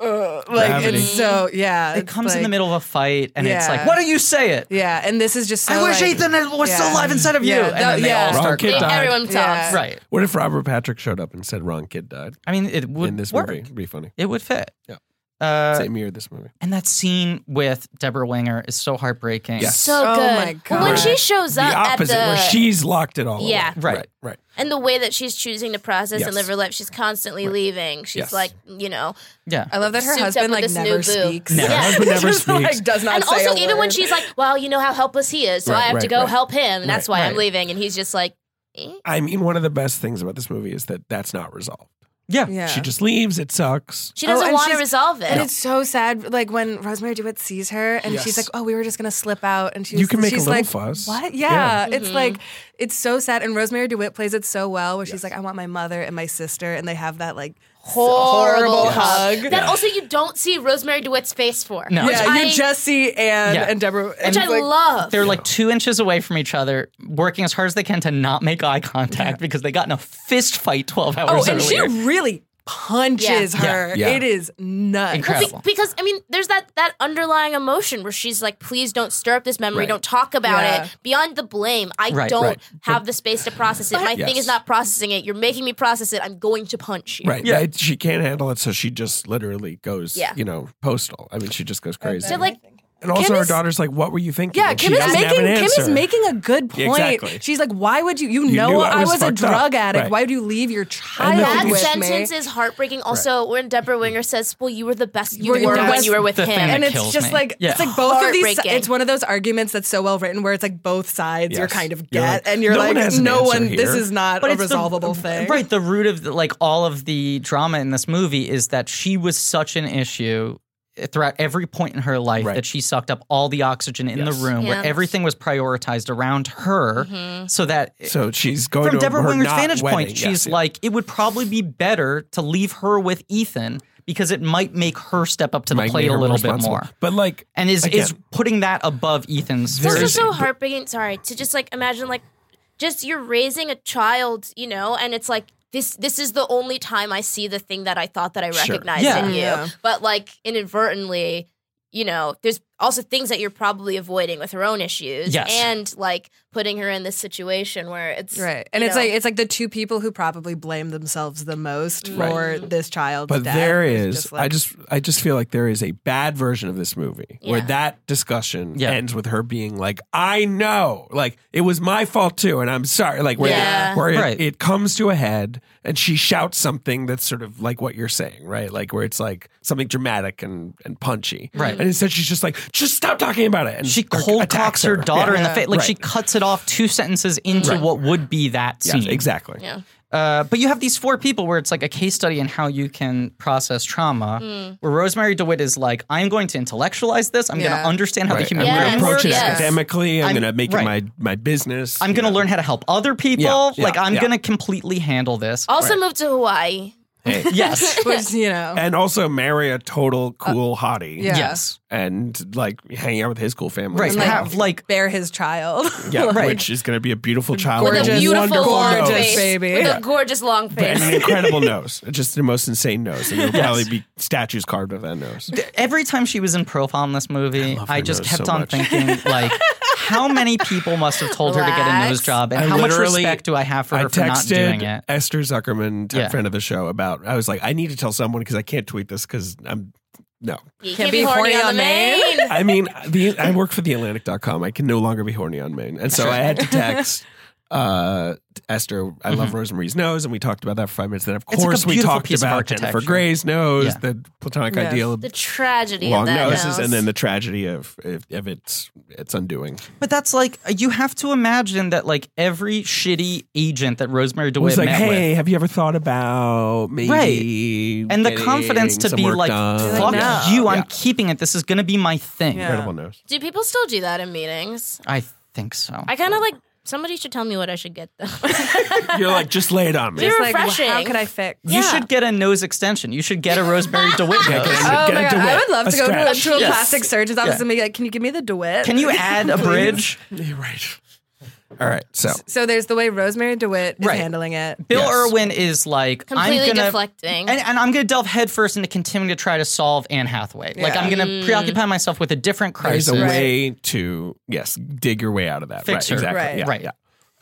uh, like Gravity. it's so yeah. It it's comes in the like- middle of a fight, and it's Yeah. like, why don't you say it? Yeah, and this is just. So, I wish like, Ethan had- was still yeah. alive inside of you. Yeah, and no, then they yeah. all Wrong start kid crying. died. Everyone talks. Yeah. Right. What if Robert Patrick showed up and said Ron Kid died I mean, it would in this work. movie? It'd be funny. It would fit. Yeah. Uh, Same year this movie. and that scene with Deborah Winger is so heartbreaking. Yes. So Oh good. my Well, when God. she shows The up at opposite, the where she's locked it all. Yeah. away. Right. Right. Right. and the way that she's choosing to process Yes. and live her life, she's constantly leaving. She's Yes. like, you know, Yeah. I love that her Souped up husband with like this new never boo. speaks. Never. Yeah. Husband never Just, like, speaks. does not and say also a even when word. she's like, well, you know how helpless he is, so Right, I have to right, go right. help him, and that's Right, why right. I'm leaving. And he's just like, eh? I mean, one of the best things about this movie is that that's not resolved. Yeah. Yeah. She just leaves. It sucks. she Oh, doesn't and want to she's- resolve it. And it's so sad, like when Rosemary DeWitt sees her and Yes. she's like, "Oh, we were just gonna slip out," and she's You can make a she's little like, fuss. What? Yeah. Yeah, Mm-hmm. it's like it's so sad. And Rosemary DeWitt plays it so well, where she's like, "I want my mother and my sister," and they have that like horrible hug. That also you don't see Rosemary DeWitt's face for. No. Which yeah, I, you just see Anne Yeah. and Deborah, which and I like, love. They're like two inches away from each other, working as hard as they can to not make eye contact because they got in a fist fight 12 Oh, hours and she earlier. really punches Yeah. her. Yeah. It is nuts. Incredible. Be- because I mean, there's that that underlying emotion where she's like, "Please don't stir up this memory. Right. Don't talk about Yeah. it. Beyond the blame, I Right, don't right. have the space to process it. My thing Yes. is not processing it. You're making me process it. I'm going to punch you." Right. Yeah. she can't handle it, so she just literally goes, Yeah. you know, postal. I mean, she just goes crazy. So like, and also, Kim her is- daughter's like, "What were you thinking?" Yeah, And Kim she is doesn't have making an Kim is answer. making a good point. Exactly. She's like, why would you? You, You know, knew I I was was, a fucked up. drug addict. Right. Why would you leave your child thing that is- with sentence me? is heartbreaking. Also, when Deborah Winger says, "Well, you were the best Were you were, you the when best- you were with the him," thing and that it's kills just me. like Yeah. it's like both of these. Heartbreaking. It's one of those arguments that's so well written where it's like both sides you're Yes. kind of You're get, like, and you're no like, one has an no answer one. This here. is not a it's the- resolvable thing, Right. The root of the, like all of the drama in this movie is that she was such an issue throughout every point in her life Right. that she sucked up all the oxygen in Yes. the room where Yeah. everything was prioritized around her Mm-hmm. so that So she's going from to Deborah her Winger's not vantage wedding. point, Yes, she's yeah. like, it would probably be better to leave her with Ethan because it might make her step up to the Might plate make a her little bit responsible. more. But like, And is, is again, putting that above Ethan's. It's very- also There's- so heartbreaking. Sorry to just like imagine like just you're raising a child, you know, and it's like this. This is the only time I see the thing that I thought that I Sure. recognized Yeah. in you, Yeah. but like inadvertently, you know, there's also things that you're probably avoiding with her own issues, Yes. and like putting her in this situation where it's Right. And you it's know, like it's like the two people who probably blame themselves the most for this child's but death. there It's is. just like- I just, I just feel like there is a bad version of this movie where Yeah. that discussion Yeah. ends with her being like, "I know, like it was my fault too, and I'm sorry." Like where, Yeah. where it, Right. it comes to a head, and she shouts something that's sort of like what you're saying, right? Like where it's like something dramatic and and punchy, Right. And instead, she's just like, "Just stop talking about it." And she or cold attacks cocks her daughter in the Yeah. face. Like she Right. cuts it off two sentences into what would be that Yes, scene. exactly. Yeah. Uh, but you have these four people where it's like a case study in how you can process trauma. Mm. Where Rosemary DeWitt is like, I'm going to intellectualize this. I'm going Yeah. to understand how Right. the human I'm brain going Yes. to approach it Yes. academically. I'm, I'm- going to make right. it my, my business. I'm going to learn how to help other people. Yeah, yeah, like I'm yeah. going to completely handle this. Oh. Also moved to Hawaii. Hey. yes. Which, you know. And also marry a total Uh, cool hottie. Yeah. Yes. And like hang out with his cool family. Right. and like- stuff. have like bear his child. yeah, right. which is going to be a beautiful child With Gorgeous, a beautiful wonderful long nose. gorgeous face. baby. With Yeah. a gorgeous long and an face. incredible nose, just the most insane nose. And there'll probably be statues carved of that nose. every time she was in profile in this movie, I, her just nose kept so on much. thinking like. How many people must have told her to get a nose Relax. job, and I how much literally- respect do I have for I her for not texted doing it? Esther Zuckerman, t- Yeah. friend of the show, about. I was like, I need to tell someone because I can't tweet this because I'm no. You Can't be horny on main. I mean, the, I work for theatlantic.com. I can no longer be horny on Maine. And so I had to text uh, Esther, I love Rosemary's nose. And we talked about that for five minutes. Then, of like Mm-hmm. a course, we beautiful talked piece of about architecture. Jennifer Gray's nose, Yeah. the platonic Yes. ideal of The tragedy long of that noses, nose. and then the tragedy of, of, of its, its undoing. But that's like you have to imagine that like every shitty agent that Rosemary It DeWitt was like, met hey, with, have you ever thought about maybe and the getting confidence to some be work like, done? "Fuck Yeah. you, Yeah. I'm keeping it. This is gonna be my thing." Yeah. Incredible nose. Do people still do that in meetings? I think so. I kind of like. Somebody should tell me what I should get though. You're like, just lay it on me. You're It's like, well, refreshing. how could I fix? you should get a nose extension. You should get a Rosemary DeWitt Yeah, nose. get a- Oh get my a God. I DeWitt, would love a to go to a, stretch. to a Yes. plastic surgeon's office Yeah. and be like, "Can you give me the Dewitt?" Can you add a bridge? You're right. All right. So So there's the way Rosemary Dewitt is Right. handling it. Bill Yes. Irwin is like Completely I'm gonna, deflecting. and, and I'm going to delve headfirst into continuing to try to solve Anne Hathaway. Like Yeah. I'm going Mm. to preoccupy myself with a different there's crisis. a way to yes, dig your way out of that. Fix right. her. Exactly. Right. Yeah, right.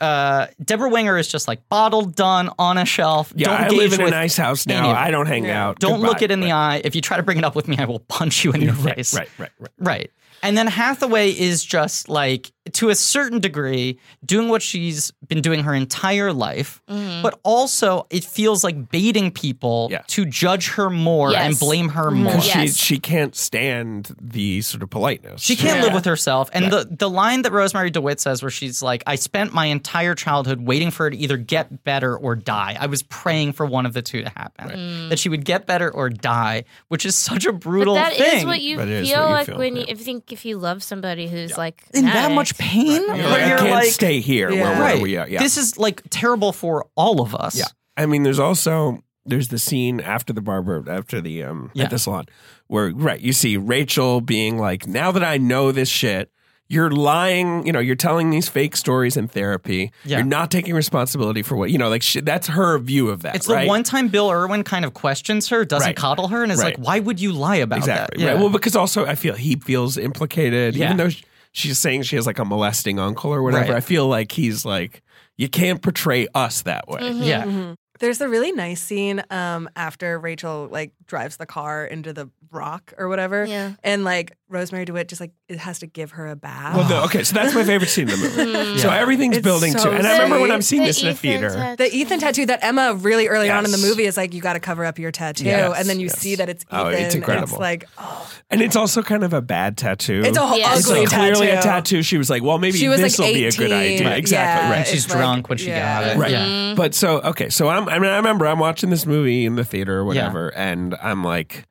Yeah. Uh, Deborah Winger is just like bottled, done on a shelf. Yeah, don't I engage live in a with nice house now. any of it. I don't hang out. Don't Goodbye. look it in the eye. If you try to bring it up with me, I will punch you in your Right, face. Right, right, right. Right. And then Hathaway is just like, to a certain degree, doing what she's been doing her entire life, Mm-hmm. but also it feels like baiting people Yeah. to judge her more Yes. Mm-hmm. and blame her more. Because she Yes. she can't stand the sort of politeness. She can't live with herself. And the, the line that Rosemary DeWitt says, where she's like, I spent my entire childhood waiting for her to either get better or die. I was praying for one of the two to happen, that she would get better or die, which is such a Mm. But brutal that is thing. what you That feel is what you like feel, when you yeah. if you think if you love somebody who's like in an that addict. much pain, You're where like, I you're can't like, stay here. Yeah. Where, where right? we at? Yeah. This is like terrible for all of us. Yeah. I mean, there's also there's the scene after the barber after the um Yeah. at the salon where right you see Rachel being like, now that I know this shit. You're lying, you know, you're telling these fake stories in therapy. Yeah. You're not taking responsibility for what, you know, like she, that's her view of that. It's right? the one time Bill Irwin kind of questions her, doesn't Right. coddle her, and is Right. like, "Why would you lie about exactly. that?" Right. Well, because also I feel he feels implicated, Yeah. even though sh- she's saying she has like a molesting uncle or whatever. Right. I feel like he's like, you can't portray us that way. yeah. There's the really nice scene um, after Rachel like drives the car into the rock or whatever, Yeah. and like Rosemary Dewitt just like it has to give her a bath. Well, no, okay, so that's my favorite scene in the movie. So everything's Oh. Mm. It's building so to, and I remember when sweet. I'm seeing The this in a Ethan theater. tattoo. The Ethan tattoo that Emma really early on in the Yes. movie is like, you got to cover up your tattoo, Yes, and then you yes. see that it's Ethan. Oh, it's And incredible. it's like, oh, And it's also kind of a bad tattoo. it's a whole Yeah. It's ugly a- tattoo. clearly a tattoo. She was like, well, maybe She was, like, this will be a good 18. idea. Right. Exactly, Yeah. Mm-hmm. right. It's She's like- drunk when she yeah. got it. Right. Yeah. But so, okay, so I'm, I mean, I remember I'm watching this movie in the theater or whatever, and I'm like,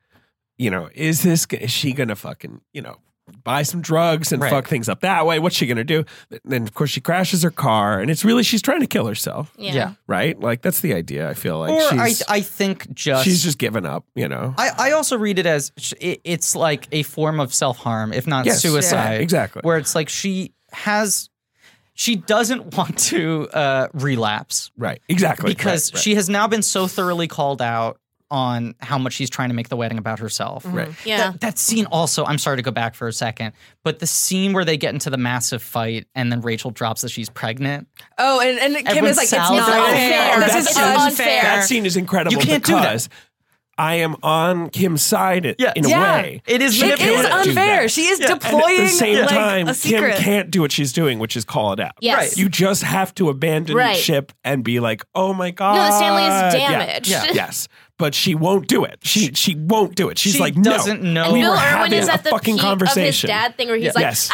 you know, is this, g- is she going to fucking, you know, buy some drugs and Right. fuck things up that way? What's she going to do? Then, of course, she crashes her car, and it's really, she's trying to kill herself, Yeah. Yeah. right? Like, that's the idea, I feel like. or I, she's, I think just she's just given up, you know? I, I also read it as sh- it, it's like a form of self harm, if not Yes, suicide. yeah, exactly. Where it's like she has, she doesn't want to uh, relapse Right. Exactly. because Right, right. she has now been so thoroughly called out on how much she's trying to make the wedding about herself. Right. Mm-hmm. Yeah. That, that scene also, I'm sorry to go back for a second, but the scene where they get into the massive fight and then Rachel drops that she's pregnant. Oh, and, and Kim Everyone's is like, it's not salivating. fair. Oh, this that is scene- unfair. That scene is incredible. You can't do that. because I am on Kim's side i- Yeah. in a Yeah. way. It is She It manipulative. is can't do unfair. that. She is And deploying at the same like, time, a Kim secret. can't do what she's doing, which is call it out. Yes. Right. You just have to abandon Right. ship and be like, "Oh my god!" No, this family is Yeah, damaged. Yeah, yes, but she won't do it. She she won't do it. She's She like, doesn't no. know. And We Bill were Irwin having is a at the fucking peak of his conversation. dad thing where he's like, "Ah, yes.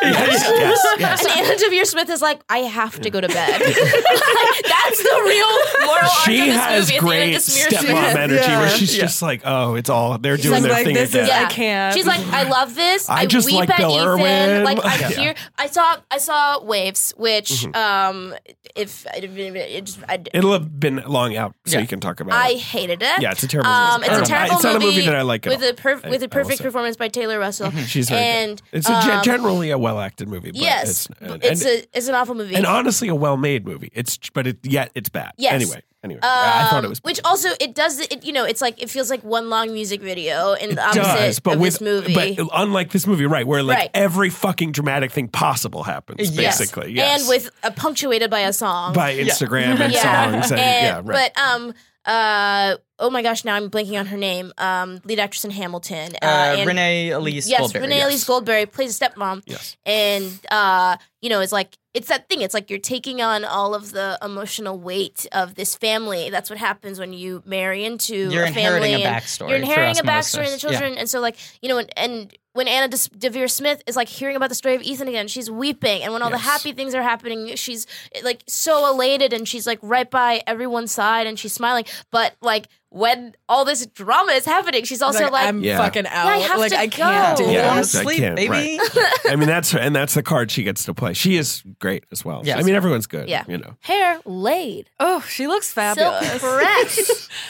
yes, yes, yes. And Anna Devere's Smith is like, I have to go to bed. That's the real she from this has movie at the end great of this mirror stepmom series. energy Yeah. where she's just like, oh, it's all they're doing like, their like, thing this again. is- I can't. She's like, I love this. I just weep like at Bill Ethan. Irwin. Like I'm Yeah. Mm-hmm. here. I saw I saw Waves, which um, if I didn't- it just I, It'll have been long out, so Yeah. you can talk about I it. hated it. Yeah, it's a terrible Um, movie. it's I a don't know. I- terrible it's not a movie that I like at with all. a perf- I- with I a will perfect say. Mm-hmm. performance by Taylor Russell. She's very and good. It's a, gen- um, generally a well-acted movie. But yes, it's, but and, it's a it's an awful movie. and honestly a well-made movie. It's but it yet it's bad. Yes. Anyway, anyway, I thought it Um, was. which also it does it you know it's like it feels like one long music video in the opposite does, but of with this movie. but unlike this movie, right, where like Right. every fucking dramatic thing possible happens, Yes. basically, yes. and with uh, punctuated by a song. by Instagram and songs, and, yeah, And- right. But um, uh, oh my gosh, now I'm blanking on her name. Um, lead actress in Hamilton. Uh, Uh, and- Renee Elise Yes, Goldberry. Renee Elise Goldberry plays a stepmom. Yes. And uh, you know, it's like it's that thing. It's like you're taking on all of the emotional weight of this family. That's what happens when you marry into You're a family. inheriting a and backstory. You're for inheriting osmosis. a backstory in the Yeah. children, and so like you know, and, and when Anna Des- Devere Smith is like hearing about the story of Ethan again, she's weeping, and when all Yes. the happy things are happening, she's like so elated, and she's like right by everyone's side, and she's smiling. But like when all this drama is happening, she's also like, I'm Yeah. fucking out. I have like to I can't go. do Yeah. Wanna I this. sleep, can't, baby. I mean, that's her, and that's the card she gets to play. She is great as well. Yes. I mean, everyone's good. Yeah. you know. hair laid, Oh, she looks silk fabulous. pressed.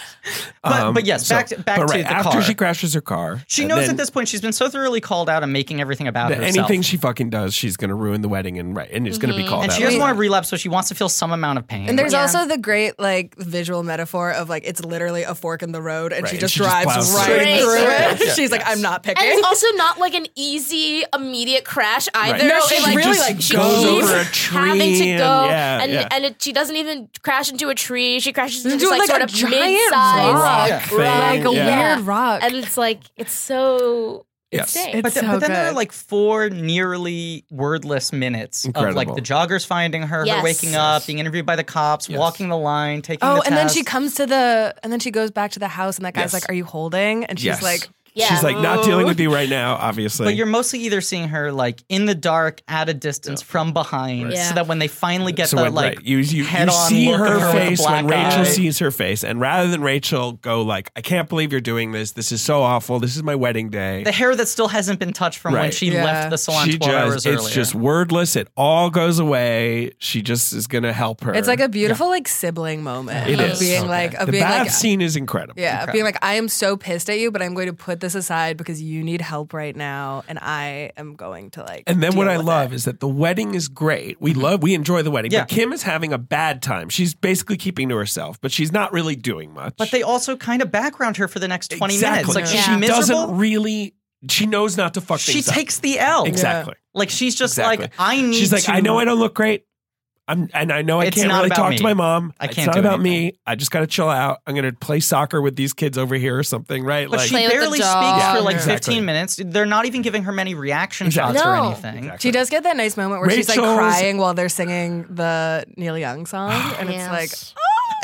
But- but yes, back to- back Um, but to right, the after car. she crashes her car. She and knows then at this point she's been so thoroughly called out on making everything about that herself. anything she fucking does, she's going to ruin the wedding, and right, and it's going to Mm-hmm. be called and out. she doesn't want to relapse, so she wants to feel some amount of pain. And there's Yeah. also the great like visual metaphor of like it's literally a fork in the road, and she Right, just she just drives plows right through it. through Yeah, it. She's like, I'm not And picking. it's also not like an easy, immediate crash either. No, It, she's like, really, she like, keeps goes over a having to tree and- go, yeah, and yeah. and it, she doesn't even crash into a tree. She crashes into Into, this, like, like, sort a of giant mid-sized rock Yeah. thing, like a yeah. weird rock. and it's like it's so Yes. insane. It's but, th- so but then there are good. like four nearly wordless minutes of like Incredible. the joggers finding her, her Yes. waking up, being interviewed by the cops, Yes. walking the line, taking oh, the and then test. she comes to the, and then she goes back to the house, and that guy's Yes. like, "Are you holding?" And she's Yes. like, yeah. She's like not dealing with you right now, obviously. But you're mostly either seeing her like in the dark, at a distance, from behind, Yeah. so that when they finally get so the when, like right, you you, you head-on see look her, of her with a face when black Rachel eye. sees her face, and rather than Rachel go like, "I can't believe you're doing this. This is so awful. This is my wedding day." the hair that still hasn't been touched from when Right. she Yeah. left the salon she 12 just hours it's earlier. just wordless. It all goes away. She just is gonna help her. "It's like a beautiful like sibling moment It of is. being Okay. like of the being bath like." scene is incredible. Yeah, being like, I am so pissed at you, but I'm going to put this aside because you need help right now, and I am going to like. And then what deal I with love it. is that the wedding is great. We love, we enjoy the wedding. Mm-hmm. Yeah. But Kim is having a bad time. She's basically keeping to herself, but she's not really doing much. but they also kind of background her for the next 20 minutes. Exactly. Like she she's miserable. doesn't really. She knows not to fuck she things up. takes the L. exactly. Like she's just Exactly. like I need. She's like, to- I know I don't look great. I'm, and I know I It's can't not really about talk me. to my mom. I it's can't not do about anything." me. I just got to chill out. I'm gonna play soccer with these kids over here or something, right? But she Play with the barely speaks dog. for Yeah, like exactly. 15 minutes. They're not even giving her many reaction Exactly. shots or No. anything. Exactly. She does get that nice moment where she's like Rachel's- crying while they're singing the Neil Young song, and it's like,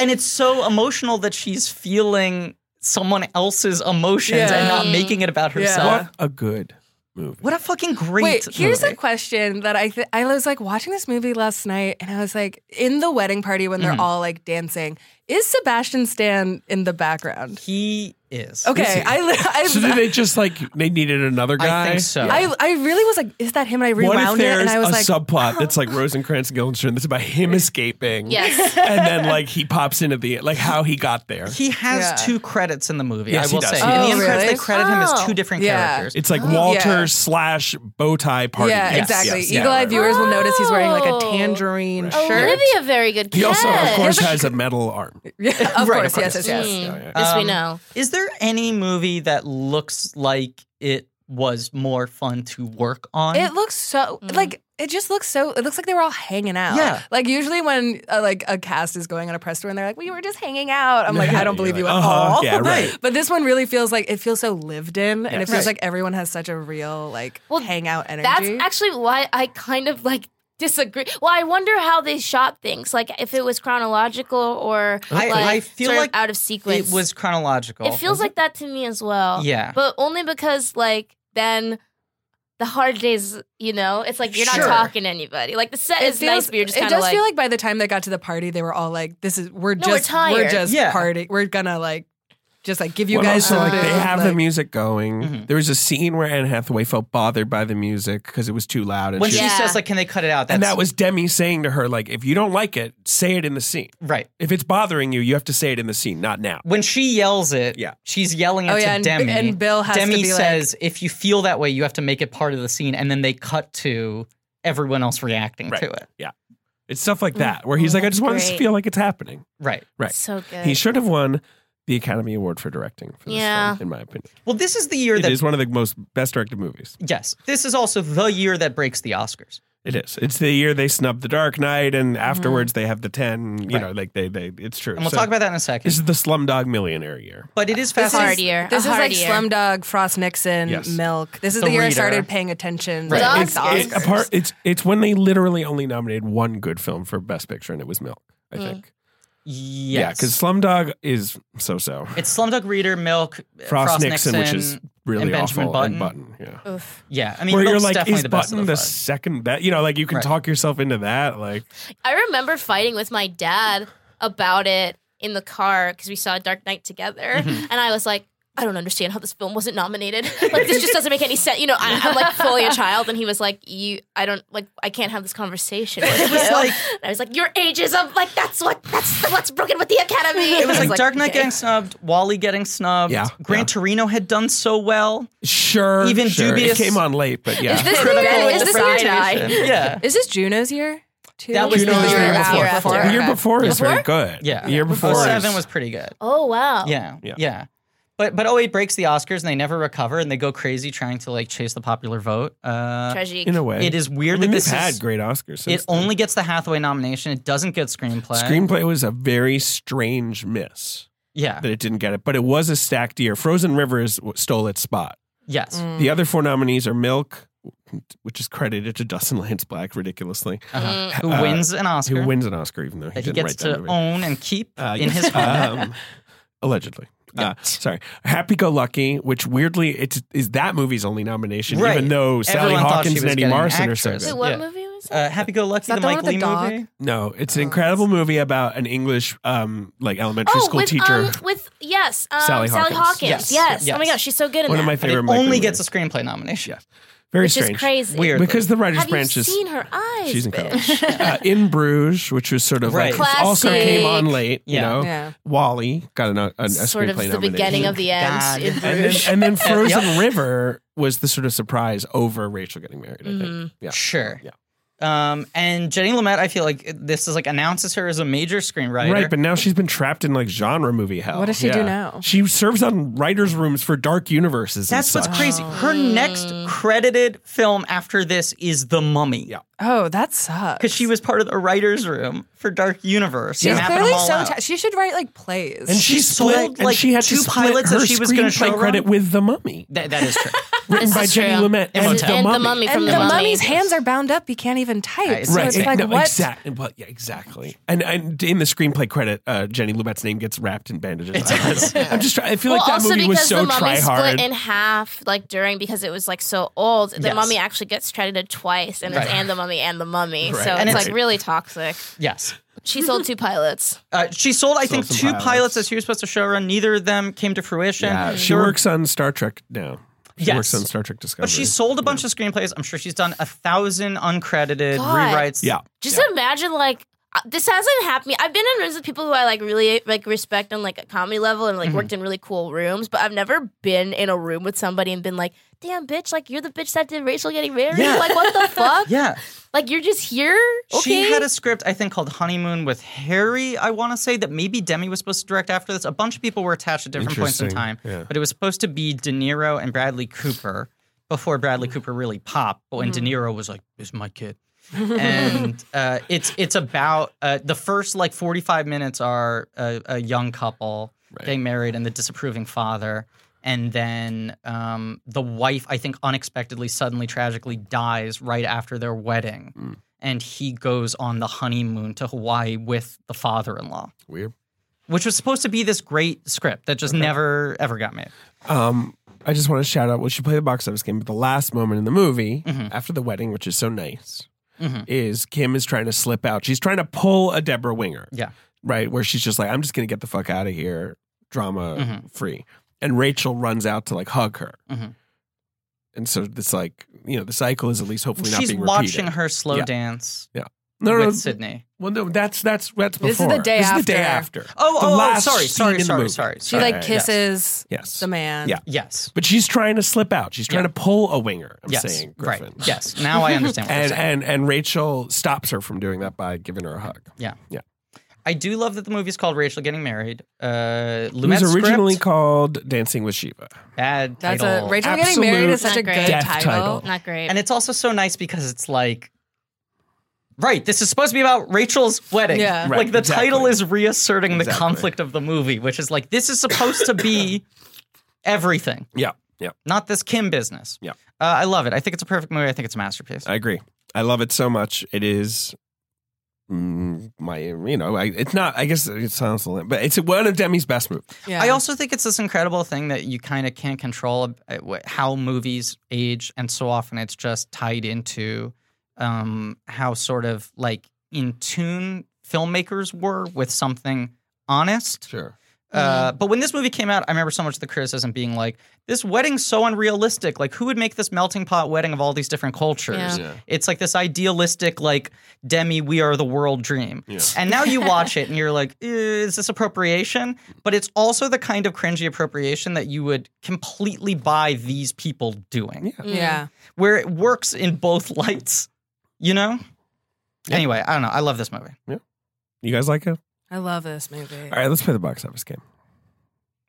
And it's so emotional that she's feeling someone else's emotions Yeah. and not making it about herself. Yeah. a good movie. What a fucking great Wait, here's movie. a question that I th- I was like watching this movie last night, and I was like, in the wedding party when they're Mm-hmm. all like dancing, is Sebastian Stan in the background? he is. Okay, I I, So did they just like they needed another guy? I think so. I I really was like, is that him? And I What if rewound it, there's and I was a like, subplot that's like Rosencrantz and Guildenstern that's about him escaping? Yes. and then like he pops in at the end, like how he got there. He has Yeah. two credits in the movie. Yes, I he will does. say. He in the does. end Oh, credits, they really? credit him as Oh. two different Yeah. characters. It's like Walter Yeah. slash bow tie party. yeah, Yes, exactly. yes, yeah, Eagle-eyed right, viewers will notice he's wearing like a Oh. tangerine shirt. Olivia, very good. He also, of catch. course, has a metal arm. Yeah, of, Right, course, of course. yes, yes, yes. Mm, Yeah, yeah. This we Um, know. Is there any movie that looks like it was more fun to work on? It looks so like it just looks so. It looks like they were all hanging out. Yeah. Like usually when uh, like a cast is going on a press tour and they're like, we were just hanging out. I'm like, I don't You're believe you like, at uh-huh, all. yeah, right. but this one really feels like it feels so lived in, and it Yes. feels Right. like everyone has such a real like Well, hangout energy. That's actually why I kind of like disagree. Well, I wonder how they shot things. Like if it was chronological or I- like, I feel sort of like out of sequence. It was chronological. It feels like that to me as well. Yeah. But only because like then the the hard days, you know, it's like you're not Sure. talking to anybody. Like the set It is nice, but you're just it kind does of like, feel like by the time they got to the party, they were all like, "This is we're No, we're just we're, tired. just Yeah. party. We're gonna like just like give you Well, guys also, some like they food, have the like- music going. Mhm. There was a scene where Anne Hathaway felt bothered by the music because it was too loud, and, when she, she Yeah. says like, "Can they cut it out?" That's and that was Demi saying to her like, "If you don't like it, say it in the scene. right. If it's bothering you, you have to say it in the scene, not now." When she yells it, Yeah. she's yelling it Oh, to yeah, and- Demi. and Bill has to Demi be like- says, "If you feel that way, you have to make it part of the scene," and then they cut to everyone else reacting Right. to it. It's stuff like that where he's like, "I that's just want this to great. feel like it's happening." Right. Right. so good. He should have won the Academy Award for directing. For this Yeah. film, in my opinion, Well, this is the year it that is one of the most best directed movies. yes, this is also the year that breaks the Oscars. It is. It's the year they snubbed The Dark Knight, and afterwards they have the ten. You Right. know, like they they. It's true. Mm-hmm. And we'll So talk about that in a second. This is the Slumdog Millionaire year. but it is This is- fascinating. Hardier, This a is like Hardier. Slumdog, Frost Nixon, Yes. Milk. This is The the, year I Reader. started paying attention. Right. Like, It's- the it's Oscars. It's, apart, it's it's when they literally only nominated one good film for Best Picture, and it was Milk. I Mm. think. Yes. Yeah, because Slumdog is so so. it's Slumdog Reader, Milk, Frost, Frost Nixon, Nixon, which is really and Benjamin awful, and Button. Button. Yeah. Oof. Yeah, I mean, Where Milk's you're like, definitely is the best Button of the, the, five. second best? You know, like you can Right. talk yourself into that. Like, I remember fighting with my dad about it in the car because we saw Dark Knight together, Mm-hmm. and I was like. I don't understand how this film wasn't nominated. like this just doesn't make any sense. You know, I, I'm like fully a child, and he was like, "You, I don't like, I can't have this conversation." With It was you." like- And I was like, "Your ageism, like that's what that's the, what's broken with the Academy." It was like, Dark Knight okay. getting snubbed, Wally getting snubbed. Yeah, Gran yeah. Torino had done so well. sure, Even sure. dubious- It came on late, but yeah. Is this the Critical year? Is this the year? differentiation. Yeah. Is this Juno's year? Too? That was Juno the is year the year after. before. before. The year before is very good. Yeah. The year before is- 07 was pretty good. Oh wow! Yeah, Yeah. yeah. But but 08 breaks the Oscars and they never recover and they go crazy trying to like chase the popular vote. Uh, Tragic. in a way. it is I weird mean, that we've this had is, great Oscars. since it only gets the Hathaway nomination. It doesn't get screenplay. Screenplay was a very strange miss Yeah. that it didn't get it, but it was a stacked year. Frozen Rivers w- stole its spot. Yes. Mm. The other four nominees are Milk, which is credited to Dustin Lance Black ridiculously, Mm-hmm. Mm. Uh-huh. Who Uh, wins an Oscar? who wins an Oscar even though he that he didn't gets write that to movie. own and keep Uh, in yes. his home. um, allegedly. Uh, sorry, Happy Go Lucky, which weirdly it's is that movie's only nomination, Right. even though Sally Everyone thought she Hawkins was and Eddie getting an Marson are so actress. good. Wait, what Yeah. movie was that? Uh, Happy Go Lucky, that the the one Mike with Lee the dog? movie. No, it's an incredible movie about an English, um, like elementary oh, school with teacher. um, with yes, um, Sally Sally, Hawkins. Hawkins. Yes. Yes. Yes. Oh my gosh, she's so good in One that. of my But it favorite. Mike only Lee gets a movies. screenplay nomination. Yeah. very which strange. is crazy. Weird. because the writers Have you branch is seen her eyes? she's incredible. bitch? uh, in Bruges, which was sort of like Right. also Classic. came on late. Yeah. You know, Yeah. Wally got an, a, a sort of screenplay the beginning nomination. of the end. God. in And then, Bruges. and then Frozen Yep. River was the sort of surprise over Rachel getting married. I think. Mm-hmm. Yeah. Sure. Yeah. Um, and Jenny Lamette, I feel like this is like announces her as a major screenwriter. Right, but now she's been trapped in like genre movie hell. What does she do now? She serves on writers' rooms for dark universes. and that's what's such. crazy. Her next Mm. credited film after this is The Mummy. Yeah. Oh, that sucks. Because she was part of the writer's room for Dark Universe. She's and mapping clearly them all so. out. ta- she should write like plays. And she, She split, sold, and like, she had two to split pilots her that she was gonna screenplay showrun. credit with The Mummy, That- that is true. written This by is Jenny true. Lumet And and, The The and Mummy. the mummy from and the, the, mummy. mummy's hands are bound up. He can't even type. Right, so right. it's and- like no, what? Exactly. Well, yeah, exactly. And, and in the screenplay credit, uh, Jenny Lumet's name gets wrapped in bandages. It I don't does. know. I'm just. try- I feel Well, like that also movie because was so the mummy try hard. split in half, like during because it was like so old. The Yes. mummy actually gets credited twice, and Right. it's and the mummy and the mummy. Right. So And it's it's- like really toxic. Yes. She sold two pilots. Uh, she sold, I Sold think, some two pilots. pilots. that she was supposed to showrun. Neither of them came to fruition. yeah, Uh, Mm. she There were- works on Star Trek now. She Yes. Oh, works on Star Trek Discovery. But she sold a bunch of screenplays. I'm sure she's done a thousand uncredited God. rewrites. Yeah. Just imagine like uh, this hasn't happened. to me. I've been in rooms with people who I like really like respect on like a comedy level and like Mm-hmm. worked in really cool rooms, but I've never been in a room with somebody and been like, "Damn, bitch! Like you're the bitch that did Rachel getting married. Yeah. Like what the fuck? Yeah. Like you're just here. Okay. She had a script, I think, called Honeymoon with Harry, I want to say, that maybe Demi was supposed to direct after this. A bunch of people were attached at different points in time, Interesting, yeah. but it was supposed to be De Niro and Bradley Cooper before Bradley Cooper really popped. But when De Niro was like, this is my kid. and uh, it's it's about uh, the first like 45 minutes are a, a young couple getting married and the disapproving father and then um, the wife i think unexpectedly suddenly tragically dies right after their wedding Mm. and he goes on the honeymoon to Hawaii with the father-in-law, Weird. which was supposed to be this great script that just never ever got made. Um, I just want to shout out. Well, she played the box office game, but the last moment in the movie Mm-hmm. after the wedding, which is so nice, is Kim is trying to slip out. She's trying to pull a Deborah Winger, Yeah. right? Where she's just like, "I'm just going to get the fuck out of here, drama Mm-hmm. free." And Rachel runs out to like hug her, Mhm. and so it's like you know the cycle is at least hopefully not She's being watching repeated. her slow Yeah. dance No, no, with no, Sydney. well, no, that's that's that's before. This is the day This is the day after. after. Oh, The oh, oh, last sorry, scene sorry, in the sorry, movie. sorry, She sorry. Yeah, like yeah. kisses Yes. the man. Yeah. Yes. But she's trying to slip out. She's trying Yeah. to pull a winger. I'm yes. saying, Griffin. right. Yes. Now I understand what you're And saying. and and Rachel stops her from doing that by giving her a hug. Yeah. Yeah. I do love that the movie's called Rachel Getting Married. Uh, It was Lumet's originally script, called Dancing with Shiva. bad That's title. a Rachel getting married is such a Absolute good death title. title. Not great. And it's also so nice because it's like, right, this is supposed to be about Rachel's wedding. Yeah. Right, like the exactly. title is reasserting the Exactly. conflict of the movie, which is like, this is supposed to be everything, Yeah, yeah, not this Kim business. Yeah. Uh, I love it. I think it's a perfect movie. I think it's a masterpiece. I agree. I love it so much. It is mm, my, you know, I, it's not. I guess it sounds limp, but it's one of Demi's best movies. Yeah. I also think it's this incredible thing that you kind of can't control uh, wh- how movies age, and so often it's just tied into um, how sort of like in tune filmmakers were with something honest. Sure. Uh, but when this movie came out, I remember so much of the criticism being like, "This wedding's so unrealistic. Like, who would make this melting pot wedding of all these different cultures? Yeah. Yeah. It's like this idealistic, like Demi, we are the world dream." Yeah. And now you watch it and you're like, "Eh, "Is this appropriation?" But it's also the kind of cringy appropriation that you would completely buy these people doing, Mm-hmm. yeah. where it works in both lights. You know. Anyway, I don't know. I love this movie. You guys like it? I love this movie. All right, let's play the box office game.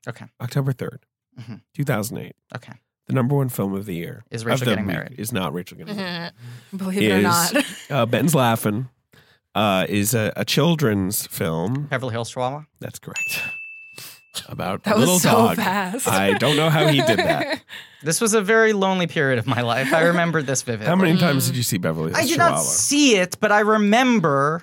Okay. October 3rd Mhm. thousand eight. Okay. The number one film of the year Is Rachel of the Getting week Married. Is not Rachel getting married. Mhm. Believe it or Is- not. Uh, Ben's laughing. Uh, is a, a children's film. Beverly Hills Chihuahua. That's correct. About That a was little so dog. fast. I don't know how he did that. This was a very lonely period of my life. I remember this vividly. How Mm. many times did you see Beverly Hills I did Chihuahua? not see it, but I remember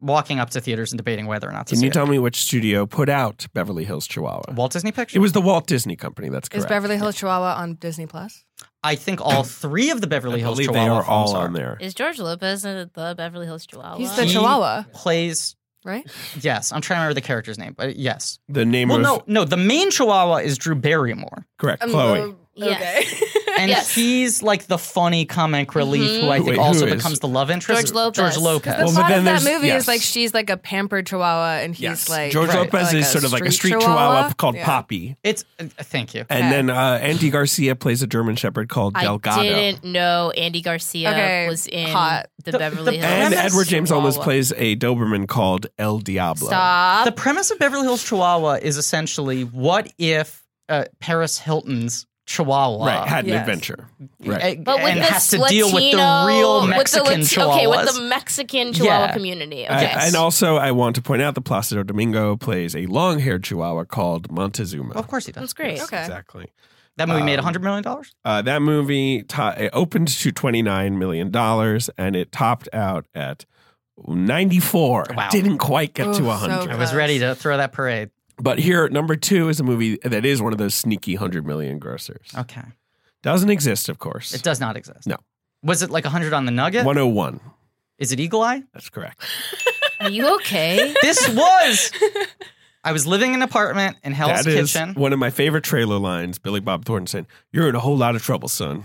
walking up to theaters and debating whether or not to Can see you it. tell me which studio put out Beverly Hills Chihuahua? Walt Disney Pictures? It was the Walt Disney Company. That's Is correct. Beverly Hills Chihuahua on Disney Plus? I think all three of the I Beverly Hills believe they Chihuahua are all films on there. Is George Lopez in the Beverly Hills Chihuahua? He's the Chihuahua, Plays right? yes, I'm trying to remember the character's name, but yes. The name Well, of no, no. The main Chihuahua is Drew Barrymore, correct Um, Chloe. Yes. and Yes. he's like the funny comic relief who I think Wait, Mm-hmm. who also is- becomes the love interest. George Lopez. George Lopez. The Well, but plot then of that there's- movie yes. is like she's like a pampered Chihuahua, and he's Yes. like George right, Lopez like is a sort of like a street street Chihuahua, Chihuahua? called Yeah. Poppy. it's uh, thank you. And Okay. then uh, Andy Garcia plays a German Shepherd called Delgado. I didn't know Andy Garcia Okay, was in hot. the, The- Beverly the Hills. And Premise- Edward James Olmos Chihuahua. plays a Doberman called El Diablo. Stop. the premise of Beverly Hills Chihuahua is essentially what if uh, Paris Hilton's Chihuahua Right, had an Yes. adventure. Right. uh, but with and this has to Latino, deal with the real Mexican with the, Lat- Chihuahuas. Okay, with the Mexican Chihuahua Yeah. community. I- Uh, Okay. and also, I want to point out that Placido Domingo plays a long haired Chihuahua called Montezuma. Well, of course he does. That's great. Okay. Exactly. That movie made Um, $100 million? Uh, that movie to- it opened to $29 million and it topped out at 94. Wow. Didn't quite get to Oh, 100. so I was ready to throw that parade. But here, number two is a movie that is one of those sneaky 100 million grossers. Okay. Doesn't exist, of course. Oh. oh It does not exist. No. Was it like 100 on the Nugget? 101. Is it Eagle Eye? That's correct. Are you okay? This was. I was living in an apartment in Hell's That is Kitchen. one of my favorite trailer lines. Billy Bob Thornton said, You're in a whole lot of trouble, son.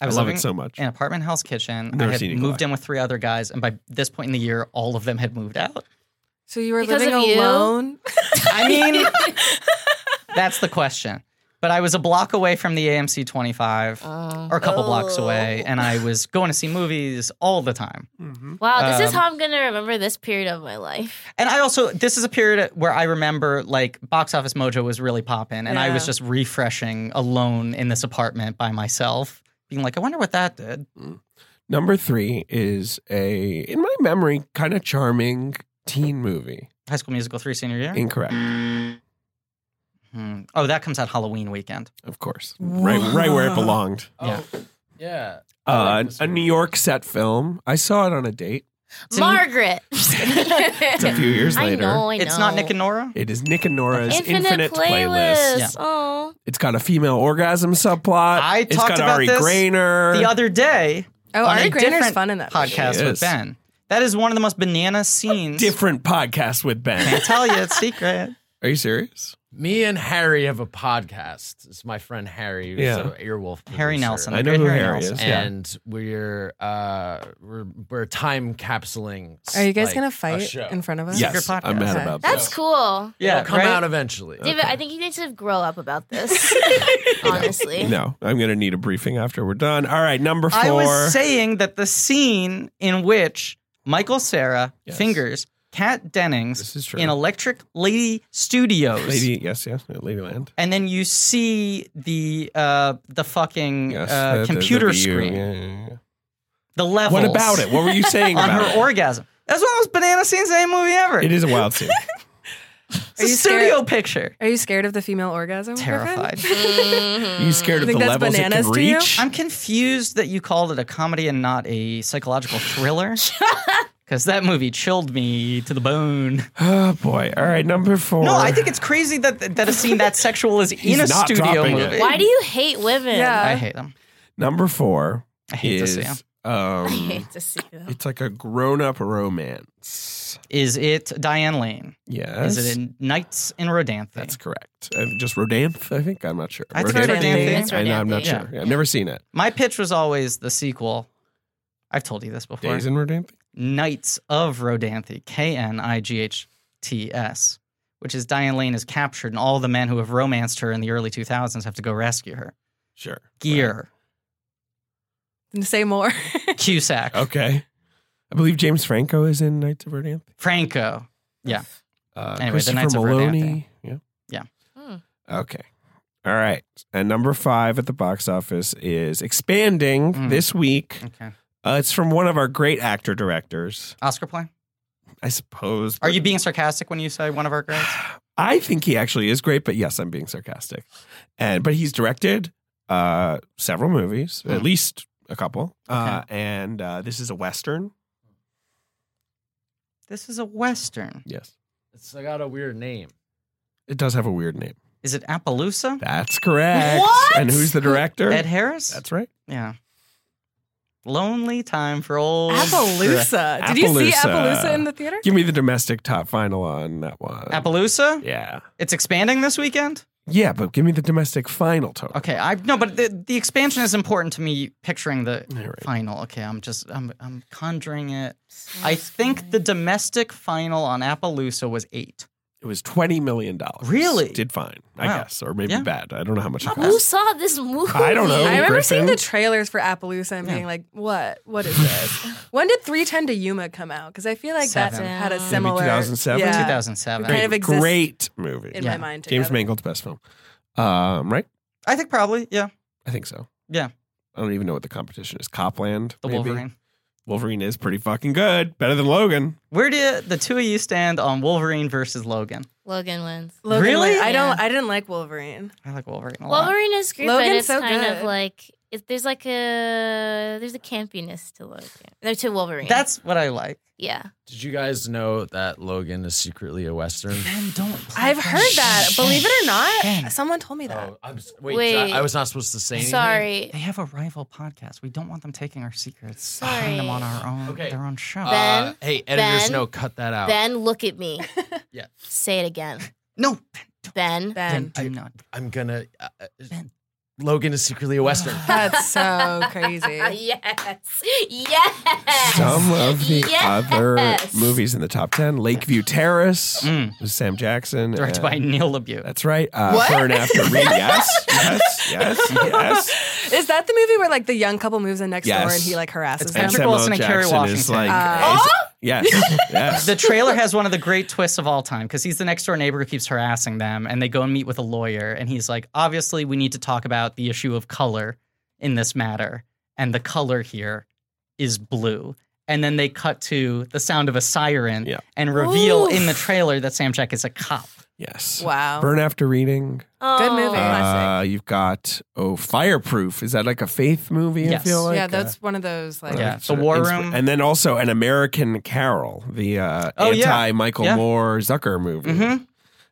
I I was love living it so much. in an apartment in Hell's Kitchen. Never I had seen Eagle moved Eye. in with three other guys, and by this point in the year, all of them had moved out. So you were Because living of you? alone. I mean, that's the question. But I was a block away from the AMC 25, Oh. or a couple blocks away, and I was going to see movies all the time. Mm-hmm. Wow, this is Um, how I'm gonna remember this period of my life. And I also, this is a period where I remember like Box Office Mojo was really popping, and I was Yeah. just refreshing alone in this apartment by myself, being like, I wonder what that did. Number three is a, in my memory, kind of charming teen movie. High School Musical 3 senior year? Incorrect, Hmm. Oh, that comes out Halloween weekend. of course. Right, right where it belonged. Yeah. Oh, Yeah. I Uh, like this a movie. New York set film. I saw it on a date. It's a- Margaret. It's a few years I later. know. I know. It's not Nick and Nora. It is Nick and Nora's Infinite, Infinite, playlist. Playlist. Yeah. Oh, It's got a female orgasm subplot. I it's talked got about Ari this Grainer. The other day, Oh, on Ari a Grainer's different fun in that movie. podcast She with is. Ben. That is one of the most banana scenes. different podcast with I Ben. tell you, it's secret. Are you serious? Me and Harry have a podcast. It's my friend Harry, who's Yeah. an Earwolf. Harry producer. Nelson. I know Great who Harry Nelson. is. Yeah. And we're, uh, we're we're time capsuling. Are you guys like, gonna a fight show. in front of us? Yes, podcast. I'm mad Okay. about that's this. cool. Yeah, It'll come right? out eventually. David, I think you need to grow up about this. Honestly. No, I'm going to need a briefing after we're done. All right, number four. I was saying that the scene in which Michael Sarah Yes. fingers Kat Dennings This is true. in Electric Lady Studios, Lady, yes, yes, Ladyland. and then you see the uh, the fucking uh, Yes, the- the- the computer VU, screen, yeah, yeah, yeah. the levels. What about it? What were you saying on about her it? orgasm? That's one of the most banana scenes in any movie ever. it is a wild scene. It's a Are you studio scared? picture. Are you scared of the female orgasm? Griffin? Terrified. Mm-hmm. Are you scared of the Think that's levels it bananas can to you? reach? I'm confused that you called it a comedy and not a psychological thriller. Because that movie chilled me to the bone. Oh boy! All right, number four. No, I think it's crazy that that a scene that sexual is in a He's not studio dropping it. movie. Why do you hate women? Yeah. I hate them. number four I hate is to see 'em. I um, hate to see them. it's like a grown-up romance. Is it Diane Lane? Yes, Is it in Knights in Rodanthe? that's correct. Uh, just Rodanthe, I think. I'm not sure. I think Rodanthe? Rodanthe. It's I know. I'm not Rodanthe. sure. I've never seen it. My pitch was always the sequel. I've told you this before. Days in Rodanthe. Knights of Rodanthe, K N I G H T S, which is Diane Lane is captured, and all the men who have romanced her in the early 2000s have to go rescue her. Sure. Gear, Say more. Cusack, Okay. I believe James Franco is in Knights of Rodanthe. Franco. Yeah. Uh, Anyway, the Christopher Knights of Rodanthe. Maloney. Yeah. Yeah. Hmm. Okay. All right. And number five at the box office is expanding Mm. this week. Okay. Uh, it's from one of our great actor directors, Oscar play? I suppose. Are you being sarcastic when you say one of our greats? I think he actually is great, but yes, I'm being sarcastic. And but he's directed uh, several movies, at Hmm. least a couple. Uh, and uh, this is a western. This is a Western. Yes, It's got a weird name. it does have a weird name. Is it Appaloosa? That's correct. What? And who's the director? Ed Harris? That's right. yeah. Lonely time for old Appaloosa. Did you see Appaloosa. Appaloosa in the theater? Give me the domestic top final on that one. Appaloosa? Yeah. It's expanding this weekend? Yeah, but give me the domestic final total. Okay, I no, but the, the expansion is important to me. Picturing the You're right. final. Okay, I'm just I'm I'm conjuring it. I think the domestic final on Appaloosa was eight. It was twenty million dollars. Really? Did fine, I Wow. guess, or maybe Yeah. bad. I don't know how much. It Who cost. saw this movie? I don't know. I remember Oh, Griffin? seeing the trailers for Appaloosa and being like, "What? What is this? when did 310 to Yuma come out? Because I feel like that Seven. had a Maybe similar 2007? Yeah, 2007. Kind of exists great movie. in Yeah. my mind. James together. Mangold's best film. Um, right? I think probably yeah. I think so. Yeah. I don't even know what the competition is. Copland. The maybe? Wolverine. Wolverine is pretty fucking good. Better than Logan. Where do the two of you stand on Wolverine versus Logan? Logan wins. Logan Really? Oh, Lee- I don't. Yeah. I didn't like Wolverine. I like Wolverine a lot. Wolverine is great, but Logan's it's so kind of good. like it, there's like a there's a campiness to Logan. No, to Wolverine. That's what I like. yeah. Did you guys know that Logan is secretly a Western? Ben, don't. play I've heard that. Shh. Believe it or Shh. not, someone told me that. Oh, I'm, s- wait, Wait. I, I was not supposed to say anything. Sorry. They have a rival podcast. We don't want them taking our secrets. Sorry. Putting them on our own, Okay. their own show. Ben. Uh, hey, editors, Ben? no, cut that out. Ben, look at me. Yeah. Say it again. no, Ben. Ben, Ben, do not. I'm gonna. Uh, uh, Ben. Logan is secretly a Western. that's so crazy. yes. Yes. Some of the Yes. other movies in the top ten. Lakeview Terrace Mm. with Sam Jackson. Directed and- by Neil LaBute. That's right. Uh, For and after read. Yes. Yes. Yes. Yes. Is that the movie where like the young couple moves in next Yes. door and he like harasses It's them? Patrick Wilson and Kerry is Washington. like. Uh, is- yes. Yes. The trailer has one of the great twists of all time because he's the next door neighbor who keeps harassing them, and they go and meet with a lawyer, and he's like, obviously, we need to talk about the issue of color in this matter, and the color here is blue. And then they cut to the sound of a siren Yeah. and reveal Oof. in the trailer that Sam Jack is a cop. Yes. Wow. Oh, Burn after reading. Good movie. Uh, you've got oh, fireproof. Is that like a faith movie? I Yes. feel like yeah, that's one of those like Yeah. The sort of War Uh, insp- Room. and then also an American Carol, the uh, Oh, yeah. anti Michael Yeah. Moore Zucker movie, Mhm.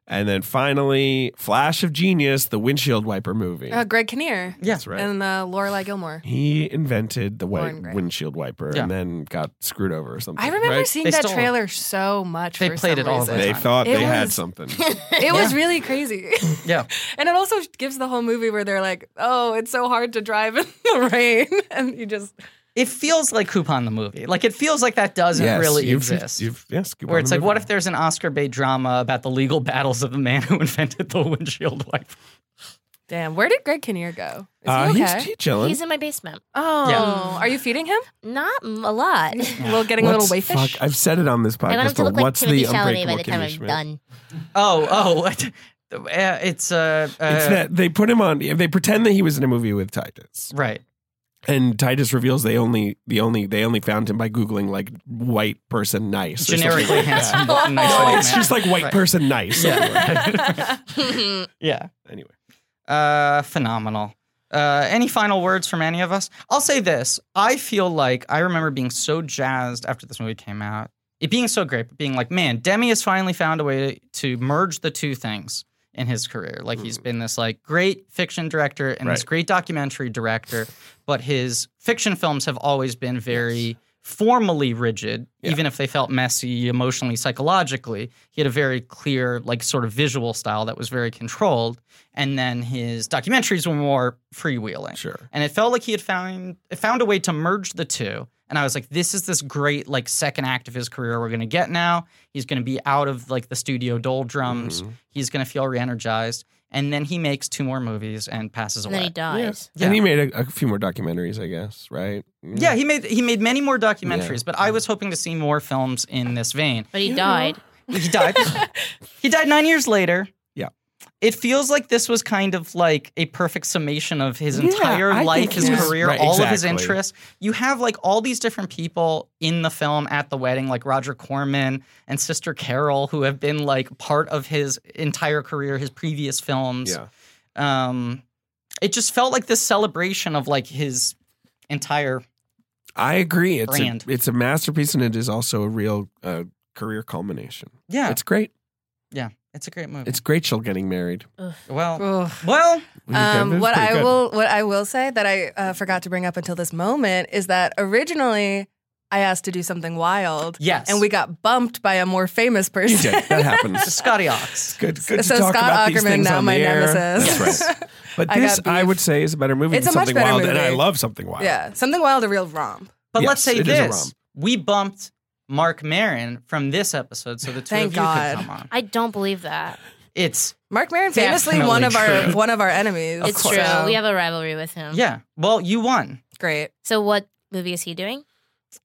and then finally Flash of Genius, the windshield wiper movie. Oh, uh, Greg Kinnear Yes, right. and uh, Lorelai Gilmore. he invented the wi- Lauren Gray. windshield wiper Yeah. and then got screwed over or something. I remember right? seeing They that stole it. trailer so much. They for played some it all the reason. way. they thought It they had was- something. It was really crazy. Yeah. And it also gives the whole movie where they're like, oh, it's so hard to drive in the rain. And you just, It feels like Coupon the movie. Like it feels like that doesn't really you've- exist. you've- yes, keep where on it's the like, what movie. if there's an Oscar bait drama about the legal battles of the man who invented the windshield wiper? damn, where did Greg Kinnear go? Is Uh, he he's, okay? he's chilling. He's in my basement. oh, Yeah. are you feeding him? Not m- a lot. A little, getting a What's- little wayfish? Fuck, I've said it on this podcast. I want him to but look like what's Timothy the Chalamet by unbreakable the time Kimmy I'm Schmidt? done. Oh, oh, what? Uh, it's uh, uh It's that they put him on. They pretend that he was in a movie with Titus, right. and Titus reveals they only the only they only found him by googling like white person nice. or something Generically like that. handsome, but nice No, white it's man. just like white Right. person nice. Yeah. yeah. Anyway, Uh, phenomenal. Uh, any final words from any of us? I'll say this. I feel like I remember being so jazzed after this movie came out. It being so great, but being like, man, Demi has finally found a way to merge the two things in his career. Like he's been this like great fiction director and this Right. great documentary director, but his fiction films have always been very formally rigid, even if they felt messy emotionally, psychologically. He had a very clear, like sort of visual style that was very controlled. And then his documentaries were more freewheeling sure. and it felt like he had found found a way to merge the two and i was like this is this great like second act of his career we're going to get now he's going to be out of like the studio doldrums he's going to feel re-energized and then he makes two more movies and passes And away then he dies. Yeah. And he made a, a few more documentaries, I guess. Right? yeah he made he made many more documentaries but i was hoping to see more films in this vein But he died. he died he died 9 years later Yeah. it feels like this was kind of like a perfect summation of his Yeah, entire I think life, his it is. career, Right, all of his exactly. interests. You have like all these different people in the film at the wedding, like Roger Corman and Sister Carol, who have been like part of his entire career, his previous films. Yeah. Um, it just felt like this celebration of like his entire I agree. It's a, Brand. it's a masterpiece, and it is also a real uh, career culmination. yeah. It's great. yeah, it's a great movie. It's Rachel getting married. well, Ugh. well, It Um, was what pretty I good. will what I will say that I uh, forgot to bring up until this moment is that originally I asked to do something wild, yes. and we got bumped by a more famous person. You did. That happens. Scotty Ox. Good, good So to talk Scott about these Ackerman, things now on my the air. nemesis. That's right. But I this, got I beef. would say, is a better movie It's than a much Something better Wild, and movie. I love Something Wild. Yeah, something wild, a real romp. But Yes, let's say it is a this: romp. we bumped Mark Marin from this episode, so the two Thank of you God. could come on. I don't believe that. It's Mark Maron, famously Definitely one of our true. one of our enemies. it's true. We have a rivalry with him. yeah. Well, you won great. So what movie is he doing?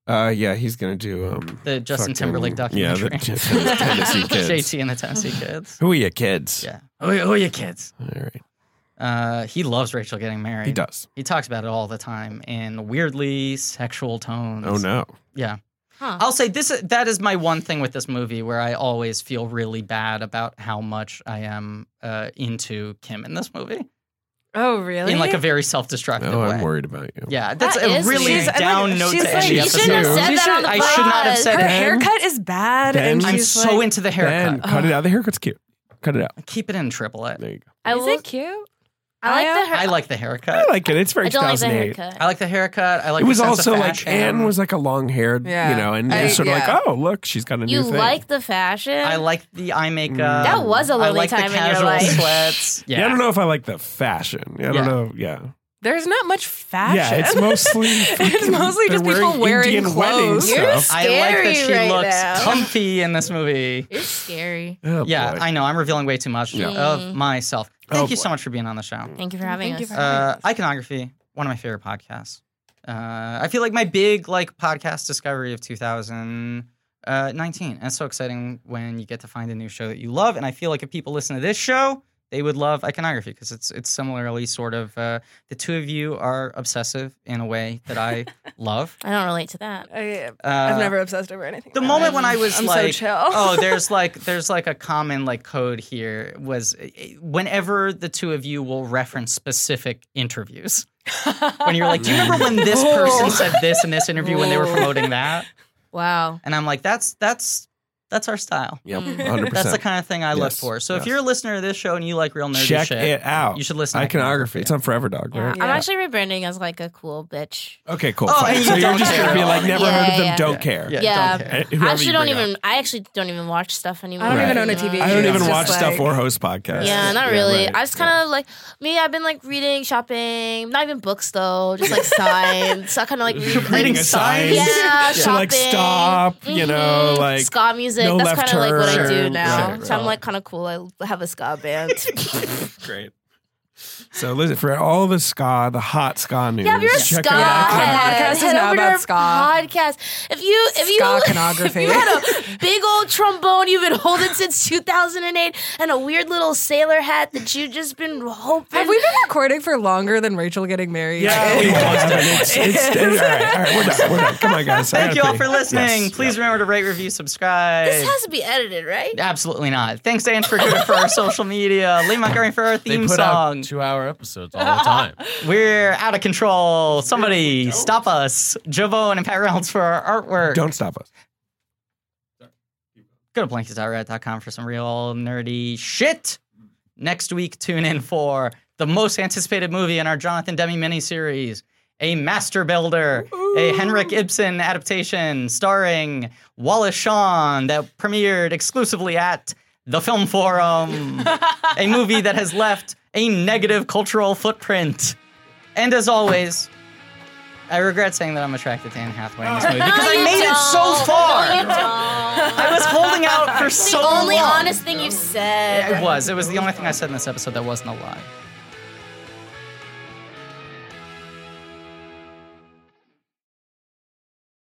Uh, yeah, he's gonna do um, the Justin fucking- Timberlake documentary. Yeah, the Ten- Tennessee kids. JT and the Tennessee Kids. Who are you kids? Yeah. Oh, yeah, oh, yeah, kids. All right. Uh, he loves Rachel getting married. He does. He talks about it all the time in weirdly sexual tones. Oh no. Yeah. Huh. I'll say this that is my one thing with this movie where I always feel really bad about how much I am uh, into Kim in this movie. Oh, really? In like a very self-destructive Oh, way. I'm worried about you. Yeah, that's That a is really weird. down She's- note she's to like, end the you episode. shouldn't have said that on the I should not have pod. said her Ben- that. haircut is bad, Ben- and I'm she's so like, into the Ben, haircut. cut it out. The haircut's cute. Cut it out. Keep it in triple A. There you go. I Is will. it cute? I like the hair. I like the I haircut. like it. It's very I don't like the 2008. haircut. I like the haircut. I like. it was the sense of also like fashion. Anne was like a long haired, Yeah. you know, and I- it's sort of yeah. like, oh, look, she's got a you new thing. like the fashion. I like the eye makeup. That was a I lovely like time in the your casual life. sweats. yeah. I don't know if I like the fashion. I don't Yeah. know. Yeah. There's not much fashion. Yeah, it's mostly It's mostly they're just people wearing Indian clothes. wedding You're stuff. I like that she Scary right looks now. comfy in this movie. It's scary. Oh, Yeah, boy. I know. I'm revealing way too much Yeah. of myself. Thank Oh, you boy. so much for being on the show. Thank you for having Thank you us. for- uh, iconography one of my favorite podcasts uh, i feel like my big like podcast discovery of 2019 and it's so exciting when you get to find a new show that you love and i feel like if people listen to this show they would love iconography because it's it's similarly sort of uh, the two of you are obsessive in a way that I love. I don't relate to that. I, Uh, I've never obsessed over anything. the like moment that. when I was I'm so like, chill. oh, there's like there's like a common like code here was eh, eh, whenever the two of you will reference specific interviews. when you're like, do you remember when this person said this in this interview when they were Ooh. promoting that? Wow. And I'm like, that's that's that's our style. Yep, Mm. 100%. That's the kind of thing I look Yes, for. So if yes. you're a listener to this show and you like real nerdy Check shit, it out. you should listen. to iconography. It's on Forever Dog, Yeah. right? I'm actually rebranding as like a cool bitch. Okay, cool. Oh, fine. and So you you're don't just going to care. be like, never Yeah, heard of them, yeah. don't care. Yeah, Yeah. don't Eh, care. whoever I actually you don't bring even. up. I actually don't even watch stuff anymore. I don't even own a TV. I don't It's even just watch stuff like- or host podcasts. Yeah, not really. right. I just kind of like me. I've been like reading, shopping, not even books though, just like signs. So I kind of like read, Reading like, signs. Yeah, So, like, shopping. stop, you know, Mhm. like, ska music. no That's left kind of like what I do turn. now. Right, So I'm right. like kind of cool. I have a ska band. Great. So listen for all the ska, the hot ska news. yeah, if you're a ska check out Our head, podcast is head now over to about our ska. podcast. If you if you Ska iconography. if you had a big old trombone you've been holding since 2008 and a weird little sailor hat that you've just been hoping. Have we been recording for longer than Rachel getting married? Yeah, we have. and It's, it's, all right, all right, we're done. We're done. Come on, guys. I Thank you gotta all pee. for listening. Yes, Please yeah. remember to rate, review, subscribe. this has to be edited, right? Absolutely not. Thanks to Anne Frigido for our social media. Lee Montgomery for our They theme put song. out two-hour episodes all the time. We're out of control. Somebody stop us. Jovone and Pat Reynolds for our artwork. Don't stop us. Go to blankets.reddit.com for some real nerdy shit. Next week, tune in for the most anticipated movie in our Jonathan Demi miniseries, a master builder, a Henrik Ibsen adaptation starring Wallace Shawn that premiered exclusively at the Film Forum, a movie that has left a negative cultural footprint. And as always, I regret saying that I'm attracted to Anne Hathaway in this movie because I you made it so don't. far. No, you don't. I was holding out for so Only long. honest thing you've said. It was. It was the only thing I said in this episode that wasn't a lie.